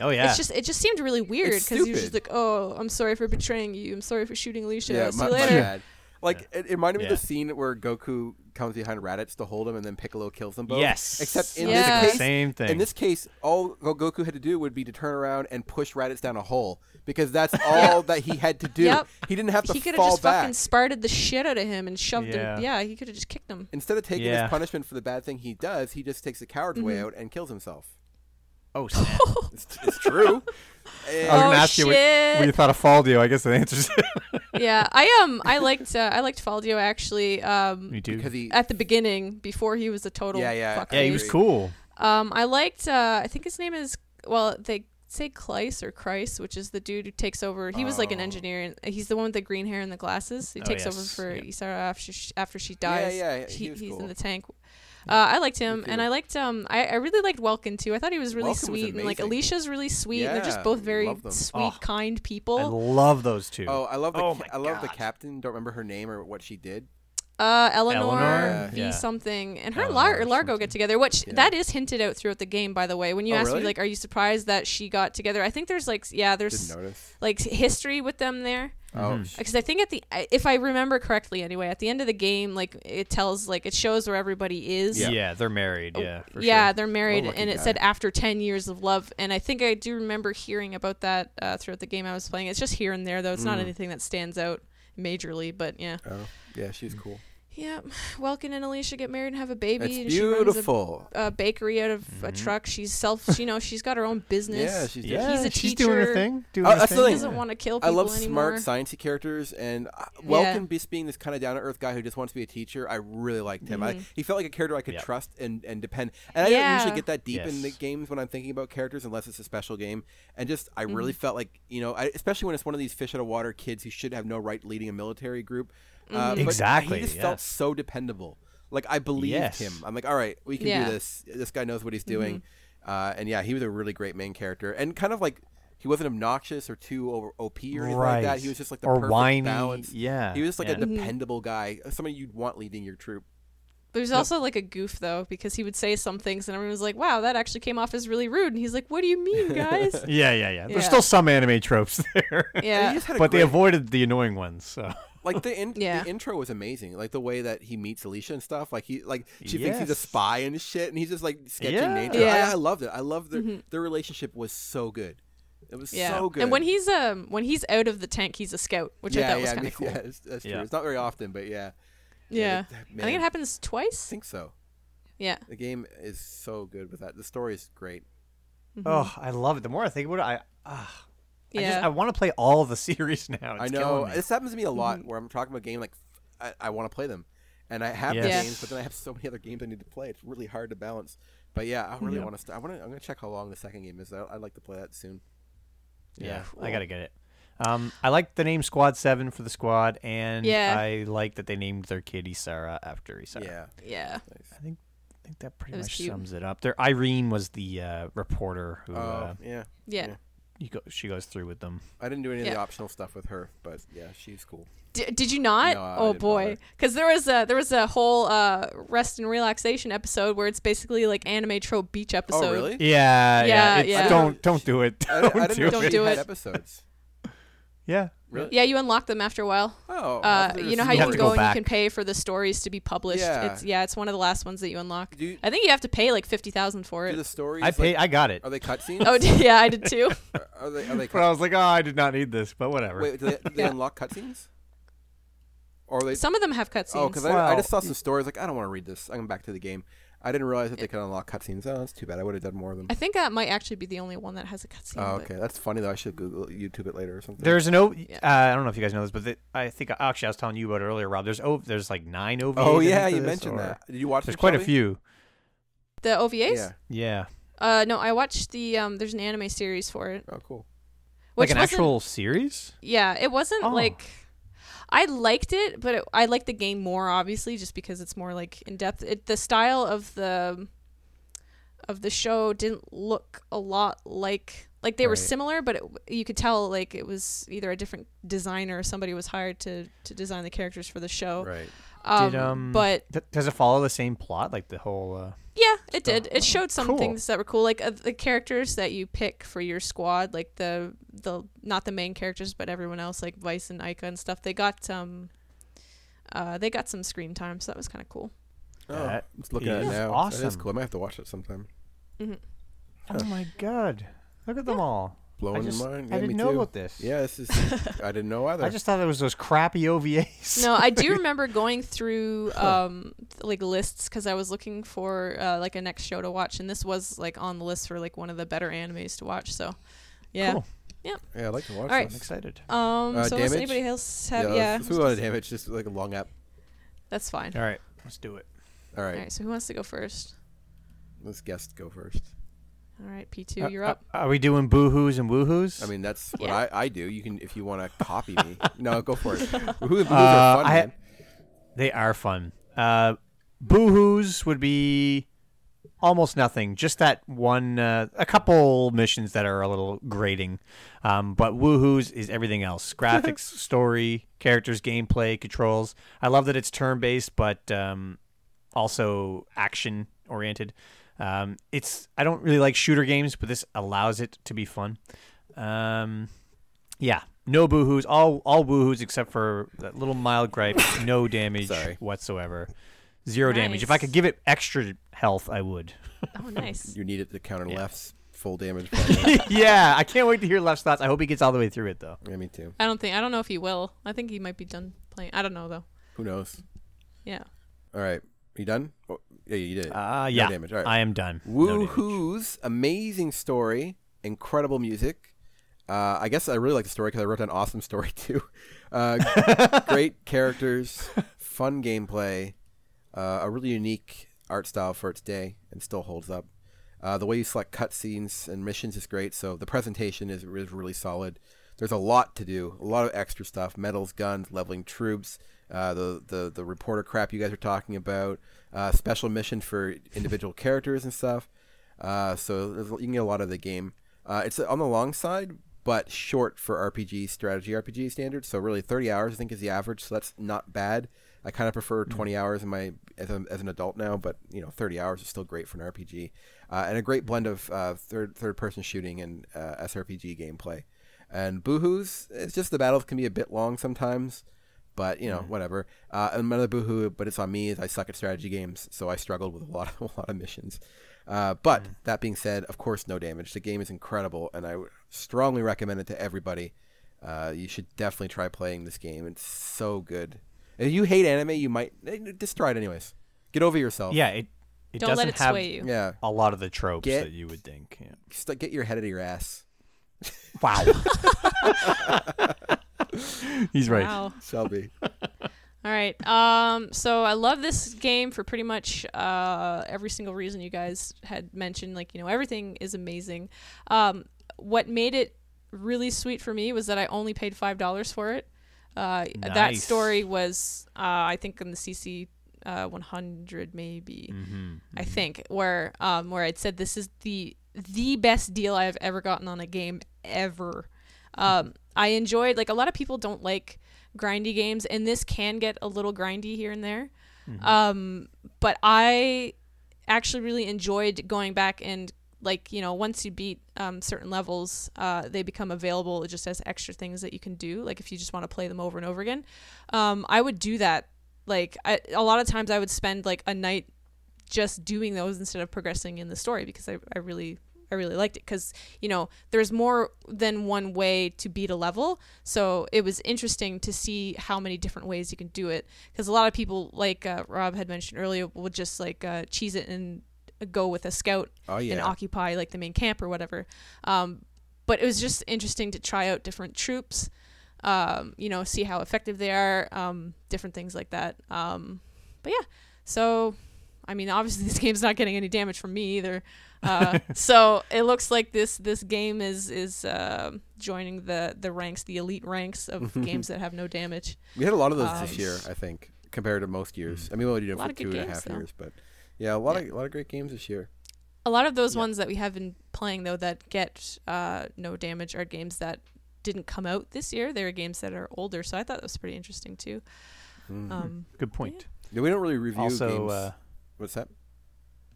Speaker 3: Oh yeah.
Speaker 2: it's just it just seemed really weird
Speaker 1: It's
Speaker 2: because he was just
Speaker 1: stupid.
Speaker 2: like oh I'm sorry for betraying you I'm sorry for shooting Alicia
Speaker 1: Yeah,
Speaker 2: see
Speaker 1: my,
Speaker 2: you
Speaker 1: my
Speaker 2: later
Speaker 1: bad. Like it, it reminded me
Speaker 3: Yeah.
Speaker 1: of the scene where Goku comes behind Raditz to hold him, and then Piccolo kills them both.
Speaker 3: Yes.
Speaker 1: except in
Speaker 2: Yeah.
Speaker 1: this case,
Speaker 3: Same thing.
Speaker 1: In this case, all Go- Goku had to do would be to turn around and push Raditz down a hole because
Speaker 2: (laughs)
Speaker 1: that's all that he had to do.
Speaker 2: Yep.
Speaker 1: He didn't have to
Speaker 2: he could have
Speaker 1: fall
Speaker 2: just
Speaker 1: back.
Speaker 2: fucking sparted the shit out of him and shoved
Speaker 3: Yeah.
Speaker 2: him. Yeah, he could have just kicked him.
Speaker 1: Instead of taking
Speaker 3: Yeah.
Speaker 1: his punishment for the bad thing he does, he just takes the coward's
Speaker 2: Mm-hmm.
Speaker 1: way out and kills himself.
Speaker 2: (laughs)
Speaker 3: oh, snap.
Speaker 1: It's, it's true. Eh,
Speaker 3: I was
Speaker 2: Oh,
Speaker 3: gonna ask you what,
Speaker 2: shit.
Speaker 3: what you thought of Faldio. I guess the answer's
Speaker 2: yeah, I um I liked uh, I liked Faldio actually um
Speaker 3: me too.
Speaker 1: because he
Speaker 2: at the beginning before he was a total
Speaker 1: Yeah, yeah,
Speaker 2: fuckface.
Speaker 3: yeah, he was cool.
Speaker 2: Um, I liked uh I think his name is well they say Kleis or Kreis, which is the dude who takes over. He was like an
Speaker 1: Oh.
Speaker 2: engineer and he's the one with the green hair and the glasses. He
Speaker 3: Oh,
Speaker 2: takes over
Speaker 3: yes,
Speaker 2: for
Speaker 3: yeah.
Speaker 2: Isara after she, after she dies.
Speaker 1: yeah, yeah,
Speaker 2: he,
Speaker 1: he was
Speaker 2: he's in
Speaker 1: cool.
Speaker 2: the tank. Uh, I liked him, and I liked um, I, I really liked Welkin too. I thought he was really
Speaker 1: Welkin was
Speaker 2: sweet, and like
Speaker 1: amazing.
Speaker 2: Alicia's really sweet, and they're just
Speaker 1: Yeah,
Speaker 2: both very
Speaker 1: love them.
Speaker 2: sweet,
Speaker 3: Oh.
Speaker 2: kind
Speaker 3: I
Speaker 2: people.
Speaker 3: love those two.
Speaker 1: Oh, I love the
Speaker 3: Oh
Speaker 1: ca-
Speaker 3: my
Speaker 1: I love the
Speaker 3: God.
Speaker 1: captain. Don't remember her name or what she did.
Speaker 2: Uh, Eleanor,
Speaker 3: Eleanor?
Speaker 2: V
Speaker 3: Yeah.
Speaker 2: something, and her and
Speaker 3: Eleanor
Speaker 2: Lar- Largo get together, which that is hinted out throughout the game. By the way, when you
Speaker 1: Oh,
Speaker 2: asked
Speaker 1: really?
Speaker 2: me like, "Are you surprised that she got together?" I think there's like, yeah, there's
Speaker 1: Didn't notice.
Speaker 2: like history with them there.
Speaker 3: Mm-hmm.
Speaker 1: Oh,
Speaker 2: because I think at the I- if I remember correctly, anyway, at the end of the game, like it tells like it shows where everybody is.
Speaker 3: Yeah, they're married.
Speaker 2: Oh,
Speaker 3: Yeah. for
Speaker 2: Yeah,
Speaker 3: sure.
Speaker 2: they're married,
Speaker 1: lucky
Speaker 2: and it
Speaker 1: guy.
Speaker 2: said after ten years of love. And I think I do remember hearing about that uh, throughout the game I was playing. It's just here and there, though. It's not anything that stands out majorly, but yeah.
Speaker 1: oh. yeah, she's
Speaker 2: Mm-hmm.
Speaker 1: cool.
Speaker 2: Yep. Welkin and Alicia get married and have a baby.
Speaker 1: It's
Speaker 2: and she runs a-
Speaker 1: beautiful.
Speaker 2: a bakery out of a truck. She's
Speaker 3: (laughs)
Speaker 2: self. You know, she's got her own business.
Speaker 1: Yeah, she's
Speaker 3: Mm-hmm. Yeah,
Speaker 2: He's a
Speaker 3: she's doing her
Speaker 2: teacher.
Speaker 3: thing. Doing
Speaker 1: Oh,
Speaker 3: her
Speaker 1: that's the
Speaker 3: thing.
Speaker 1: thing.
Speaker 2: doesn't want to kill
Speaker 1: I
Speaker 2: people
Speaker 1: love
Speaker 2: anymore.
Speaker 1: smart, sciencey characters, and uh, Welkin just being this kind of down to earth guy who just wants to be a teacher. I really liked him. I, he felt like a character I could
Speaker 3: Yeah.
Speaker 1: trust and, and depend. And I don't
Speaker 2: Mm-hmm. Yeah.
Speaker 1: usually get that deep in the
Speaker 3: Yes.
Speaker 1: games when I'm thinking about characters, unless it's a special game. And just, I really
Speaker 2: Mm-hmm.
Speaker 1: felt like you know, I, especially when it's one of these fish out of water kids who should have no right leading a military group. Uh,
Speaker 2: Mm-hmm.
Speaker 1: but
Speaker 3: Exactly,
Speaker 1: He just
Speaker 3: yes.
Speaker 1: felt so dependable. Like I believed
Speaker 3: Yes.
Speaker 1: him. I'm like, all right, we can
Speaker 2: Yeah. Mm-hmm.
Speaker 1: do this. This guy knows what he's doing. Uh, and yeah, he was a really great main character, and kind of like he wasn't obnoxious or too over OP or anything like that.
Speaker 3: Right.
Speaker 1: He was just like the
Speaker 3: Or
Speaker 1: perfect
Speaker 3: whiny,
Speaker 1: balance.
Speaker 3: yeah,
Speaker 1: he was just like
Speaker 3: yeah.
Speaker 1: a
Speaker 2: Mm-hmm.
Speaker 3: Mhm.
Speaker 1: dependable guy, somebody you'd want leading your troop.
Speaker 2: But he was also like a goof though, because he would say some things and everyone was like, "Wow, that actually came off as really rude." And he's like, "What do you
Speaker 1: (laughs)
Speaker 2: mean, guys?"
Speaker 3: Yeah, yeah, yeah. There's
Speaker 2: Yeah.
Speaker 3: still some anime tropes there.
Speaker 1: And
Speaker 2: yeah.
Speaker 1: he just had a
Speaker 3: but they
Speaker 1: great-
Speaker 3: avoided the annoying ones. So
Speaker 1: like the, in-
Speaker 2: Yeah.
Speaker 1: the intro was amazing. Like the way that he meets Alicia and stuff. Like he like she thinks he's a
Speaker 3: Yes.
Speaker 1: spy and shit, and he's just like sketching
Speaker 3: Yeah.
Speaker 1: nature.
Speaker 2: Yeah. Mm-hmm.
Speaker 1: I, I loved it. I loved their their relationship was so good. It was
Speaker 2: Yeah.
Speaker 1: so good.
Speaker 2: And when he's um when he's out of the tank, he's a scout, which I
Speaker 1: yeah,
Speaker 2: thought
Speaker 1: (laughs)
Speaker 2: was
Speaker 1: yeah,
Speaker 2: kind of cool.
Speaker 1: yeah, it's- that's true.
Speaker 3: Yeah.
Speaker 1: It's not very often, but yeah,
Speaker 2: Yeah.
Speaker 1: that-
Speaker 2: I think
Speaker 1: man.
Speaker 2: it happens
Speaker 1: I
Speaker 2: twice.
Speaker 1: think so.
Speaker 2: Yeah.
Speaker 1: The game is so good with that. The story is great.
Speaker 3: Oh, I love it. The more I think about it, I ah, I, just, I
Speaker 2: Mm-hmm. Yeah.
Speaker 3: want to play all of the series now.
Speaker 1: I
Speaker 3: It's
Speaker 1: know
Speaker 3: killing (laughs) me.
Speaker 1: this happens to me a lot
Speaker 2: Mm-hmm.
Speaker 1: where I'm talking about a game like I, I want to play them, and I have
Speaker 3: Yes.
Speaker 1: the games, but then I have so many other games I need to play. It's really hard to balance. But yeah, I really want to. St- I want to. I'm gonna check how long the second game is. I, I'd like to play that soon.
Speaker 3: Yeah, I gotta get it. Um, I like the name Squad Seven for the squad, and
Speaker 2: Yeah.
Speaker 3: I like that they named their kid Isara after Isara.
Speaker 1: Yeah,
Speaker 2: yeah.
Speaker 3: I think I think that pretty
Speaker 2: was
Speaker 3: much
Speaker 2: cute.
Speaker 3: sums it up. There, Irene was the uh, reporter
Speaker 1: Oh.
Speaker 3: who uh,
Speaker 1: Um, yeah.
Speaker 2: Yeah.
Speaker 3: you go, she goes through with them.
Speaker 1: I didn't do any of
Speaker 2: Yeah.
Speaker 1: the optional stuff with her, but yeah, she's cool.
Speaker 2: D- did you not?
Speaker 1: No, I
Speaker 2: oh
Speaker 1: didn't
Speaker 2: boy,
Speaker 1: bother.
Speaker 2: because there was a there was a whole uh, rest and relaxation episode where it's basically like anime trope beach episode.
Speaker 1: oh really?
Speaker 2: Yeah,
Speaker 3: Yeah, yeah. it's-
Speaker 2: yeah.
Speaker 3: Don't don't do it.
Speaker 1: I,
Speaker 3: (laughs) Don't
Speaker 1: don't, I didn't know
Speaker 3: do
Speaker 1: she
Speaker 3: it.
Speaker 2: Don't do
Speaker 1: had
Speaker 2: it.
Speaker 1: episodes.
Speaker 3: Yeah.
Speaker 2: Yeah, you unlock them after a while.
Speaker 1: Oh,
Speaker 2: Uh, you know how
Speaker 3: You
Speaker 2: you
Speaker 3: have
Speaker 2: can
Speaker 3: to
Speaker 2: go,
Speaker 3: go
Speaker 2: and
Speaker 3: back.
Speaker 2: you can pay for the stories to be published.
Speaker 1: Yeah.
Speaker 2: It's yeah, it's one of the last ones that you unlock.
Speaker 1: Do you-
Speaker 2: I think you have to pay like fifty thousand for
Speaker 1: Do the
Speaker 2: it.
Speaker 1: stories?
Speaker 3: I pay.
Speaker 1: Like,
Speaker 3: I got it.
Speaker 1: are
Speaker 2: (laughs)
Speaker 1: they cutscenes?
Speaker 2: Oh yeah, I
Speaker 1: (laughs)
Speaker 2: did too.
Speaker 1: Are they?
Speaker 3: (laughs)
Speaker 1: Are they?
Speaker 3: But I was like, oh, I did not need this, but whatever.
Speaker 1: Wait, do they, do they unlock cutscenes? Or are they?
Speaker 2: Some of them have cutscenes.
Speaker 1: Oh, because I, I
Speaker 3: Well-
Speaker 1: just saw some stories. Like, I don't want to read this. I'm back to the game. I didn't realize that they could unlock cutscenes. Oh, that's too bad. I would have done more of them.
Speaker 2: I think that might actually be the only one that has a cutscene.
Speaker 1: Oh,
Speaker 2: but-
Speaker 1: okay. That's funny though. I should Google YouTube it later or something.
Speaker 3: There's an O. Uh, I don't know if you guys know this, but the, I think actually I was telling you about it earlier, Rob. There's o, There's like nine OVAs. I
Speaker 1: oh
Speaker 3: think,
Speaker 1: yeah,
Speaker 3: for
Speaker 1: you
Speaker 3: this,
Speaker 1: mentioned
Speaker 3: or-
Speaker 1: that. Did you watch?
Speaker 3: There's
Speaker 1: it,
Speaker 3: quite a
Speaker 1: Shelby?
Speaker 3: few.
Speaker 2: The OVAs?
Speaker 1: Yeah.
Speaker 3: Yeah,
Speaker 2: Uh, no, I watched the um. There's an anime series for it,
Speaker 1: Oh, cool.
Speaker 2: which
Speaker 3: like an
Speaker 2: wasn't-
Speaker 3: actual series.
Speaker 2: Yeah, it wasn't
Speaker 3: Oh.
Speaker 2: like. I liked it, but it, I liked the game more obviously, just because it's more like in depth. It, the style of the of the show didn't look a lot like like they were
Speaker 3: Right.
Speaker 2: similar, but it, you could tell like it was either a different designer or somebody was hired to to design the characters for the show.
Speaker 1: Right.
Speaker 2: Um,
Speaker 3: Did, um,
Speaker 2: but
Speaker 3: Th- does it follow the same plot? Like the whole. Uh,
Speaker 2: Yeah, it
Speaker 1: Oh,
Speaker 2: did. It showed some
Speaker 3: cool.
Speaker 2: things that were cool, like uh, the characters that you pick for your squad, like the the not the main characters, but everyone else, like Vice and Ica and stuff. They got um, uh, they got some screen time, so that was kind of cool.
Speaker 1: Oh,
Speaker 3: That
Speaker 1: I'm just looking at it
Speaker 3: is
Speaker 1: now. That is
Speaker 3: awesome.
Speaker 1: cool. I might have to watch it sometime.
Speaker 3: oh my god! Look at them all.
Speaker 1: Blowing
Speaker 3: just-
Speaker 1: your mind.
Speaker 3: I
Speaker 1: Yeah,
Speaker 3: didn't
Speaker 1: me
Speaker 3: know
Speaker 1: too.
Speaker 3: about this.
Speaker 1: Yeah, this is.
Speaker 3: (laughs)
Speaker 1: I didn't know either.
Speaker 3: I just thought it was those crappy OVAs.
Speaker 2: No,
Speaker 1: (laughs)
Speaker 2: I do remember going through um th- like lists because I was looking for uh, like a next show to watch, and this was like on the list for like one of the better animes to watch. So, yeah.
Speaker 3: Cool.
Speaker 1: Yeah, I'd like to watch
Speaker 2: All right.
Speaker 3: (laughs) I'm
Speaker 1: this.
Speaker 3: excited.
Speaker 2: Um.
Speaker 1: Uh,
Speaker 2: so
Speaker 1: Damage?
Speaker 2: unless anybody else have
Speaker 1: yeah,
Speaker 2: yeah,
Speaker 1: Let's, let's move on to damage. Just like a long app.
Speaker 2: that's fine.
Speaker 3: All right, let's do it.
Speaker 1: All right.
Speaker 2: All right. So who wants to go first?
Speaker 1: Let's guest go first.
Speaker 2: All right, P two, you're
Speaker 3: Uh,
Speaker 2: up.
Speaker 3: Are we doing boohoo's and woohoo's?
Speaker 1: I mean, that's what
Speaker 2: Yeah.
Speaker 1: I, I do. You can if you want to copy me. No, go
Speaker 3: (laughs)
Speaker 1: for it. Who the
Speaker 3: Uh,
Speaker 1: are fun,
Speaker 3: I-
Speaker 1: man.
Speaker 3: They are fun. Uh, boohoo's would be almost nothing. Just that one, uh, a couple missions that are a little grating. Um, but woohoo's is everything else: graphics, story, characters, gameplay, controls. I love that it's turn-based, but um, also action-oriented. Um, it's I don't really like shooter games, but this allows it to be fun. Um, yeah, no boohoos, all all boohoos except for that little mild gripe, no damage
Speaker 1: Sorry.
Speaker 3: whatsoever, zero damage. If I
Speaker 2: Nice.
Speaker 3: could give it extra health, I would. (laughs)
Speaker 2: Oh, nice.
Speaker 1: You need it to counter lefts full damage.
Speaker 3: (laughs) yeah, I can't wait to hear Left's thoughts. I hope he gets all the way through it though.
Speaker 1: yeah, me too.
Speaker 2: I don't think I don't know if he will. I think he might be done playing. I don't know though.
Speaker 1: Who knows?
Speaker 2: Yeah.
Speaker 1: All right, you done? Oh, yeah, you did. it.
Speaker 3: Uh, yeah,
Speaker 1: Ah, no damage. All right.
Speaker 3: I am done. No damage.
Speaker 1: Woohoo's amazing story, incredible music. Uh, I guess I really like the story because I wrote down awesome story (laughs) too. Uh, great characters, fun gameplay, uh, a really unique art style for its day, and still holds up. Uh, the way you select cutscenes and missions is great. So the presentation is, is really solid. There's a lot to do, a lot of extra stuff: medals, guns, leveling troops, uh, the the the reporter crap you guys are talking about, uh, special mission for individual characters and stuff. Uh, so there's, you can get a lot of the game. Uh, it's on the long side, but short for RPG strategy RPG standards. So really, 30 hours I think is the average. So that's not bad. I kind of prefer 20 hours in my as, a, as an adult now, but you know, 30 hours is still great for an RPG, uh, and a great blend of uh, third third person shooting and uh, SRPG gameplay. And boohoo's, it's just the battles can be a bit long sometimes, but you know, whatever. Uh, and another boohoo, but it's on me is I suck at strategy games, so I struggled with a lot of (laughs) a lot of missions. Uh, but
Speaker 2: Mm.
Speaker 1: that being said, of course, no damage. The game is incredible, and I would strongly recommend it to everybody. Uh, you should definitely try playing this game. It's so good. If you hate anime, you might eh, just try it anyways. Get over yourself.
Speaker 3: Yeah, it it
Speaker 2: Don't let
Speaker 3: doesn't
Speaker 2: it
Speaker 3: have
Speaker 2: sway you.
Speaker 1: yeah.
Speaker 3: a lot of the tropes
Speaker 1: Get-
Speaker 3: that you would think.
Speaker 1: (laughs)
Speaker 3: Yeah.
Speaker 1: Just, like, get your head out of your ass. (laughs)
Speaker 3: Wow. He's right.
Speaker 2: Wow.
Speaker 1: Shelby.
Speaker 2: All right. Um, so I love this game for pretty much uh, every single reason you guys had mentioned. Like, you know, everything is amazing. Um, what made it really sweet for me was that I only paid $5 for it. Uh, That
Speaker 3: Nice.
Speaker 2: story was, uh, I think, in the CC uh, 100, maybe.
Speaker 3: Mm-hmm,
Speaker 2: I think where um, where I'd said this is the the best deal I have ever gotten on a game ever. Um, I enjoyed like a lot of people don't like grindy games, and this can get a little grindy here and there. Um, but I actually really enjoyed going back and like you know once you beat um, certain levels uh, they become available just as extra things that you can do like if you just want to play them over and over again um, i would do that like I, a lot of times i would spend like a night just doing those instead of progressing in the story because I, I really I really liked it because you know there's more than one way to beat a level, so it was interesting to see how many different ways you can do it. Because a lot of people, like uh, Rob had mentioned earlier, would just like uh, cheese it and go with a scout
Speaker 1: (laughs) Oh,
Speaker 2: and
Speaker 1: yeah.
Speaker 2: occupy like the main camp or whatever. Um, but it was just interesting to try out different troops, um, you know, see how effective they are, um, different things like that. Um, but yeah, so I mean, obviously (laughs) this game's not getting any damage from me either. Uh, so it looks like this this game is is uh, joining the the ranks, the elite ranks of games that have no damage.
Speaker 1: We had a lot of those this
Speaker 2: Um,
Speaker 1: year, I think, compared to most years. I mean, we only did it
Speaker 2: Mm. lot
Speaker 1: for
Speaker 2: of good
Speaker 1: two and a half
Speaker 2: games, though.
Speaker 1: years, but yeah, a lot of a lot of great games this year.
Speaker 2: A lot of those ones that we have been playing though that get uh, no damage are games that didn't come out this year. They're games that are older, so I thought that was pretty interesting too.
Speaker 1: Mm-hmm.
Speaker 2: Um,
Speaker 3: Good point.
Speaker 1: Yeah, we don't really review
Speaker 3: Also,
Speaker 1: games.
Speaker 3: uh,
Speaker 1: What's that?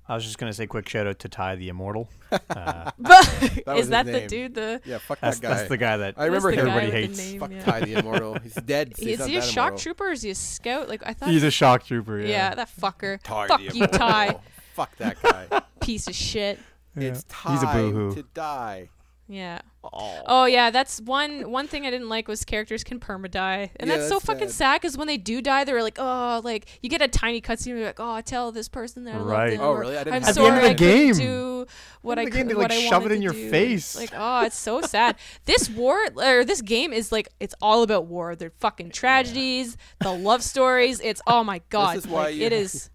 Speaker 3: I was just gonna say, quick shout out to Ty the Immortal.
Speaker 1: (laughs)
Speaker 3: (laughs) Uh,
Speaker 2: (laughs) but
Speaker 1: was his
Speaker 2: is that the
Speaker 1: name.
Speaker 2: dude? The
Speaker 1: Yeah, fuck
Speaker 3: that's,
Speaker 1: that guy.
Speaker 3: that's the guy that
Speaker 1: I remember
Speaker 2: that's the
Speaker 1: him.
Speaker 2: guy
Speaker 3: Everybody
Speaker 2: with
Speaker 3: hates.
Speaker 2: the name,
Speaker 1: Fuck
Speaker 2: yeah.
Speaker 1: Ty the Immortal. He's
Speaker 2: (laughs)
Speaker 1: dead. so he's
Speaker 2: Is
Speaker 1: not
Speaker 2: he a
Speaker 1: that
Speaker 2: shock
Speaker 1: immortal.
Speaker 2: trooper? Or is he a scout? Like I thought.
Speaker 3: He's a shock trooper.
Speaker 2: yeah.
Speaker 3: Yeah.
Speaker 2: that fucker.
Speaker 1: Ty
Speaker 2: Fuck
Speaker 1: the
Speaker 2: you, Ty.
Speaker 1: Immortal. (laughs) Fuck that guy.
Speaker 2: Piece of shit.
Speaker 1: It's
Speaker 3: (laughs) Yeah.
Speaker 1: time
Speaker 3: He's a boohoo.
Speaker 1: to die.
Speaker 2: Yeah. Oh yeah, that's one one thing I didn't like was characters can perma die, and
Speaker 1: Yeah,
Speaker 2: that's, so
Speaker 1: that's
Speaker 2: fucking
Speaker 1: sad.
Speaker 2: sad. Because when they do die, they're like, oh, like you get a tiny cutscene, and you're like, oh, tell this person that I love
Speaker 3: Right.
Speaker 2: them.
Speaker 1: Oh,
Speaker 2: or,
Speaker 1: really? I didn't
Speaker 2: I'm
Speaker 1: have
Speaker 3: that. At the end
Speaker 2: sorry
Speaker 3: of the
Speaker 2: I couldn't do
Speaker 3: game.
Speaker 2: what I
Speaker 3: At the end of
Speaker 2: could,
Speaker 3: the game, they,
Speaker 2: what
Speaker 3: like,
Speaker 2: I
Speaker 3: shove it
Speaker 2: wanted
Speaker 3: in
Speaker 2: to
Speaker 3: your
Speaker 2: do.
Speaker 3: face.
Speaker 2: Like, oh, it's so
Speaker 3: (laughs)
Speaker 2: sad. this war or this game is like it's all about war. They're fucking tragedies, the love stories. It's oh
Speaker 1: (laughs)
Speaker 2: my god,
Speaker 1: is why
Speaker 2: like,
Speaker 1: you- (laughs)
Speaker 2: it is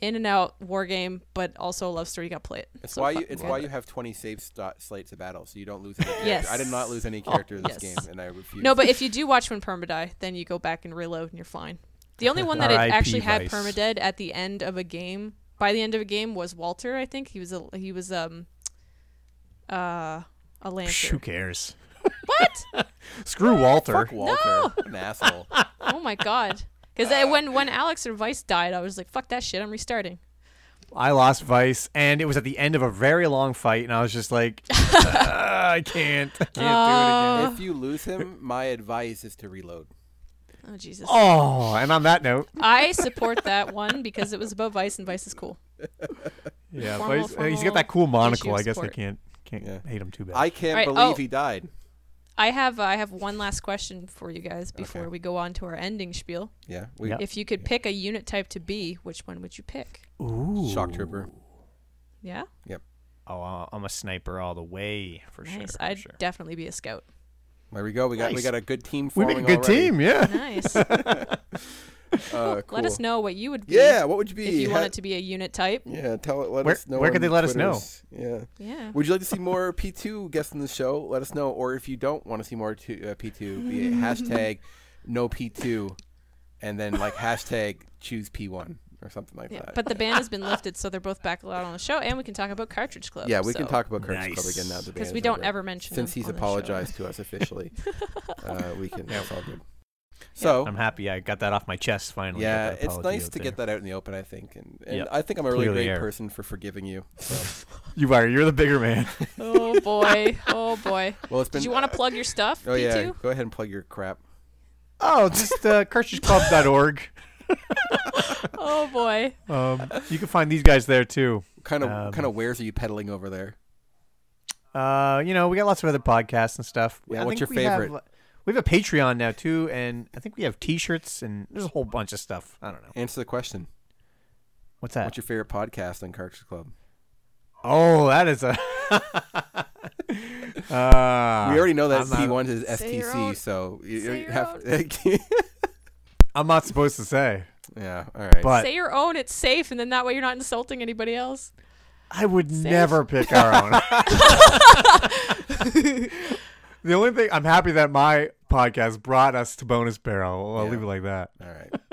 Speaker 2: in and out war game, but also a love story. You got to play it.
Speaker 1: It's
Speaker 2: Oh, So
Speaker 1: why you
Speaker 2: fucking
Speaker 1: it's
Speaker 2: good.
Speaker 1: why you have twenty save st- slates of battle, so you don't
Speaker 2: (laughs)
Speaker 1: lose any character.
Speaker 2: Yes. Oh,
Speaker 1: I did not lose any character in this
Speaker 2: Yes.
Speaker 1: game, and I refuse.
Speaker 2: No, but if you do watch when perma die, then you go back and reload and you're fine. The only one that it
Speaker 3: R.I.P.
Speaker 2: actually had
Speaker 3: Vice.
Speaker 2: perma dead at the end of a game by the end of a game was Walter. I think he was a he was um uh a
Speaker 7: Psh,
Speaker 2: lancer.
Speaker 7: Who cares?
Speaker 2: What?
Speaker 7: (laughs) Screw Walter.
Speaker 1: Fuck Walter, what an
Speaker 2: (laughs)
Speaker 1: asshole.
Speaker 2: Oh my god. Because when when Alex and Vice died, I was like, "Fuck that shit! I'm restarting."
Speaker 7: I lost Vice, and it was at the end of a very long fight, and I was just (laughs) like, "Ah, I can't, I can't do it
Speaker 2: Uh.
Speaker 7: again.
Speaker 1: if you lose him, my advice is to reload.
Speaker 2: Oh Jesus!
Speaker 7: Oh, and on that note,
Speaker 2: I support that one because it was about Vice, and Vice is cool.
Speaker 7: yeah,
Speaker 2: Formal,
Speaker 7: Vice, uh, he's got
Speaker 2: formal
Speaker 7: that cool monocle.
Speaker 2: issue
Speaker 7: I guess I
Speaker 2: support.
Speaker 7: can't can't
Speaker 1: Yeah.
Speaker 7: hate him too bad.
Speaker 1: I can't
Speaker 2: Right,
Speaker 1: believe
Speaker 2: oh.
Speaker 1: he died.
Speaker 2: I have I have one last question for you guys before
Speaker 1: Okay. Oh,
Speaker 2: we go on to our ending spiel.
Speaker 1: Yeah, we
Speaker 7: Yep.
Speaker 2: If you could pick a unit type to be, which one would you pick?
Speaker 7: Ooh.
Speaker 1: shock trooper.
Speaker 2: Yeah,
Speaker 7: Oh,
Speaker 3: uh,
Speaker 7: I- I'm a sniper all the way for sure.
Speaker 2: nice.
Speaker 7: for
Speaker 2: I'd
Speaker 7: sure.
Speaker 2: definitely be a
Speaker 7: (laughs)
Speaker 2: scout.
Speaker 1: There we go. We got we
Speaker 7: Nice.
Speaker 1: got a good team.
Speaker 7: We make a
Speaker 1: forming
Speaker 7: good
Speaker 1: already.
Speaker 7: team, yeah. (laughs)
Speaker 2: Nice.
Speaker 1: Uh, cool.
Speaker 2: Let us know what you would be.
Speaker 9: Yeah, what would you be?
Speaker 2: If you
Speaker 9: Ha-
Speaker 2: wanted to be a unit type.
Speaker 9: Yeah, tell it. Let
Speaker 7: Where-
Speaker 9: us know.
Speaker 7: where could
Speaker 9: on
Speaker 7: they let us
Speaker 9: Twitters. Yeah.
Speaker 2: Yeah.
Speaker 1: Would you like to see more P2 guests on the show? Let us know. Or if you don't want to see more to, uh, P2, be a hashtag no P2 and then like hashtag choose P1 or something like
Speaker 2: Yeah,
Speaker 1: that.
Speaker 2: but the ban
Speaker 1: (laughs)
Speaker 2: has been lifted, so they're both back allowed on the show, and we can talk about Cartridge Club.
Speaker 1: yeah, we can
Speaker 2: so-
Speaker 1: talk about Curtis Club
Speaker 7: Nice.
Speaker 1: again now.
Speaker 2: because we don't ever mention
Speaker 1: Since
Speaker 2: him
Speaker 1: he's
Speaker 2: on the show. (laughs)
Speaker 1: apologized to us officially, uh, we can. It's all good. So.
Speaker 7: I'm happy I got that off my chest finally.
Speaker 1: yeah, it's nice to get that out in the open, I think, and, and
Speaker 7: Yep.
Speaker 1: I think I'm a really
Speaker 7: Clear the
Speaker 1: great
Speaker 7: air.
Speaker 1: person for forgiving you.
Speaker 7: You are. You're the bigger man.
Speaker 2: Oh boy, oh
Speaker 1: (laughs)
Speaker 2: boy.
Speaker 1: Well, it's been.
Speaker 2: Did you want to plug your stuff?
Speaker 1: Oh yeah,
Speaker 2: P2?
Speaker 1: go ahead and plug your crap.
Speaker 7: oh, just uh, cartridgeclub.org.
Speaker 2: (laughs) Oh boy.
Speaker 7: Um, you can find these guys there too.
Speaker 1: Kind of,
Speaker 7: Um,
Speaker 1: kind of. Wares are you peddling over there?
Speaker 7: (laughs) Uh, you know, we got lots of other podcasts and stuff.
Speaker 1: Yeah,
Speaker 7: I
Speaker 1: what's
Speaker 7: think
Speaker 1: your
Speaker 7: we have-
Speaker 1: favorite?
Speaker 7: we have a Patreon now too, and I think we have T-shirts and there's a whole bunch of stuff. I don't know.
Speaker 1: Answer the question.
Speaker 7: What's that?
Speaker 1: What's your favorite podcast on Cartridge Club?
Speaker 7: oh, that is a. (laughs) uh,
Speaker 1: we already know that
Speaker 7: I'm not-
Speaker 1: P1 is
Speaker 2: Say your
Speaker 1: STC,
Speaker 2: own-
Speaker 1: so you,
Speaker 2: say
Speaker 1: you
Speaker 2: your
Speaker 1: have.
Speaker 7: I'm not supposed to say,
Speaker 1: (laughs) yeah, all right.
Speaker 7: but
Speaker 2: Say your own. It's safe, and then that way you're not insulting anybody else.
Speaker 1: (laughs)
Speaker 7: I would never pick our own. the only thing I'm happy that my podcast brought us to Bonus Barrel. I'll leave it like that.
Speaker 1: all right. (laughs)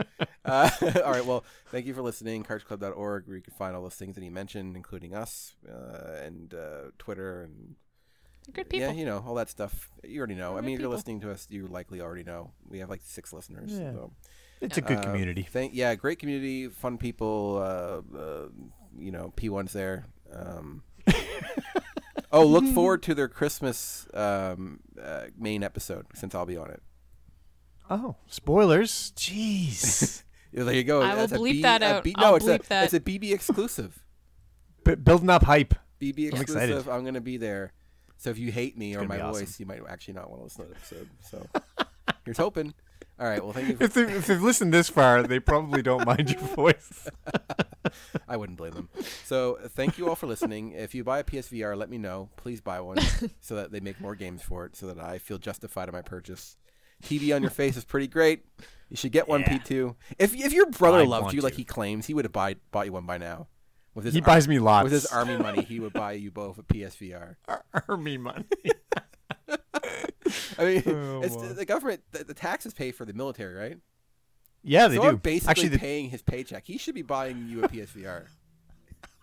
Speaker 1: Uh, all right. Well, thank you for listening. CartridgeClub.org, where you can find all those things that he mentioned, including us uh, and uh, Twitter and
Speaker 2: Good people.
Speaker 1: yeah, you know all that stuff. You already know. I
Speaker 2: We're
Speaker 1: mean, if you're
Speaker 2: people.
Speaker 1: listening to us, you likely already know. We have like six listeners.
Speaker 7: Yeah.
Speaker 1: So.
Speaker 7: It's a good
Speaker 1: Uh,
Speaker 7: community.
Speaker 1: Thank, yeah, great community, fun people. Uh, uh, you know, P1's there.
Speaker 7: (laughs)
Speaker 1: Um, oh, look forward to their Christmas um, uh, main episode since I'll be on it.
Speaker 7: Oh, spoilers! (laughs) Jeez,
Speaker 1: Yeah, There you go.
Speaker 2: I will
Speaker 1: That's a
Speaker 2: bleep
Speaker 1: B-
Speaker 2: that
Speaker 1: a
Speaker 2: out.
Speaker 1: B-
Speaker 2: I'll
Speaker 1: no, it's
Speaker 2: bleep
Speaker 1: a,
Speaker 2: that.
Speaker 1: It's a BB exclusive.
Speaker 7: B- building up hype.
Speaker 1: BB
Speaker 7: I'm excited.
Speaker 1: exclusive. I'm, going to be there. So if you hate me or
Speaker 7: gonna
Speaker 1: my
Speaker 7: be awesome.
Speaker 1: voice, you might actually not want to listen to the episode. So here's hoping. All right. Well,
Speaker 7: (laughs)
Speaker 1: thank you. For,
Speaker 7: If, they, if they've listened this far, they probably don't mind your voice.
Speaker 1: I wouldn't blame them. So thank you all for listening. If you buy a PSVR, let me know. Please buy
Speaker 7: (laughs)
Speaker 1: one so that they make more games for it, so that I feel justified in my purchase. TV on your face is pretty great. You should get one
Speaker 7: Yeah.
Speaker 1: P2. If if your brother
Speaker 7: I
Speaker 1: loved
Speaker 7: want
Speaker 1: you like
Speaker 7: to.
Speaker 1: he claims, he would have buy, bought you one by now. With his
Speaker 7: He
Speaker 1: ar-
Speaker 7: buys me lots. (laughs)
Speaker 1: with his army money, he would buy you both a PSVR.
Speaker 7: army money.
Speaker 1: I mean,
Speaker 7: Oh,
Speaker 1: (laughs) it's
Speaker 7: boy.
Speaker 1: the government. The, the taxes pay for the military, right?
Speaker 7: yeah, they
Speaker 1: so
Speaker 7: do.
Speaker 1: I'm basically
Speaker 7: Actually, the,
Speaker 1: paying his paycheck. He should be buying you a PSVR.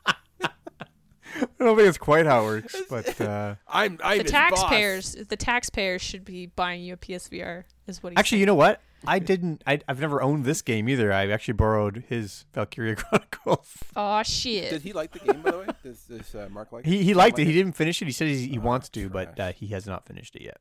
Speaker 7: I don't think it's quite how it works, (laughs) but uh,
Speaker 1: I'm, I'm
Speaker 2: the
Speaker 1: his
Speaker 2: taxpayers, the taxpayers should be buying you a PSVR. Is what he's
Speaker 7: actually, you know what? I didn't. I, I've never owned this game either. I actually borrowed his Valkyria (laughs) Chronicles.
Speaker 2: Oh
Speaker 1: Boss. Did
Speaker 2: shit!
Speaker 1: he like the game by the way? Does, does uh, Mark
Speaker 7: (laughs)
Speaker 1: like?
Speaker 7: He he
Speaker 1: Mark
Speaker 7: liked it.
Speaker 1: like
Speaker 7: He didn't finish it. He says he, he
Speaker 1: Ah,
Speaker 7: wants to, but uh,
Speaker 1: trash.
Speaker 7: he has not finished it yet.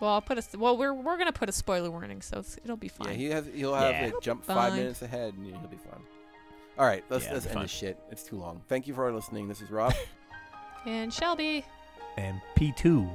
Speaker 2: Well, I'll put a well. We're we're gonna put a spoiler warning, so it's, it'll be fine.
Speaker 1: Yeah, he has. He'll have
Speaker 7: Yeah.
Speaker 1: a jump five
Speaker 2: Fine.
Speaker 1: minutes ahead, and he'll be fine. All right, let's
Speaker 7: Yeah,
Speaker 1: let's
Speaker 7: it'll be
Speaker 1: end this shit.
Speaker 7: (laughs)
Speaker 1: It's too long. Thank you for listening. This is Rob.
Speaker 2: and Shelby.
Speaker 7: And P two.